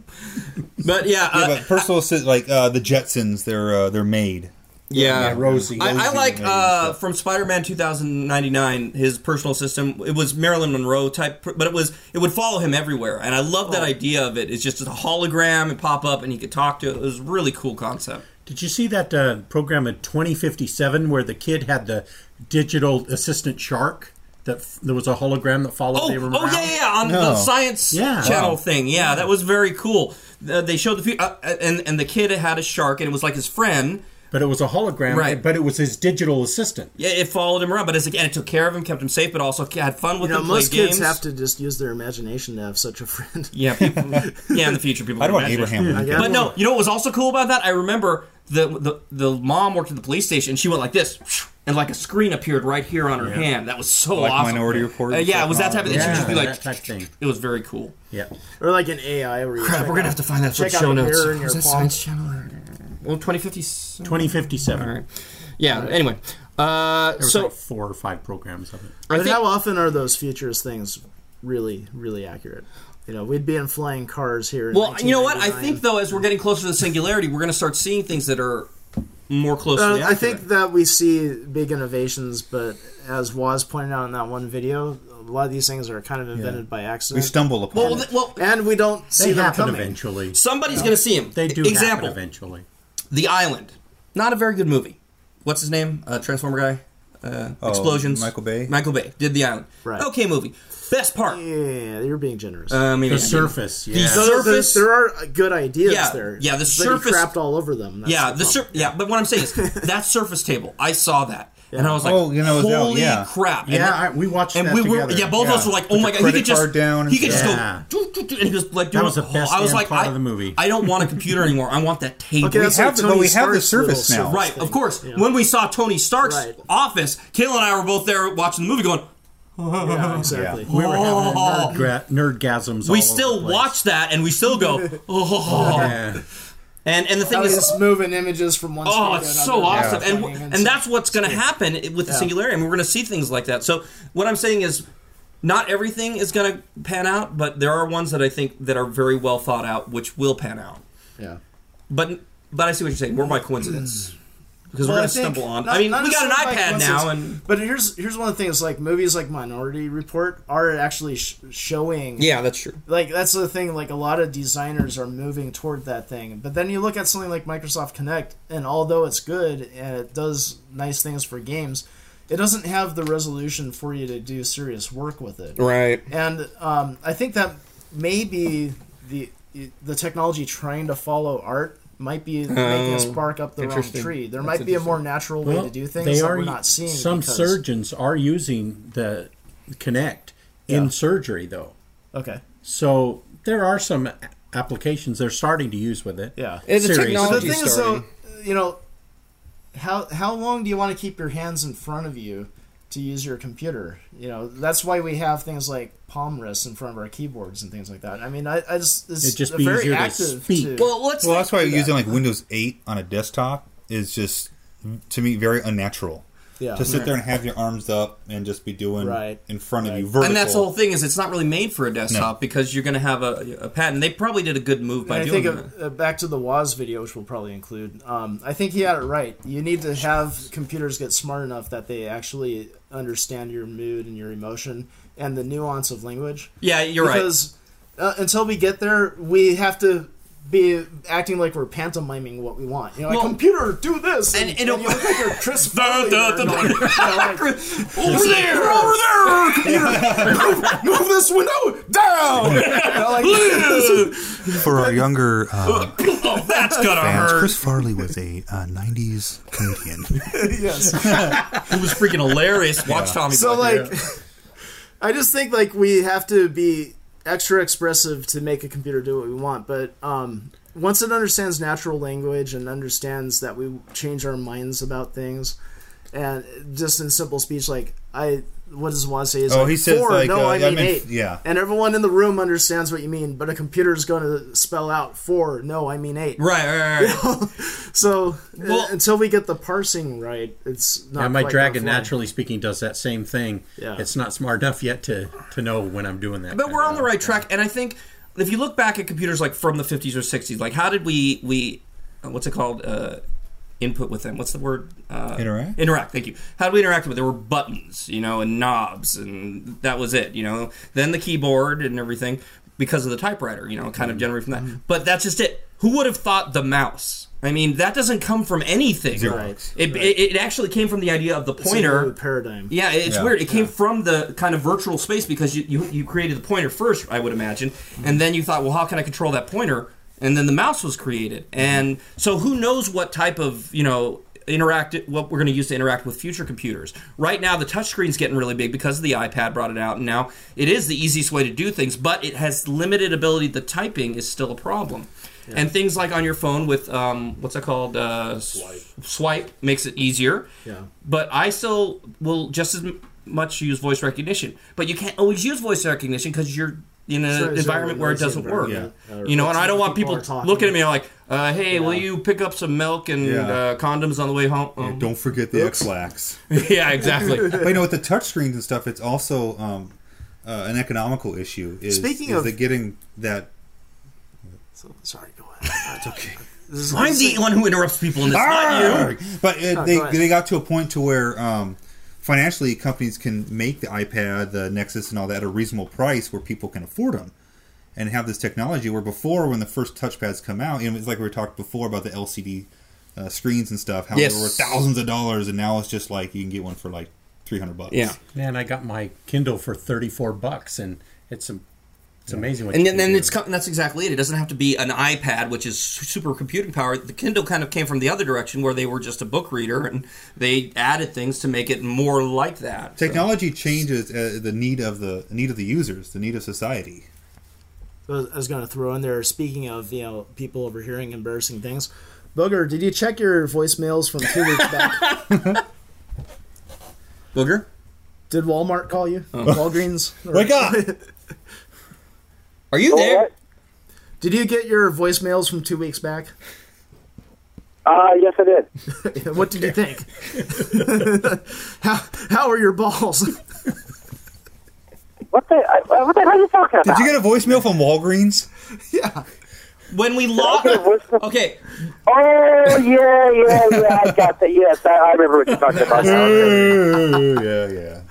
[SPEAKER 2] but yeah, uh,
[SPEAKER 4] Yeah, but personal assi- like uh, the Jetsons, they're uh, they're made.
[SPEAKER 2] Yeah,
[SPEAKER 5] Yeah, Rosie.
[SPEAKER 2] I, I
[SPEAKER 5] Rosie
[SPEAKER 2] like
[SPEAKER 5] and
[SPEAKER 2] uh, from Spider-Man 2099. His personal system. It was Marilyn Monroe type, but it was it would follow him everywhere, and I love
[SPEAKER 3] Oh.
[SPEAKER 2] that idea of it. It's just a hologram and pop up, and he could talk to it. It was a really cool concept.
[SPEAKER 5] Did you see that uh, program in 2057 where the kid had the digital assistant shark? That f- there was a hologram that followed
[SPEAKER 2] Oh,
[SPEAKER 5] him around.
[SPEAKER 2] oh yeah, yeah, yeah, on the
[SPEAKER 4] No.
[SPEAKER 2] science
[SPEAKER 5] Yeah.
[SPEAKER 2] channel
[SPEAKER 5] Wow.
[SPEAKER 2] thing. Yeah, that was very cool. Uh, they showed the few, uh, and and the kid had a shark, and it was like his friend.
[SPEAKER 5] But it was a hologram.
[SPEAKER 2] Right.
[SPEAKER 5] But it was his digital assistant.
[SPEAKER 2] Yeah, it followed him around, but it's like, and it took care of him, kept him safe, but also had fun with
[SPEAKER 3] You know,
[SPEAKER 2] him.
[SPEAKER 3] most
[SPEAKER 2] played
[SPEAKER 3] kids
[SPEAKER 2] games.
[SPEAKER 3] have to just use their imagination to have such a friend. <laughs>
[SPEAKER 2] Yeah, people, yeah. In the future, people.
[SPEAKER 4] I don't
[SPEAKER 2] would
[SPEAKER 4] want
[SPEAKER 2] imagine.
[SPEAKER 4] Abraham Lincoln.
[SPEAKER 3] guess.
[SPEAKER 2] But no, you know what was also cool about that? I remember the the, the mom worked at the police station. and She went like this, and like a screen appeared right here on her hand. That was so
[SPEAKER 4] Like
[SPEAKER 2] awesome.
[SPEAKER 4] Minority Report
[SPEAKER 2] Uh,
[SPEAKER 4] and
[SPEAKER 2] yeah,
[SPEAKER 4] stuff.
[SPEAKER 2] it was that type of. thing. She would just be
[SPEAKER 5] Yeah,
[SPEAKER 2] like,
[SPEAKER 5] that type thing.
[SPEAKER 2] it was very cool.
[SPEAKER 5] Yeah.
[SPEAKER 3] Or like an AI where you
[SPEAKER 2] Crap,
[SPEAKER 3] check
[SPEAKER 2] we're gonna
[SPEAKER 3] out-
[SPEAKER 2] have to find that for
[SPEAKER 3] check out
[SPEAKER 2] show
[SPEAKER 3] the
[SPEAKER 2] notes.
[SPEAKER 3] mirror in your
[SPEAKER 2] Was that
[SPEAKER 3] palm.
[SPEAKER 2] Science Channel? Well, twenty fifty.
[SPEAKER 5] 2057.
[SPEAKER 2] All right. Yeah. Anyway. Uh,
[SPEAKER 5] There was
[SPEAKER 2] so
[SPEAKER 5] like four or five programs of it.
[SPEAKER 2] I
[SPEAKER 3] But
[SPEAKER 2] think
[SPEAKER 3] how often are those futures things really, really accurate? You know, we'd be in flying cars here. In
[SPEAKER 2] Well, you know what? I
[SPEAKER 3] 1999.
[SPEAKER 2] think though, as we're getting closer to the singularity, we're going to start seeing things that are more closely.
[SPEAKER 3] Uh, I
[SPEAKER 2] accurate.
[SPEAKER 3] think that we see big innovations, but as Waz pointed out in that one video, a lot of these things are kind of invented by
[SPEAKER 4] We
[SPEAKER 3] accident.
[SPEAKER 4] stumble upon
[SPEAKER 2] Well,
[SPEAKER 4] it.
[SPEAKER 2] th- well,
[SPEAKER 3] and we don't
[SPEAKER 5] They
[SPEAKER 3] see them
[SPEAKER 5] happen
[SPEAKER 3] coming.
[SPEAKER 5] eventually.
[SPEAKER 2] somebody's going to see him.
[SPEAKER 5] They do
[SPEAKER 2] Example:
[SPEAKER 5] happen eventually.
[SPEAKER 2] The Island. Not a very good movie. What's his name? Uh, Transformer guy. Uh, explosions.
[SPEAKER 4] Oh, Michael Bay?
[SPEAKER 2] Michael Bay did The Island.
[SPEAKER 3] Right.
[SPEAKER 2] Okay, movie. Best part.
[SPEAKER 3] Yeah, you're being generous.
[SPEAKER 2] Uh, maybe
[SPEAKER 5] The
[SPEAKER 2] I mean-
[SPEAKER 5] surface. Yeah.
[SPEAKER 2] These-
[SPEAKER 3] So there-
[SPEAKER 2] surface-
[SPEAKER 3] There, are uh, good ideas
[SPEAKER 2] Yeah,
[SPEAKER 3] there.
[SPEAKER 2] yeah, the
[SPEAKER 3] but he
[SPEAKER 2] surface-
[SPEAKER 3] crapped all over them. That's
[SPEAKER 2] Yeah, the
[SPEAKER 3] problem.
[SPEAKER 2] sur- yeah, but what I'm saying is
[SPEAKER 5] <laughs>
[SPEAKER 2] that surface table. I saw that, and I was like,
[SPEAKER 4] Oh, you know, it was out,
[SPEAKER 2] "Holy
[SPEAKER 4] yeah.
[SPEAKER 2] crap!" And
[SPEAKER 5] yeah,
[SPEAKER 2] that-
[SPEAKER 5] I, we watched
[SPEAKER 2] and
[SPEAKER 5] that
[SPEAKER 2] we were
[SPEAKER 5] together.
[SPEAKER 2] yeah both of us
[SPEAKER 4] Yeah.
[SPEAKER 2] were like
[SPEAKER 4] Put
[SPEAKER 2] oh
[SPEAKER 4] the
[SPEAKER 2] my god he
[SPEAKER 4] credit
[SPEAKER 2] could just
[SPEAKER 4] card down and
[SPEAKER 2] he could
[SPEAKER 4] stuff.
[SPEAKER 2] just
[SPEAKER 5] Yeah.
[SPEAKER 2] go doo, doo, doo, and he was like dude,
[SPEAKER 5] That was the best
[SPEAKER 2] I was
[SPEAKER 5] damn
[SPEAKER 2] like
[SPEAKER 5] part
[SPEAKER 2] I,
[SPEAKER 5] of the movie.
[SPEAKER 2] I don't
[SPEAKER 5] <laughs>
[SPEAKER 2] want a computer anymore I want that table
[SPEAKER 3] Okay, that's
[SPEAKER 4] have
[SPEAKER 3] like
[SPEAKER 4] the- but
[SPEAKER 3] Tony
[SPEAKER 4] we have the
[SPEAKER 3] Stark's
[SPEAKER 4] service
[SPEAKER 3] little
[SPEAKER 4] now.
[SPEAKER 2] right
[SPEAKER 3] thing.
[SPEAKER 2] of course
[SPEAKER 3] Yeah.
[SPEAKER 2] when we saw Tony Stark's
[SPEAKER 3] Right.
[SPEAKER 2] office Kayla and I were both there watching the movie going
[SPEAKER 3] Yeah, <laughs> exactly.
[SPEAKER 5] we were having nerd nerdgasms.
[SPEAKER 2] we
[SPEAKER 5] all over the
[SPEAKER 2] still
[SPEAKER 5] place.
[SPEAKER 2] watch that and we still
[SPEAKER 5] <laughs>
[SPEAKER 2] go oh
[SPEAKER 5] Yeah.
[SPEAKER 2] and and the thing
[SPEAKER 3] Now
[SPEAKER 2] is
[SPEAKER 3] he's just moving images from one.
[SPEAKER 2] Oh,
[SPEAKER 3] screen to
[SPEAKER 2] it's so
[SPEAKER 3] another.
[SPEAKER 2] awesome, and
[SPEAKER 3] Pointing
[SPEAKER 2] and that's what's going to happen with the singularity. I mean, we're going to see things like that. So what I'm saying is, not everything is going to pan out, but there are ones that I think that are very well thought out, which will pan out.
[SPEAKER 3] Yeah.
[SPEAKER 2] But but I see what you're saying. More by
[SPEAKER 3] <clears throat>
[SPEAKER 2] coincidence, because
[SPEAKER 3] Well,
[SPEAKER 2] we're
[SPEAKER 3] I
[SPEAKER 2] going to
[SPEAKER 3] think-
[SPEAKER 2] stumble on.
[SPEAKER 3] not-
[SPEAKER 2] I mean,
[SPEAKER 3] not
[SPEAKER 2] we got an
[SPEAKER 3] necessarily by
[SPEAKER 2] iPad now,
[SPEAKER 3] coincidence,
[SPEAKER 2] and
[SPEAKER 3] but here's here's one of the things like movies like Minority Report are actually sh- showing
[SPEAKER 2] yeah, that's true.
[SPEAKER 3] like that's the thing like a lot of designers are moving toward that thing but then you look at something like microsoft connect and although it's good and it does nice things for games it doesn't have the resolution for you to do serious work with it
[SPEAKER 2] Right.
[SPEAKER 3] and um, i think that maybe the the technology trying to follow art might be making us bark up the wrong
[SPEAKER 2] Oh, interesting.
[SPEAKER 3] tree there might be a more natural way
[SPEAKER 5] Well,
[SPEAKER 3] to do things
[SPEAKER 5] They
[SPEAKER 3] that
[SPEAKER 5] are
[SPEAKER 3] we're not seeing
[SPEAKER 5] Some
[SPEAKER 3] because-
[SPEAKER 5] surgeons are using the Connect in
[SPEAKER 3] Yeah.
[SPEAKER 5] surgery, though.
[SPEAKER 3] okay
[SPEAKER 5] So there are some a- applications they're starting to use with it.
[SPEAKER 3] Yeah.
[SPEAKER 5] it's
[SPEAKER 2] a
[SPEAKER 3] the
[SPEAKER 2] technology-
[SPEAKER 3] thing is
[SPEAKER 2] starting.
[SPEAKER 3] though you know how how long do you want to keep your hands in front of you to use your computer you know that's why we have things like palm rests in front of our keyboards and things like that i mean i, I just it's
[SPEAKER 5] It'd just be
[SPEAKER 3] very
[SPEAKER 5] easier to
[SPEAKER 3] active
[SPEAKER 5] speak.
[SPEAKER 2] Well, let's.
[SPEAKER 4] Well, that's why using like Windows 8 on a desktop is just to me very unnatural.
[SPEAKER 3] Yeah.
[SPEAKER 4] To sit there and have your arms up and just be doing
[SPEAKER 3] Right.
[SPEAKER 4] in front of you vertical.
[SPEAKER 2] and that's the whole thing is it's not really made for a desktop because you're going to have a, a pad, and they probably did a good move by
[SPEAKER 3] And I
[SPEAKER 2] doing
[SPEAKER 3] think
[SPEAKER 2] that.
[SPEAKER 3] uh, back to the Woz video, which we'll probably include. Um, I think he had it right. You need to have computers get smart enough that they actually understand your mood and your emotion and the nuance of language.
[SPEAKER 2] Yeah, you're right.
[SPEAKER 3] because uh, until we get there, we have to be acting like we're pantomiming what we want. You know, like
[SPEAKER 2] Well-
[SPEAKER 3] computer, do this, and,
[SPEAKER 2] And
[SPEAKER 3] and,
[SPEAKER 2] it'll-
[SPEAKER 3] you look like you're Chris
[SPEAKER 2] <laughs> Da,
[SPEAKER 3] Farley
[SPEAKER 2] da,
[SPEAKER 3] there,
[SPEAKER 2] da,
[SPEAKER 3] going, you know,
[SPEAKER 2] <laughs>
[SPEAKER 3] like,
[SPEAKER 2] over there, over there, <laughs>
[SPEAKER 3] move this window down. You know, like,
[SPEAKER 8] <laughs> For our younger uh,
[SPEAKER 2] <laughs> Oh, that's gonna
[SPEAKER 8] fans,
[SPEAKER 2] hurt.
[SPEAKER 8] Chris Farley was a uh, 90s comedian.
[SPEAKER 3] yes.
[SPEAKER 2] It was freaking hilarious. Watch Tommy.
[SPEAKER 3] So
[SPEAKER 2] Boy.
[SPEAKER 3] like, <laughs> I just think like we have to be extra expressive to make a computer do what we want, but um. Once it understands natural language and understands that we change our minds about things, and just in simple speech, like I, what does Juan say? He's
[SPEAKER 4] Oh,
[SPEAKER 3] like,
[SPEAKER 4] he says,
[SPEAKER 3] four.
[SPEAKER 4] like,
[SPEAKER 3] no,
[SPEAKER 4] uh,
[SPEAKER 3] I
[SPEAKER 4] I
[SPEAKER 3] mean
[SPEAKER 4] meant-
[SPEAKER 3] eight.
[SPEAKER 4] yeah.
[SPEAKER 3] and everyone in the room understands what you mean, but a computer's going to spell out four. No, I mean eight.
[SPEAKER 2] right, right, right, right.
[SPEAKER 3] So uh,
[SPEAKER 2] Well-
[SPEAKER 3] until we get the parsing right, it's not.
[SPEAKER 5] And my
[SPEAKER 3] quite
[SPEAKER 5] dragon,
[SPEAKER 3] gonna fly.
[SPEAKER 5] naturally speaking, does that same thing.
[SPEAKER 3] Yeah.
[SPEAKER 5] It's not smart enough yet to, to know when I'm doing that.
[SPEAKER 2] But
[SPEAKER 5] kind
[SPEAKER 2] we're
[SPEAKER 5] of
[SPEAKER 2] on the
[SPEAKER 5] thing.
[SPEAKER 2] right track, and I think if you look back at computers like from the 50s or 60s, like how did we we uh, what's it called? Uh, input with them. What's the word? Uh,
[SPEAKER 4] Interact?
[SPEAKER 2] Interact. Thank you. How do we interact with it? There were buttons, you know, and knobs, and that was it. You know, then the keyboard and everything because of the typewriter. You know,
[SPEAKER 4] Mm-hmm.
[SPEAKER 2] kind of generated from that. But that's just it. Who would have thought the mouse? I mean, that doesn't come from anything.
[SPEAKER 4] Xerox.
[SPEAKER 2] It, it, it actually came from the idea of the pointer.
[SPEAKER 3] the paradigm.
[SPEAKER 2] Yeah, it's
[SPEAKER 4] Yeah.
[SPEAKER 2] weird. It came from the kind of virtual space because you, you you created the pointer first, I would imagine, and then you thought, well, how can I control that pointer? And then the mouse was created, and so who knows what type of you know interact what we're going to use to interact with future computers. Right now, the touchscreen's getting really big because the iPad brought it out, and now it is the easiest way to do things, but it has limited ability. The typing is still a problem. And things like on your phone with um, what's that called? Uh, swipe. Swipe makes it easier.
[SPEAKER 3] Yeah.
[SPEAKER 2] But I still will just as m- much use voice recognition. But you can't always use voice recognition because you're in an
[SPEAKER 3] Sure, it's
[SPEAKER 2] environment
[SPEAKER 3] a
[SPEAKER 2] where it
[SPEAKER 3] noisy
[SPEAKER 2] doesn't work.
[SPEAKER 3] environment, yeah.
[SPEAKER 2] You know, and I don't want
[SPEAKER 3] People
[SPEAKER 2] people
[SPEAKER 3] are talking.
[SPEAKER 2] looking at me like, uh, "Hey, will you pick up some milk and
[SPEAKER 4] Yeah.
[SPEAKER 2] uh, condoms on the way home?" Um,
[SPEAKER 4] <laughs> Don't forget the X-Lax.
[SPEAKER 2] <laughs> yeah,
[SPEAKER 3] <laughs>
[SPEAKER 2] exactly.
[SPEAKER 4] but you know, with the touchscreens and stuff, it's also um, uh, an economical issue. Is,
[SPEAKER 3] Speaking
[SPEAKER 4] is
[SPEAKER 3] of-
[SPEAKER 4] the getting that
[SPEAKER 3] So, sorry, go ahead.
[SPEAKER 4] it's okay.
[SPEAKER 3] This is
[SPEAKER 2] I'm the one who interrupts people in this.
[SPEAKER 3] Ah!
[SPEAKER 2] Not you.
[SPEAKER 4] But it,
[SPEAKER 3] Oh,
[SPEAKER 4] they
[SPEAKER 3] go ahead.
[SPEAKER 4] they got to a point to where um, financially companies can make the iPad, the Nexus, and all that at a reasonable price where people can afford them. And have this technology where before, when the first touchpads come out, you know, it's like we were talking before about the LCD uh, screens and stuff. How
[SPEAKER 2] Yes.
[SPEAKER 4] they were thousands of dollars, and now it's just like you can get one for like three hundred bucks.
[SPEAKER 2] Yeah.
[SPEAKER 5] Man, I got my Kindle for thirty-four bucks, and it's a, it's amazing what.
[SPEAKER 2] And
[SPEAKER 5] you
[SPEAKER 2] then,
[SPEAKER 5] can
[SPEAKER 2] then
[SPEAKER 5] do.
[SPEAKER 2] it's co- and that's exactly it. It doesn't have to be an iPad, which is su- super computing power. The Kindle kind of came from the other direction, where they were just a book reader, and they added things to make it more like that. So-
[SPEAKER 4] Technology changes uh, the need of the need of the users, the need of society.
[SPEAKER 3] I was- I was going to throw in there. Speaking of you know people overhearing embarrassing things, Booger, did you check your voicemails from two weeks back?
[SPEAKER 2] Booger.
[SPEAKER 3] Did Walmart call you? Walgreens? Or- <laughs>
[SPEAKER 4] Wake up!
[SPEAKER 2] Are you there?
[SPEAKER 6] What?
[SPEAKER 3] Did you get your voicemails from two weeks back?
[SPEAKER 6] Uh, yes, I did.
[SPEAKER 3] What did you think? <laughs> how how are your balls? <laughs>
[SPEAKER 6] What the, I, what the hell are you talking about?
[SPEAKER 4] Did you get a voicemail from Walgreens?
[SPEAKER 2] When <laughs> we lost.
[SPEAKER 3] <laughs>
[SPEAKER 2] okay.
[SPEAKER 6] Oh, yeah, yeah, yeah. I got that. Yes, I, I remember what you're talking about. now.
[SPEAKER 4] <laughs> yeah, yeah.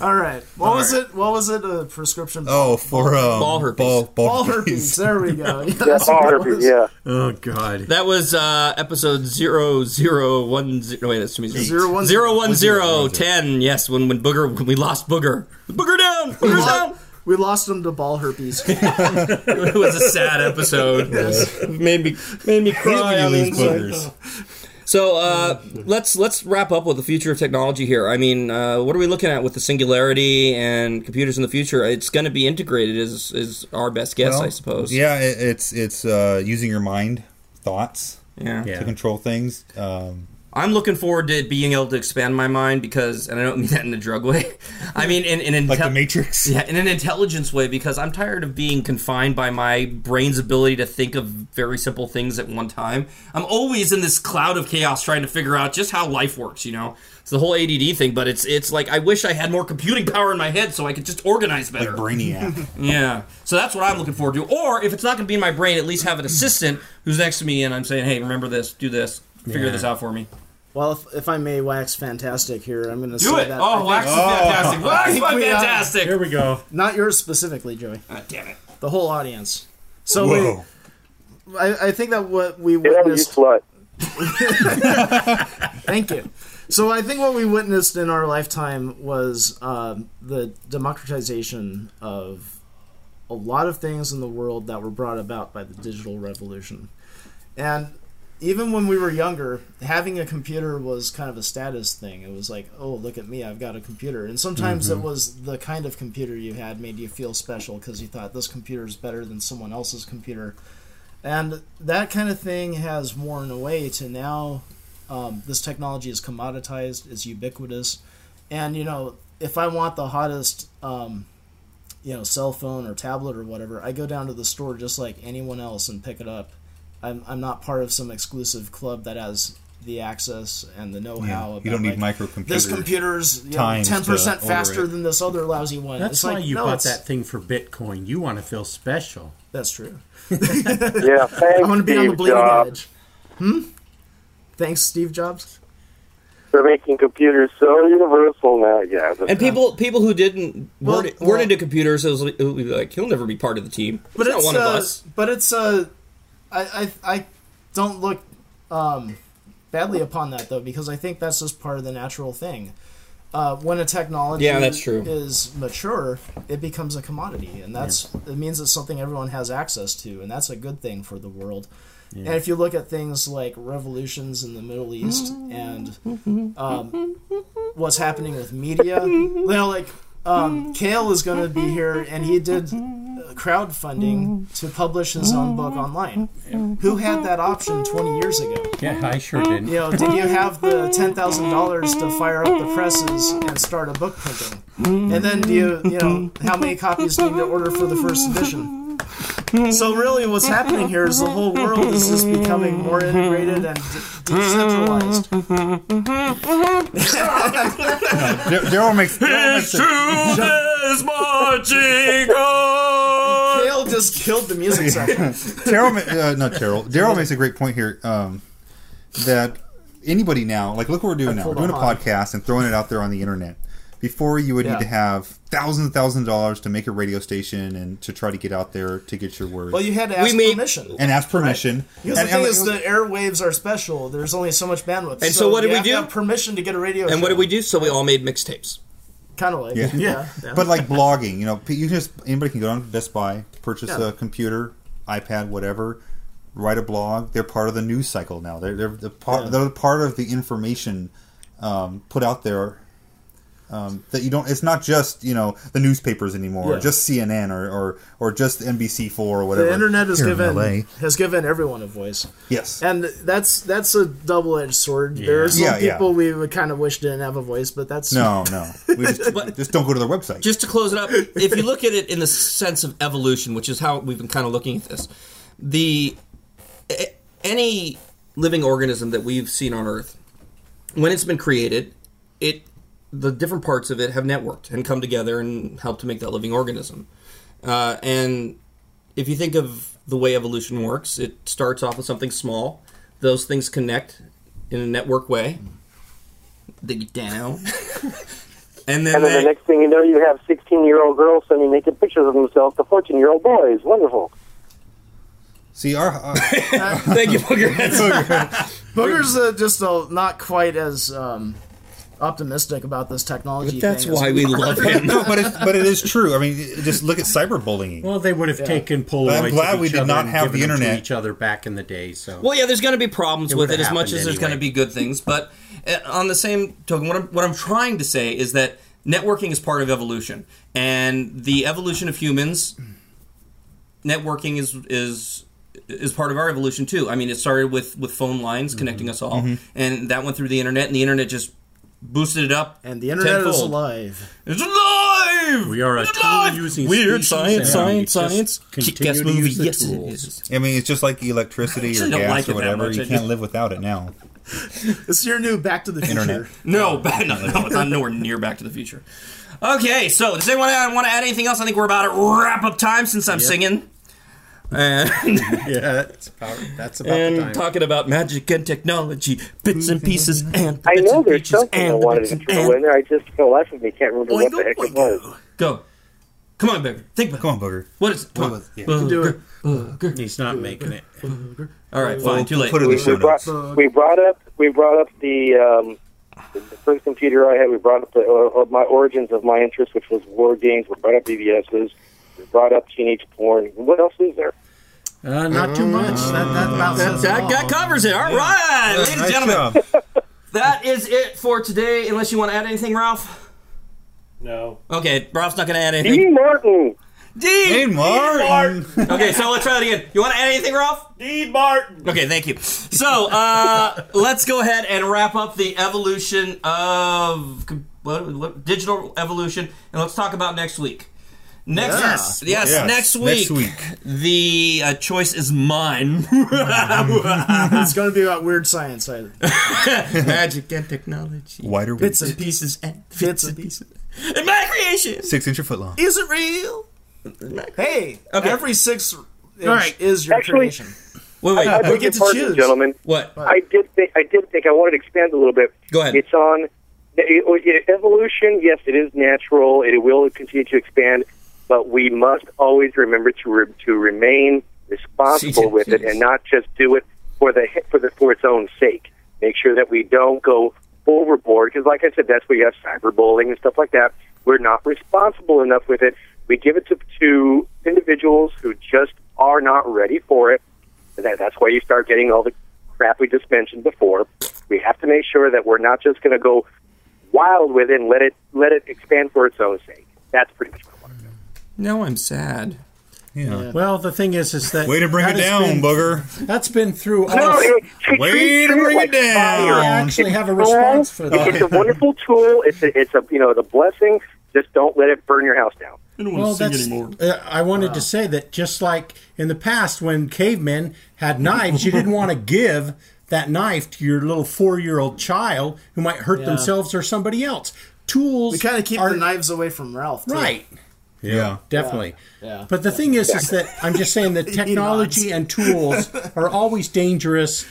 [SPEAKER 3] All right. What was it? What was it? A prescription?
[SPEAKER 4] Oh, for um,
[SPEAKER 2] Ball herpes.
[SPEAKER 4] Ball, ball
[SPEAKER 3] Ball herpes.
[SPEAKER 4] <laughs> herpes.
[SPEAKER 3] There we go. Yeah,
[SPEAKER 6] Yeah,
[SPEAKER 3] that's
[SPEAKER 6] oh,
[SPEAKER 3] what it
[SPEAKER 6] herpes,
[SPEAKER 3] was.
[SPEAKER 6] yeah.
[SPEAKER 5] oh god.
[SPEAKER 2] That was uh, episode zero zero one zero. Wait, that's too many.
[SPEAKER 3] Zero one-
[SPEAKER 2] zero one zero ten. Yes, when when Booger when we lost Booger, Booger down, Booger's down.
[SPEAKER 3] We lost him to ball herpes.
[SPEAKER 2] <laughs> It was a sad episode. <laughs> made me made me cry.
[SPEAKER 4] You
[SPEAKER 2] on the
[SPEAKER 4] lose
[SPEAKER 2] inside.
[SPEAKER 4] boogers.
[SPEAKER 2] So uh, let's let's wrap up with the future of technology here. I mean, uh, what are we looking at with the singularity and computers in the future? It's going to be integrated, is is our best guess, I suppose.
[SPEAKER 4] Yeah, it, it's it's uh, using your mind, thoughts
[SPEAKER 2] yeah,
[SPEAKER 4] to control things. Um,
[SPEAKER 2] I'm looking forward to being able to expand my mind because, and I don't mean that in a drug way. <laughs> I mean in in,
[SPEAKER 4] like
[SPEAKER 2] intel-
[SPEAKER 4] the
[SPEAKER 2] <laughs>
[SPEAKER 4] Matrix.
[SPEAKER 2] Yeah, in an intelligence way because I'm tired of being confined by my brain's ability to think of very simple things at one time. I'm always in this cloud of chaos trying to figure out just how life works, you know. It's the whole ADD thing, but it's it's like I wish I had more computing power in my head so I could just organize better.
[SPEAKER 4] Brainiac.
[SPEAKER 2] yeah. So that's what I'm looking forward to. Or if it's not going to be in my brain, at least have an assistant who's next to me and I'm saying, "Hey, remember this, do this, figure this out for me."
[SPEAKER 3] well, if, if I may wax fantastic here, I'm going to
[SPEAKER 2] Do
[SPEAKER 3] say
[SPEAKER 2] it.
[SPEAKER 3] that.
[SPEAKER 2] Oh, wax is fantastic.
[SPEAKER 3] <laughs>
[SPEAKER 2] Wax is
[SPEAKER 3] think we, uh,
[SPEAKER 2] fantastic.
[SPEAKER 5] Here we go.
[SPEAKER 3] Not yours specifically, Joey.
[SPEAKER 2] Ah, damn it.
[SPEAKER 3] The whole audience. So
[SPEAKER 4] Whoa.
[SPEAKER 3] we, I, I think that what we
[SPEAKER 6] Yeah, you
[SPEAKER 3] witnessed.
[SPEAKER 6] slut.
[SPEAKER 3] Thank you. So I think what we witnessed in our lifetime was um, the democratization of a lot of things in the world that were brought about by the digital revolution. And even when we were younger, having a computer was kind of a status thing. It was like, oh, look at me, I've got a computer. And sometimes it was the kind of computer you had made you feel special because you thought this computer is better than someone else's computer. And that kind of thing has worn away to now um, this technology is commoditized, it's ubiquitous. And, you know, if I want the hottest, um, you know, cell phone or tablet or whatever, I go down to the store just like anyone else and pick it up. I'm, I'm not part of some exclusive club that has the access and the know-how.
[SPEAKER 4] Yeah,
[SPEAKER 3] about,
[SPEAKER 4] you don't need
[SPEAKER 3] like,
[SPEAKER 4] microcomputer
[SPEAKER 3] This computer's you know,
[SPEAKER 4] times to
[SPEAKER 3] ten percent
[SPEAKER 4] order
[SPEAKER 3] faster
[SPEAKER 4] it.
[SPEAKER 3] than this other lousy one.
[SPEAKER 5] That's
[SPEAKER 3] it's
[SPEAKER 5] why
[SPEAKER 3] like,
[SPEAKER 5] you
[SPEAKER 3] no,
[SPEAKER 5] bought
[SPEAKER 3] it's-
[SPEAKER 5] that thing for Bitcoin. You want to feel special.
[SPEAKER 3] That's true.
[SPEAKER 2] <laughs>
[SPEAKER 6] Yeah, thanks,
[SPEAKER 3] I want to be on the
[SPEAKER 6] Steve
[SPEAKER 3] bleeding
[SPEAKER 6] Jobs.
[SPEAKER 3] edge. Thanks, Steve Jobs.
[SPEAKER 6] They're making computers so universal now. Yeah,
[SPEAKER 2] And people people who didn't
[SPEAKER 3] Well,
[SPEAKER 2] weren't,
[SPEAKER 3] well-
[SPEAKER 2] weren't into computers, it was, like- it would be like he'll never be part of the team. But
[SPEAKER 3] But
[SPEAKER 2] He's
[SPEAKER 3] it's
[SPEAKER 2] not one
[SPEAKER 3] uh,
[SPEAKER 2] of us.
[SPEAKER 3] But it's uh, I, I I don't look um, badly upon that though because I think that's just part of the natural thing. Uh, when a technology
[SPEAKER 2] Yeah, that's true.
[SPEAKER 3] is mature, it becomes a commodity, and that's it means it's something everyone has access to, and that's a good thing for the world. And if you look at things like revolutions in the Middle East and um, what's happening with media, you know, like um, Kale is going to be here, and he did uh, crowdfunding to publish his own book online. Who had that option 20 years ago?
[SPEAKER 5] Yeah, I sure didn't.
[SPEAKER 3] You know, did you have the $10,000 to fire up the presses and start a book printing? And then do you, you know, how many copies do you need to order for the first edition? So really what's happening here is the whole world is just becoming more integrated and de- decentralized.
[SPEAKER 4] Dar- Daryl makes. Daryl makes a-
[SPEAKER 3] Kale just killed the music section.
[SPEAKER 4] Terrell, ma- uh, not Terrell. Daryl makes a great point here um, that anybody now, like, look what we're doing now. We're doing a
[SPEAKER 3] on.
[SPEAKER 4] podcast and throwing it out there on the internet. Before you would
[SPEAKER 3] Yeah.
[SPEAKER 4] need to have thousands and thousands of dollars to make a radio station and to try to get out there to get your word
[SPEAKER 3] Well, you had to ask
[SPEAKER 2] We made-
[SPEAKER 3] permission.
[SPEAKER 4] and ask permission.
[SPEAKER 3] Because
[SPEAKER 4] And-
[SPEAKER 3] the thing
[SPEAKER 4] and-
[SPEAKER 3] is, the airwaves are special. There's only so much bandwidth.
[SPEAKER 2] And so what did
[SPEAKER 3] you
[SPEAKER 2] we
[SPEAKER 3] have to
[SPEAKER 2] do?
[SPEAKER 3] have permission to get a radio.
[SPEAKER 2] And what did we do? So we all made mixtapes.
[SPEAKER 3] Kind of like
[SPEAKER 4] Yeah.
[SPEAKER 3] yeah. yeah.
[SPEAKER 4] but like blogging, you know, p- you can just anybody can go on Best Buy, purchase a computer, iPad, whatever, write a blog. They're part of the news cycle now. They're they're the part they're part of the information um, put out there. Um, that you don't. It's not just you know the newspapers anymore, or
[SPEAKER 3] Yeah.
[SPEAKER 4] just CNN or, or or just NBC four or whatever.
[SPEAKER 3] the internet has
[SPEAKER 8] Here in
[SPEAKER 3] given
[SPEAKER 8] LA.
[SPEAKER 3] has given everyone a voice,
[SPEAKER 4] Yes.
[SPEAKER 3] and that's that's a double edged sword. There are some
[SPEAKER 4] Yeah, yeah.
[SPEAKER 3] people we would kind of wish didn't have a voice, but that's <laughs>
[SPEAKER 4] no, no. We just, just don't go to their website.
[SPEAKER 2] just to close it up, if you look at it in the sense of evolution, which is how we've been kind of looking at this, the a- any living organism that we've seen on Earth, when it's been created, it the different parts of it have networked and come together and helped to make that living organism. Uh, and if you think of the way evolution works, it starts off with something small. Those things connect in a network way. They get down. <laughs> and then,
[SPEAKER 6] And then
[SPEAKER 2] they,
[SPEAKER 6] the next thing you know, you have 16 year old girls sending naked pictures of themselves to 14 year old boys. Wonderful.
[SPEAKER 4] See our.
[SPEAKER 3] <laughs>
[SPEAKER 4] our
[SPEAKER 2] Thank you, Boogerheads.
[SPEAKER 3] Booger's uh, just uh, not quite as um, optimistic about this technology.
[SPEAKER 2] That's
[SPEAKER 3] thing as
[SPEAKER 2] why we
[SPEAKER 5] <laughs>
[SPEAKER 2] love him.
[SPEAKER 4] no, <laughs> but it's, but it is true. I mean, just look at cyberbullying.
[SPEAKER 5] Well, they would have taken Polaroids.
[SPEAKER 4] But I'm glad
[SPEAKER 5] of
[SPEAKER 4] we
[SPEAKER 5] each
[SPEAKER 4] did
[SPEAKER 5] other
[SPEAKER 4] not
[SPEAKER 5] and
[SPEAKER 4] have
[SPEAKER 5] given
[SPEAKER 4] the
[SPEAKER 5] them to
[SPEAKER 4] internet.
[SPEAKER 5] each other back in the day. So
[SPEAKER 2] Well, yeah, there's going to be problems with it
[SPEAKER 5] would've
[SPEAKER 2] as much
[SPEAKER 5] happened
[SPEAKER 2] as there's
[SPEAKER 5] anyway.
[SPEAKER 2] going to be good things. But uh, on the same token, what I'm, what I'm trying to say is that networking is part of evolution, and the evolution of humans, networking is is is part of our evolution too. I mean, it started with with phone
[SPEAKER 5] Mm-hmm.
[SPEAKER 2] lines connecting us all, and that went through the internet, and the internet just boosted it up.
[SPEAKER 3] And the internet is
[SPEAKER 2] tenfold.
[SPEAKER 3] alive.
[SPEAKER 2] It's alive.
[SPEAKER 5] we are a
[SPEAKER 2] It's
[SPEAKER 5] tool
[SPEAKER 2] alive!
[SPEAKER 5] using
[SPEAKER 2] weird
[SPEAKER 5] species,
[SPEAKER 2] science,
[SPEAKER 5] and we
[SPEAKER 2] science, science.
[SPEAKER 5] just continue
[SPEAKER 2] Kick-ass
[SPEAKER 5] to
[SPEAKER 2] movie.
[SPEAKER 5] use the
[SPEAKER 2] Yes, it
[SPEAKER 5] tools.
[SPEAKER 2] is.
[SPEAKER 4] I mean, it's just like electricity or
[SPEAKER 2] actually don't
[SPEAKER 4] gas
[SPEAKER 2] like it
[SPEAKER 4] or
[SPEAKER 2] that
[SPEAKER 4] whatever.
[SPEAKER 2] much.
[SPEAKER 4] You
[SPEAKER 2] I
[SPEAKER 4] can't
[SPEAKER 2] just-
[SPEAKER 4] live without it now.
[SPEAKER 3] This is your new Back to the Future.
[SPEAKER 4] Internet.
[SPEAKER 2] No, <laughs> bad, no, no, it's not nowhere near Back to the Future. Okay, so does anyone want to add anything else? I think we're about at wrap up time since I'm singing and,
[SPEAKER 5] Yeah, that's about, that's about the time.
[SPEAKER 2] and talking about magic and technology, bits and
[SPEAKER 6] <laughs>
[SPEAKER 2] pieces, and the
[SPEAKER 6] I
[SPEAKER 2] bits
[SPEAKER 6] know
[SPEAKER 2] and
[SPEAKER 6] there's
[SPEAKER 2] breaches,
[SPEAKER 6] something I
[SPEAKER 2] and the
[SPEAKER 6] wanted
[SPEAKER 2] bits
[SPEAKER 6] to
[SPEAKER 2] and,
[SPEAKER 6] throw in
[SPEAKER 2] and
[SPEAKER 6] there. I just, for the life of me, can't remember what the
[SPEAKER 2] Oingo,
[SPEAKER 6] heck it
[SPEAKER 2] oingo.
[SPEAKER 6] was.
[SPEAKER 2] go. Come on, baby, think about it.
[SPEAKER 4] Come on, booger.
[SPEAKER 2] What is it? Come
[SPEAKER 4] What
[SPEAKER 2] on.
[SPEAKER 4] was- yeah.
[SPEAKER 2] Booger,
[SPEAKER 3] Do it.
[SPEAKER 2] booger.
[SPEAKER 5] He's not making it.
[SPEAKER 2] All right, fine, too late.
[SPEAKER 4] Put it in the
[SPEAKER 6] We, we,
[SPEAKER 4] show
[SPEAKER 6] brought,
[SPEAKER 4] notes.
[SPEAKER 6] we brought up we brought up the, um, the the first computer I had. We brought up the, uh, uh, my origins of my interest, which was war games. We brought up BBSs. We brought up teenage porn. What else is there?
[SPEAKER 5] Uh,
[SPEAKER 2] Uh-huh.
[SPEAKER 5] not too much. That, that about says it
[SPEAKER 2] Mm. That,
[SPEAKER 5] all.
[SPEAKER 2] that covers it. All right, ladies and
[SPEAKER 4] Nice
[SPEAKER 2] gentlemen,
[SPEAKER 4] job.
[SPEAKER 2] that is it for today. Unless you want to add anything, Ralph.
[SPEAKER 7] No.
[SPEAKER 2] Okay, Ralph's not going to add anything.
[SPEAKER 6] Dean Martin.
[SPEAKER 2] Dean!
[SPEAKER 4] Hey, Martin.
[SPEAKER 2] Okay, so let's try that again. You want to add anything, Ralph?
[SPEAKER 7] Dean Martin.
[SPEAKER 2] Okay, thank you. So uh, let's go ahead and wrap up the evolution of com- what, what, digital evolution, and let's talk about next week. Next, yes, yes,
[SPEAKER 4] Yes,
[SPEAKER 2] next
[SPEAKER 4] next
[SPEAKER 2] week.
[SPEAKER 4] week.
[SPEAKER 2] the uh, choice is mine. <laughs>
[SPEAKER 3] It's going to be about weird science. I,
[SPEAKER 2] Magic and technology,
[SPEAKER 4] Wider
[SPEAKER 3] bits
[SPEAKER 4] width.
[SPEAKER 3] and pieces.
[SPEAKER 2] and
[SPEAKER 3] Bits and pieces.
[SPEAKER 2] and my creation.
[SPEAKER 4] Six inch or foot long.
[SPEAKER 3] Is it real? Hey,
[SPEAKER 2] Okay.
[SPEAKER 3] every six inch
[SPEAKER 5] right.
[SPEAKER 3] is your
[SPEAKER 6] Actually-
[SPEAKER 3] creation.
[SPEAKER 2] Wait, wait.
[SPEAKER 6] I beg
[SPEAKER 3] get
[SPEAKER 6] your
[SPEAKER 3] to
[SPEAKER 6] pardon,
[SPEAKER 3] choose.
[SPEAKER 6] gentlemen.
[SPEAKER 2] What?
[SPEAKER 6] I did think I did think I wanted to expand a little bit.
[SPEAKER 2] Go ahead.
[SPEAKER 6] It's on it- it- evolution. Yes, it is natural. It will continue to expand, but we must always remember to re, to remain responsible with it and not just do it for the for the for its own sake. Make sure that we don't go overboard because, like I said, that's where you have cyberbullying and stuff like that. We're not responsible enough with it. We give it to, to individuals who just are not ready for it. And that, that's why you start getting all the crap we just mentioned before. We have to make sure that we're not just going to go wild with it and let it let it expand for its own sake. That's pretty much what I want.
[SPEAKER 2] Now I'm sad.
[SPEAKER 5] Well, the thing is, is that
[SPEAKER 4] Way to bring
[SPEAKER 5] that
[SPEAKER 4] it
[SPEAKER 5] has
[SPEAKER 4] down,
[SPEAKER 5] been-
[SPEAKER 4] booger.
[SPEAKER 5] That's been through all.
[SPEAKER 6] No, it- treat-
[SPEAKER 4] Way
[SPEAKER 6] treat-
[SPEAKER 4] to
[SPEAKER 6] treat
[SPEAKER 4] bring it
[SPEAKER 6] like
[SPEAKER 4] down.
[SPEAKER 6] fire.
[SPEAKER 5] I actually have a response for
[SPEAKER 6] It's-
[SPEAKER 5] that.
[SPEAKER 6] It's a
[SPEAKER 5] <laughs>
[SPEAKER 6] wonderful tool. It's a, it's a you know it's a blessing. Just don't let it burn your house down.
[SPEAKER 7] I don't
[SPEAKER 5] Well,
[SPEAKER 7] want to sing
[SPEAKER 5] that's.
[SPEAKER 7] anymore.
[SPEAKER 5] Uh, I wanted to say that just like in the past, when cavemen had knives, you didn't want to give that knife to your little four-year-old child who might hurt
[SPEAKER 3] Yeah.
[SPEAKER 5] themselves or somebody else. Tools.
[SPEAKER 3] We kind of keep
[SPEAKER 5] are,
[SPEAKER 3] the knives away from Ralph, too.
[SPEAKER 5] right.
[SPEAKER 4] Yeah.
[SPEAKER 5] Definitely.
[SPEAKER 3] Yeah.
[SPEAKER 5] But the thing is, is that I'm just saying that technology and tools are always dangerous,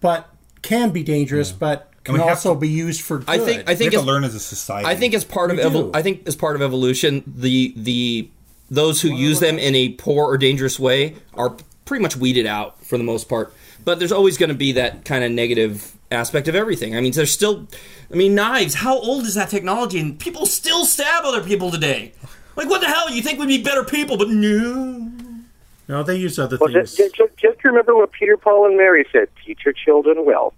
[SPEAKER 5] but can be dangerous, but can
[SPEAKER 4] we have
[SPEAKER 5] also be used for good.
[SPEAKER 2] I think I
[SPEAKER 4] We
[SPEAKER 2] think
[SPEAKER 4] have
[SPEAKER 2] it's,
[SPEAKER 4] to learn as a society.
[SPEAKER 2] I think as part of
[SPEAKER 5] do.
[SPEAKER 2] evol- I think as part of evolution, the the those who use them in a poor or dangerous way are pretty much weeded out for the most part. But there's always going to be that kind of negative aspect of everything. I mean, there's still, I mean, knives. How old is that technology? And people still stab other people today. Like, what the hell? You think we'd be better people, but no.
[SPEAKER 5] no, they use other
[SPEAKER 6] Well,
[SPEAKER 5] things.
[SPEAKER 6] just, just, just remember what Peter, Paul, and Mary said: teach your children well.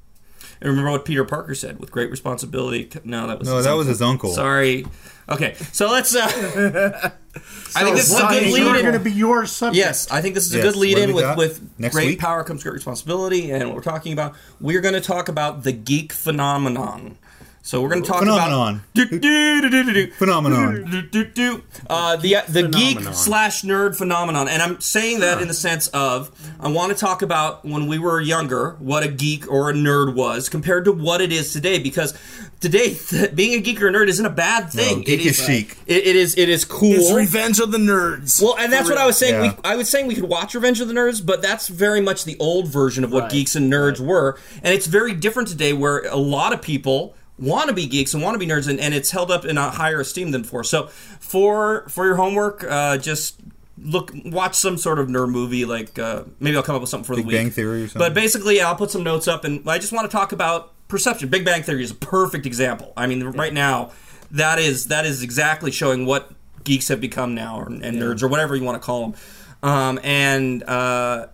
[SPEAKER 2] And remember what Peter Parker said: "With great responsibility." No, that was
[SPEAKER 4] no,
[SPEAKER 2] his
[SPEAKER 4] Oh, that was his uncle.
[SPEAKER 2] Sorry. Okay, so let's.
[SPEAKER 4] <laughs>
[SPEAKER 2] Uh, I think this is a
[SPEAKER 5] Why
[SPEAKER 2] good
[SPEAKER 5] is
[SPEAKER 2] lead.
[SPEAKER 5] going to
[SPEAKER 2] in.
[SPEAKER 5] be your subject.
[SPEAKER 2] Yes, I think this is a
[SPEAKER 4] Yes,
[SPEAKER 2] good lead
[SPEAKER 4] what do
[SPEAKER 2] in
[SPEAKER 4] we
[SPEAKER 2] with,
[SPEAKER 4] got?
[SPEAKER 2] with
[SPEAKER 4] Next
[SPEAKER 2] great
[SPEAKER 4] week?
[SPEAKER 2] power comes great responsibility, and what we're talking about. We're going to talk about the geek phenomenon. So we're going to talk
[SPEAKER 4] Phenomenon.
[SPEAKER 2] about do, do, do, do, do, do.
[SPEAKER 4] Phenomenon.
[SPEAKER 2] Do, do, do. Uh, the the geek slash nerd phenomenon, and I'm saying that in the sense of I want to talk about when we were younger what a geek or a nerd was compared to what it is today, because today <laughs> th- being a geek or a nerd isn't a bad thing.
[SPEAKER 4] geek
[SPEAKER 2] it is
[SPEAKER 4] is chic.
[SPEAKER 2] It, it is it is cool.
[SPEAKER 3] It's Revenge of the Nerds.
[SPEAKER 2] Well, and that's what I was saying.
[SPEAKER 4] Yeah.
[SPEAKER 2] We, I was saying we could watch Revenge of the Nerds, but that's very much the old version of what
[SPEAKER 3] Right.
[SPEAKER 2] geeks and nerds were, and it's very different today, where a lot of people want to be geeks and want to be nerds, and, and it's held up in a higher esteem than before. So, for for your homework, uh, just look watch some sort of nerd movie. Like uh, maybe I'll come up with something for the
[SPEAKER 4] Big
[SPEAKER 2] week.
[SPEAKER 4] Bang Theory or something.
[SPEAKER 2] But basically, I'll put some notes up, and I just want to talk about perception. Big Bang Theory is a perfect example. I mean, right now, that is that is exactly showing what geeks have become now, or, and nerds, or whatever you want to call them. Um, and uh,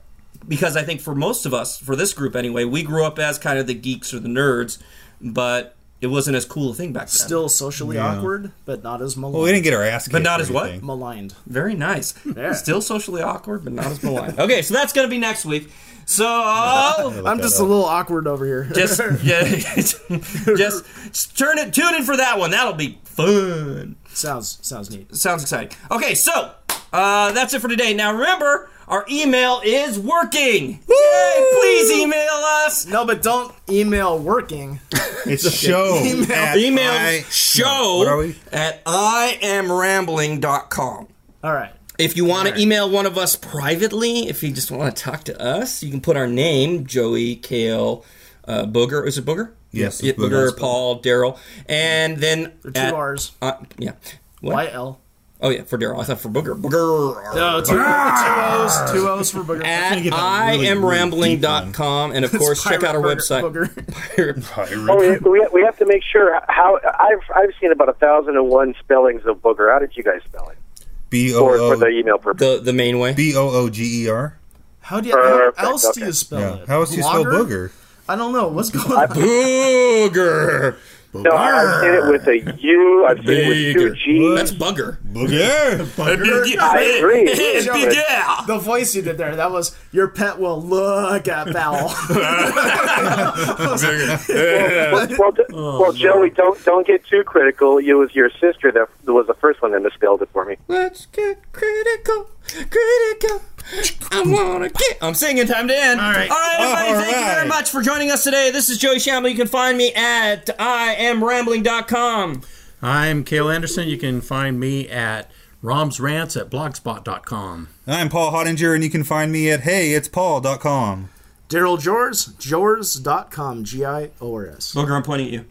[SPEAKER 2] because I think for most of us, for this group anyway, we grew up as kind of the geeks or the nerds, but it wasn't as cool a thing back then.
[SPEAKER 3] Still socially awkward, but not as maligned.
[SPEAKER 4] Well, we didn't get our ass kicked. But
[SPEAKER 2] not as what?
[SPEAKER 3] maligned.
[SPEAKER 2] Very nice. Still socially awkward, but not as maligned. okay, so that's going to be next week.
[SPEAKER 4] <laughs>
[SPEAKER 2] So
[SPEAKER 3] I'm just a little awkward over here. <laughs>
[SPEAKER 2] just yeah, <laughs> just, just turn it tune in for that one that'll be fun
[SPEAKER 3] sounds sounds neat.
[SPEAKER 2] sounds exciting okay so uh, that's it for today now remember our email is working Yay, please email us
[SPEAKER 3] No, but don't email working.
[SPEAKER 4] It's show.
[SPEAKER 2] <laughs>
[SPEAKER 4] at
[SPEAKER 2] email
[SPEAKER 4] I-
[SPEAKER 2] show
[SPEAKER 4] What are we?
[SPEAKER 2] at iamrambling.com
[SPEAKER 3] All right.
[SPEAKER 2] if you want to email one of us privately, if you just want to talk to us, you can put our name, Joey, Kale, uh, Booger. Is it Booger?
[SPEAKER 4] Yes,
[SPEAKER 2] Yeah,
[SPEAKER 4] it's Booger.
[SPEAKER 2] Booger, Paul, Daryl. And then.
[SPEAKER 3] Two
[SPEAKER 2] at-
[SPEAKER 3] R's.
[SPEAKER 2] Uh, yeah. What?
[SPEAKER 3] YL.
[SPEAKER 2] Oh, yeah, for Daryl. I thought for Booger. Booger.
[SPEAKER 3] No, two, two O's. Two O's for booger.
[SPEAKER 2] At
[SPEAKER 4] get that really, really
[SPEAKER 2] iamrambling.com. And of course, check out our
[SPEAKER 3] Pirate
[SPEAKER 2] website.
[SPEAKER 3] Burger- Booger.
[SPEAKER 2] Pirate-
[SPEAKER 6] Oh, we, we- we have to make sure how I've I've seen about a thousand and one spellings of booger. How did you guys spell it?
[SPEAKER 4] B
[SPEAKER 6] For, for the
[SPEAKER 4] O O
[SPEAKER 6] email purpose.
[SPEAKER 2] <laughs> the, the main way.
[SPEAKER 4] B O O G E R.
[SPEAKER 3] How do you? How
[SPEAKER 6] Perfect,
[SPEAKER 3] else do
[SPEAKER 6] okay.
[SPEAKER 3] you
[SPEAKER 2] Oh,
[SPEAKER 3] spell
[SPEAKER 4] Yeah.
[SPEAKER 3] it?
[SPEAKER 4] How else do you spell
[SPEAKER 3] Blogger?
[SPEAKER 4] booger?
[SPEAKER 3] I don't know. What's going on?
[SPEAKER 2] Booger.
[SPEAKER 6] No, I- I've seen it with a U. I've seen it with two G's.
[SPEAKER 2] That's Bugger. <laughs>
[SPEAKER 4] Booger.
[SPEAKER 6] I
[SPEAKER 4] <laughs>
[SPEAKER 6] agree.
[SPEAKER 2] Yeah.
[SPEAKER 3] The voice you did there, that was your pet will look at Bowel.
[SPEAKER 2] <laughs>
[SPEAKER 6] well, well, d- well, Joey, don't don't get too critical. It was your sister that was the first one that misspelled it for me.
[SPEAKER 2] Let's get critical, critical. I wanna get. I'm singing time to end. All
[SPEAKER 5] right.
[SPEAKER 2] all right, everybody.
[SPEAKER 4] All
[SPEAKER 2] Thank you very
[SPEAKER 4] right.
[SPEAKER 2] much for joining us today. This is Joey Shamble. You can find me at iamrambling.com.
[SPEAKER 5] I'm Cale Anderson. You can find me at romsrants at blogspot.com.
[SPEAKER 4] <laughs> I'm Paul Hottinger, and you can find me at heyit'spaul.com.
[SPEAKER 3] Daryl Jors, jors.com, G I O R S.
[SPEAKER 2] Booger, I'm pointing at you.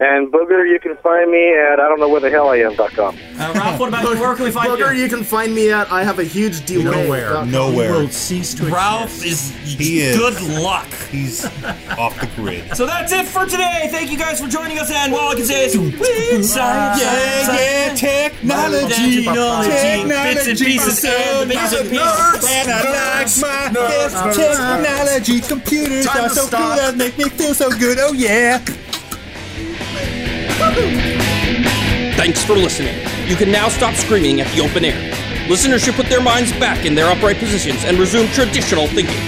[SPEAKER 6] And Booger, you can find me at I don't know where the hell I am dot com.
[SPEAKER 2] Uh, Ralph, what about you? Where can we find
[SPEAKER 3] Booger,
[SPEAKER 2] you?
[SPEAKER 3] you can find me at I have a huge delay.
[SPEAKER 5] Nowhere.
[SPEAKER 4] Nowhere.
[SPEAKER 5] Will cease to
[SPEAKER 2] Ralph
[SPEAKER 5] exist.
[SPEAKER 2] is,
[SPEAKER 4] He is.
[SPEAKER 2] good luck.
[SPEAKER 4] He's off the grid.
[SPEAKER 2] So that's it for today. Thank you guys for joining us, and all I can say is, weird science.
[SPEAKER 4] Yeah, yeah, technology,
[SPEAKER 2] Technology, bits and pieces, and the bits and pieces.
[SPEAKER 4] my technology. Computers
[SPEAKER 3] Time to stop.
[SPEAKER 4] make me feel so good. Oh yeah.
[SPEAKER 1] Thanks for listening. You can now stop screaming at the open air. Listeners should put their minds back in their upright positions and resume traditional thinking.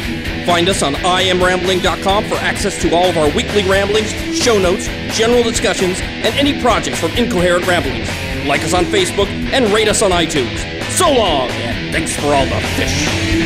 [SPEAKER 1] Find us on imrambling.com for access to all of our weekly ramblings, show notes, general discussions, and any projects from Incoherent Ramblings. Like us on Facebook and rate us on iTunes. So long, and thanks for all the fish.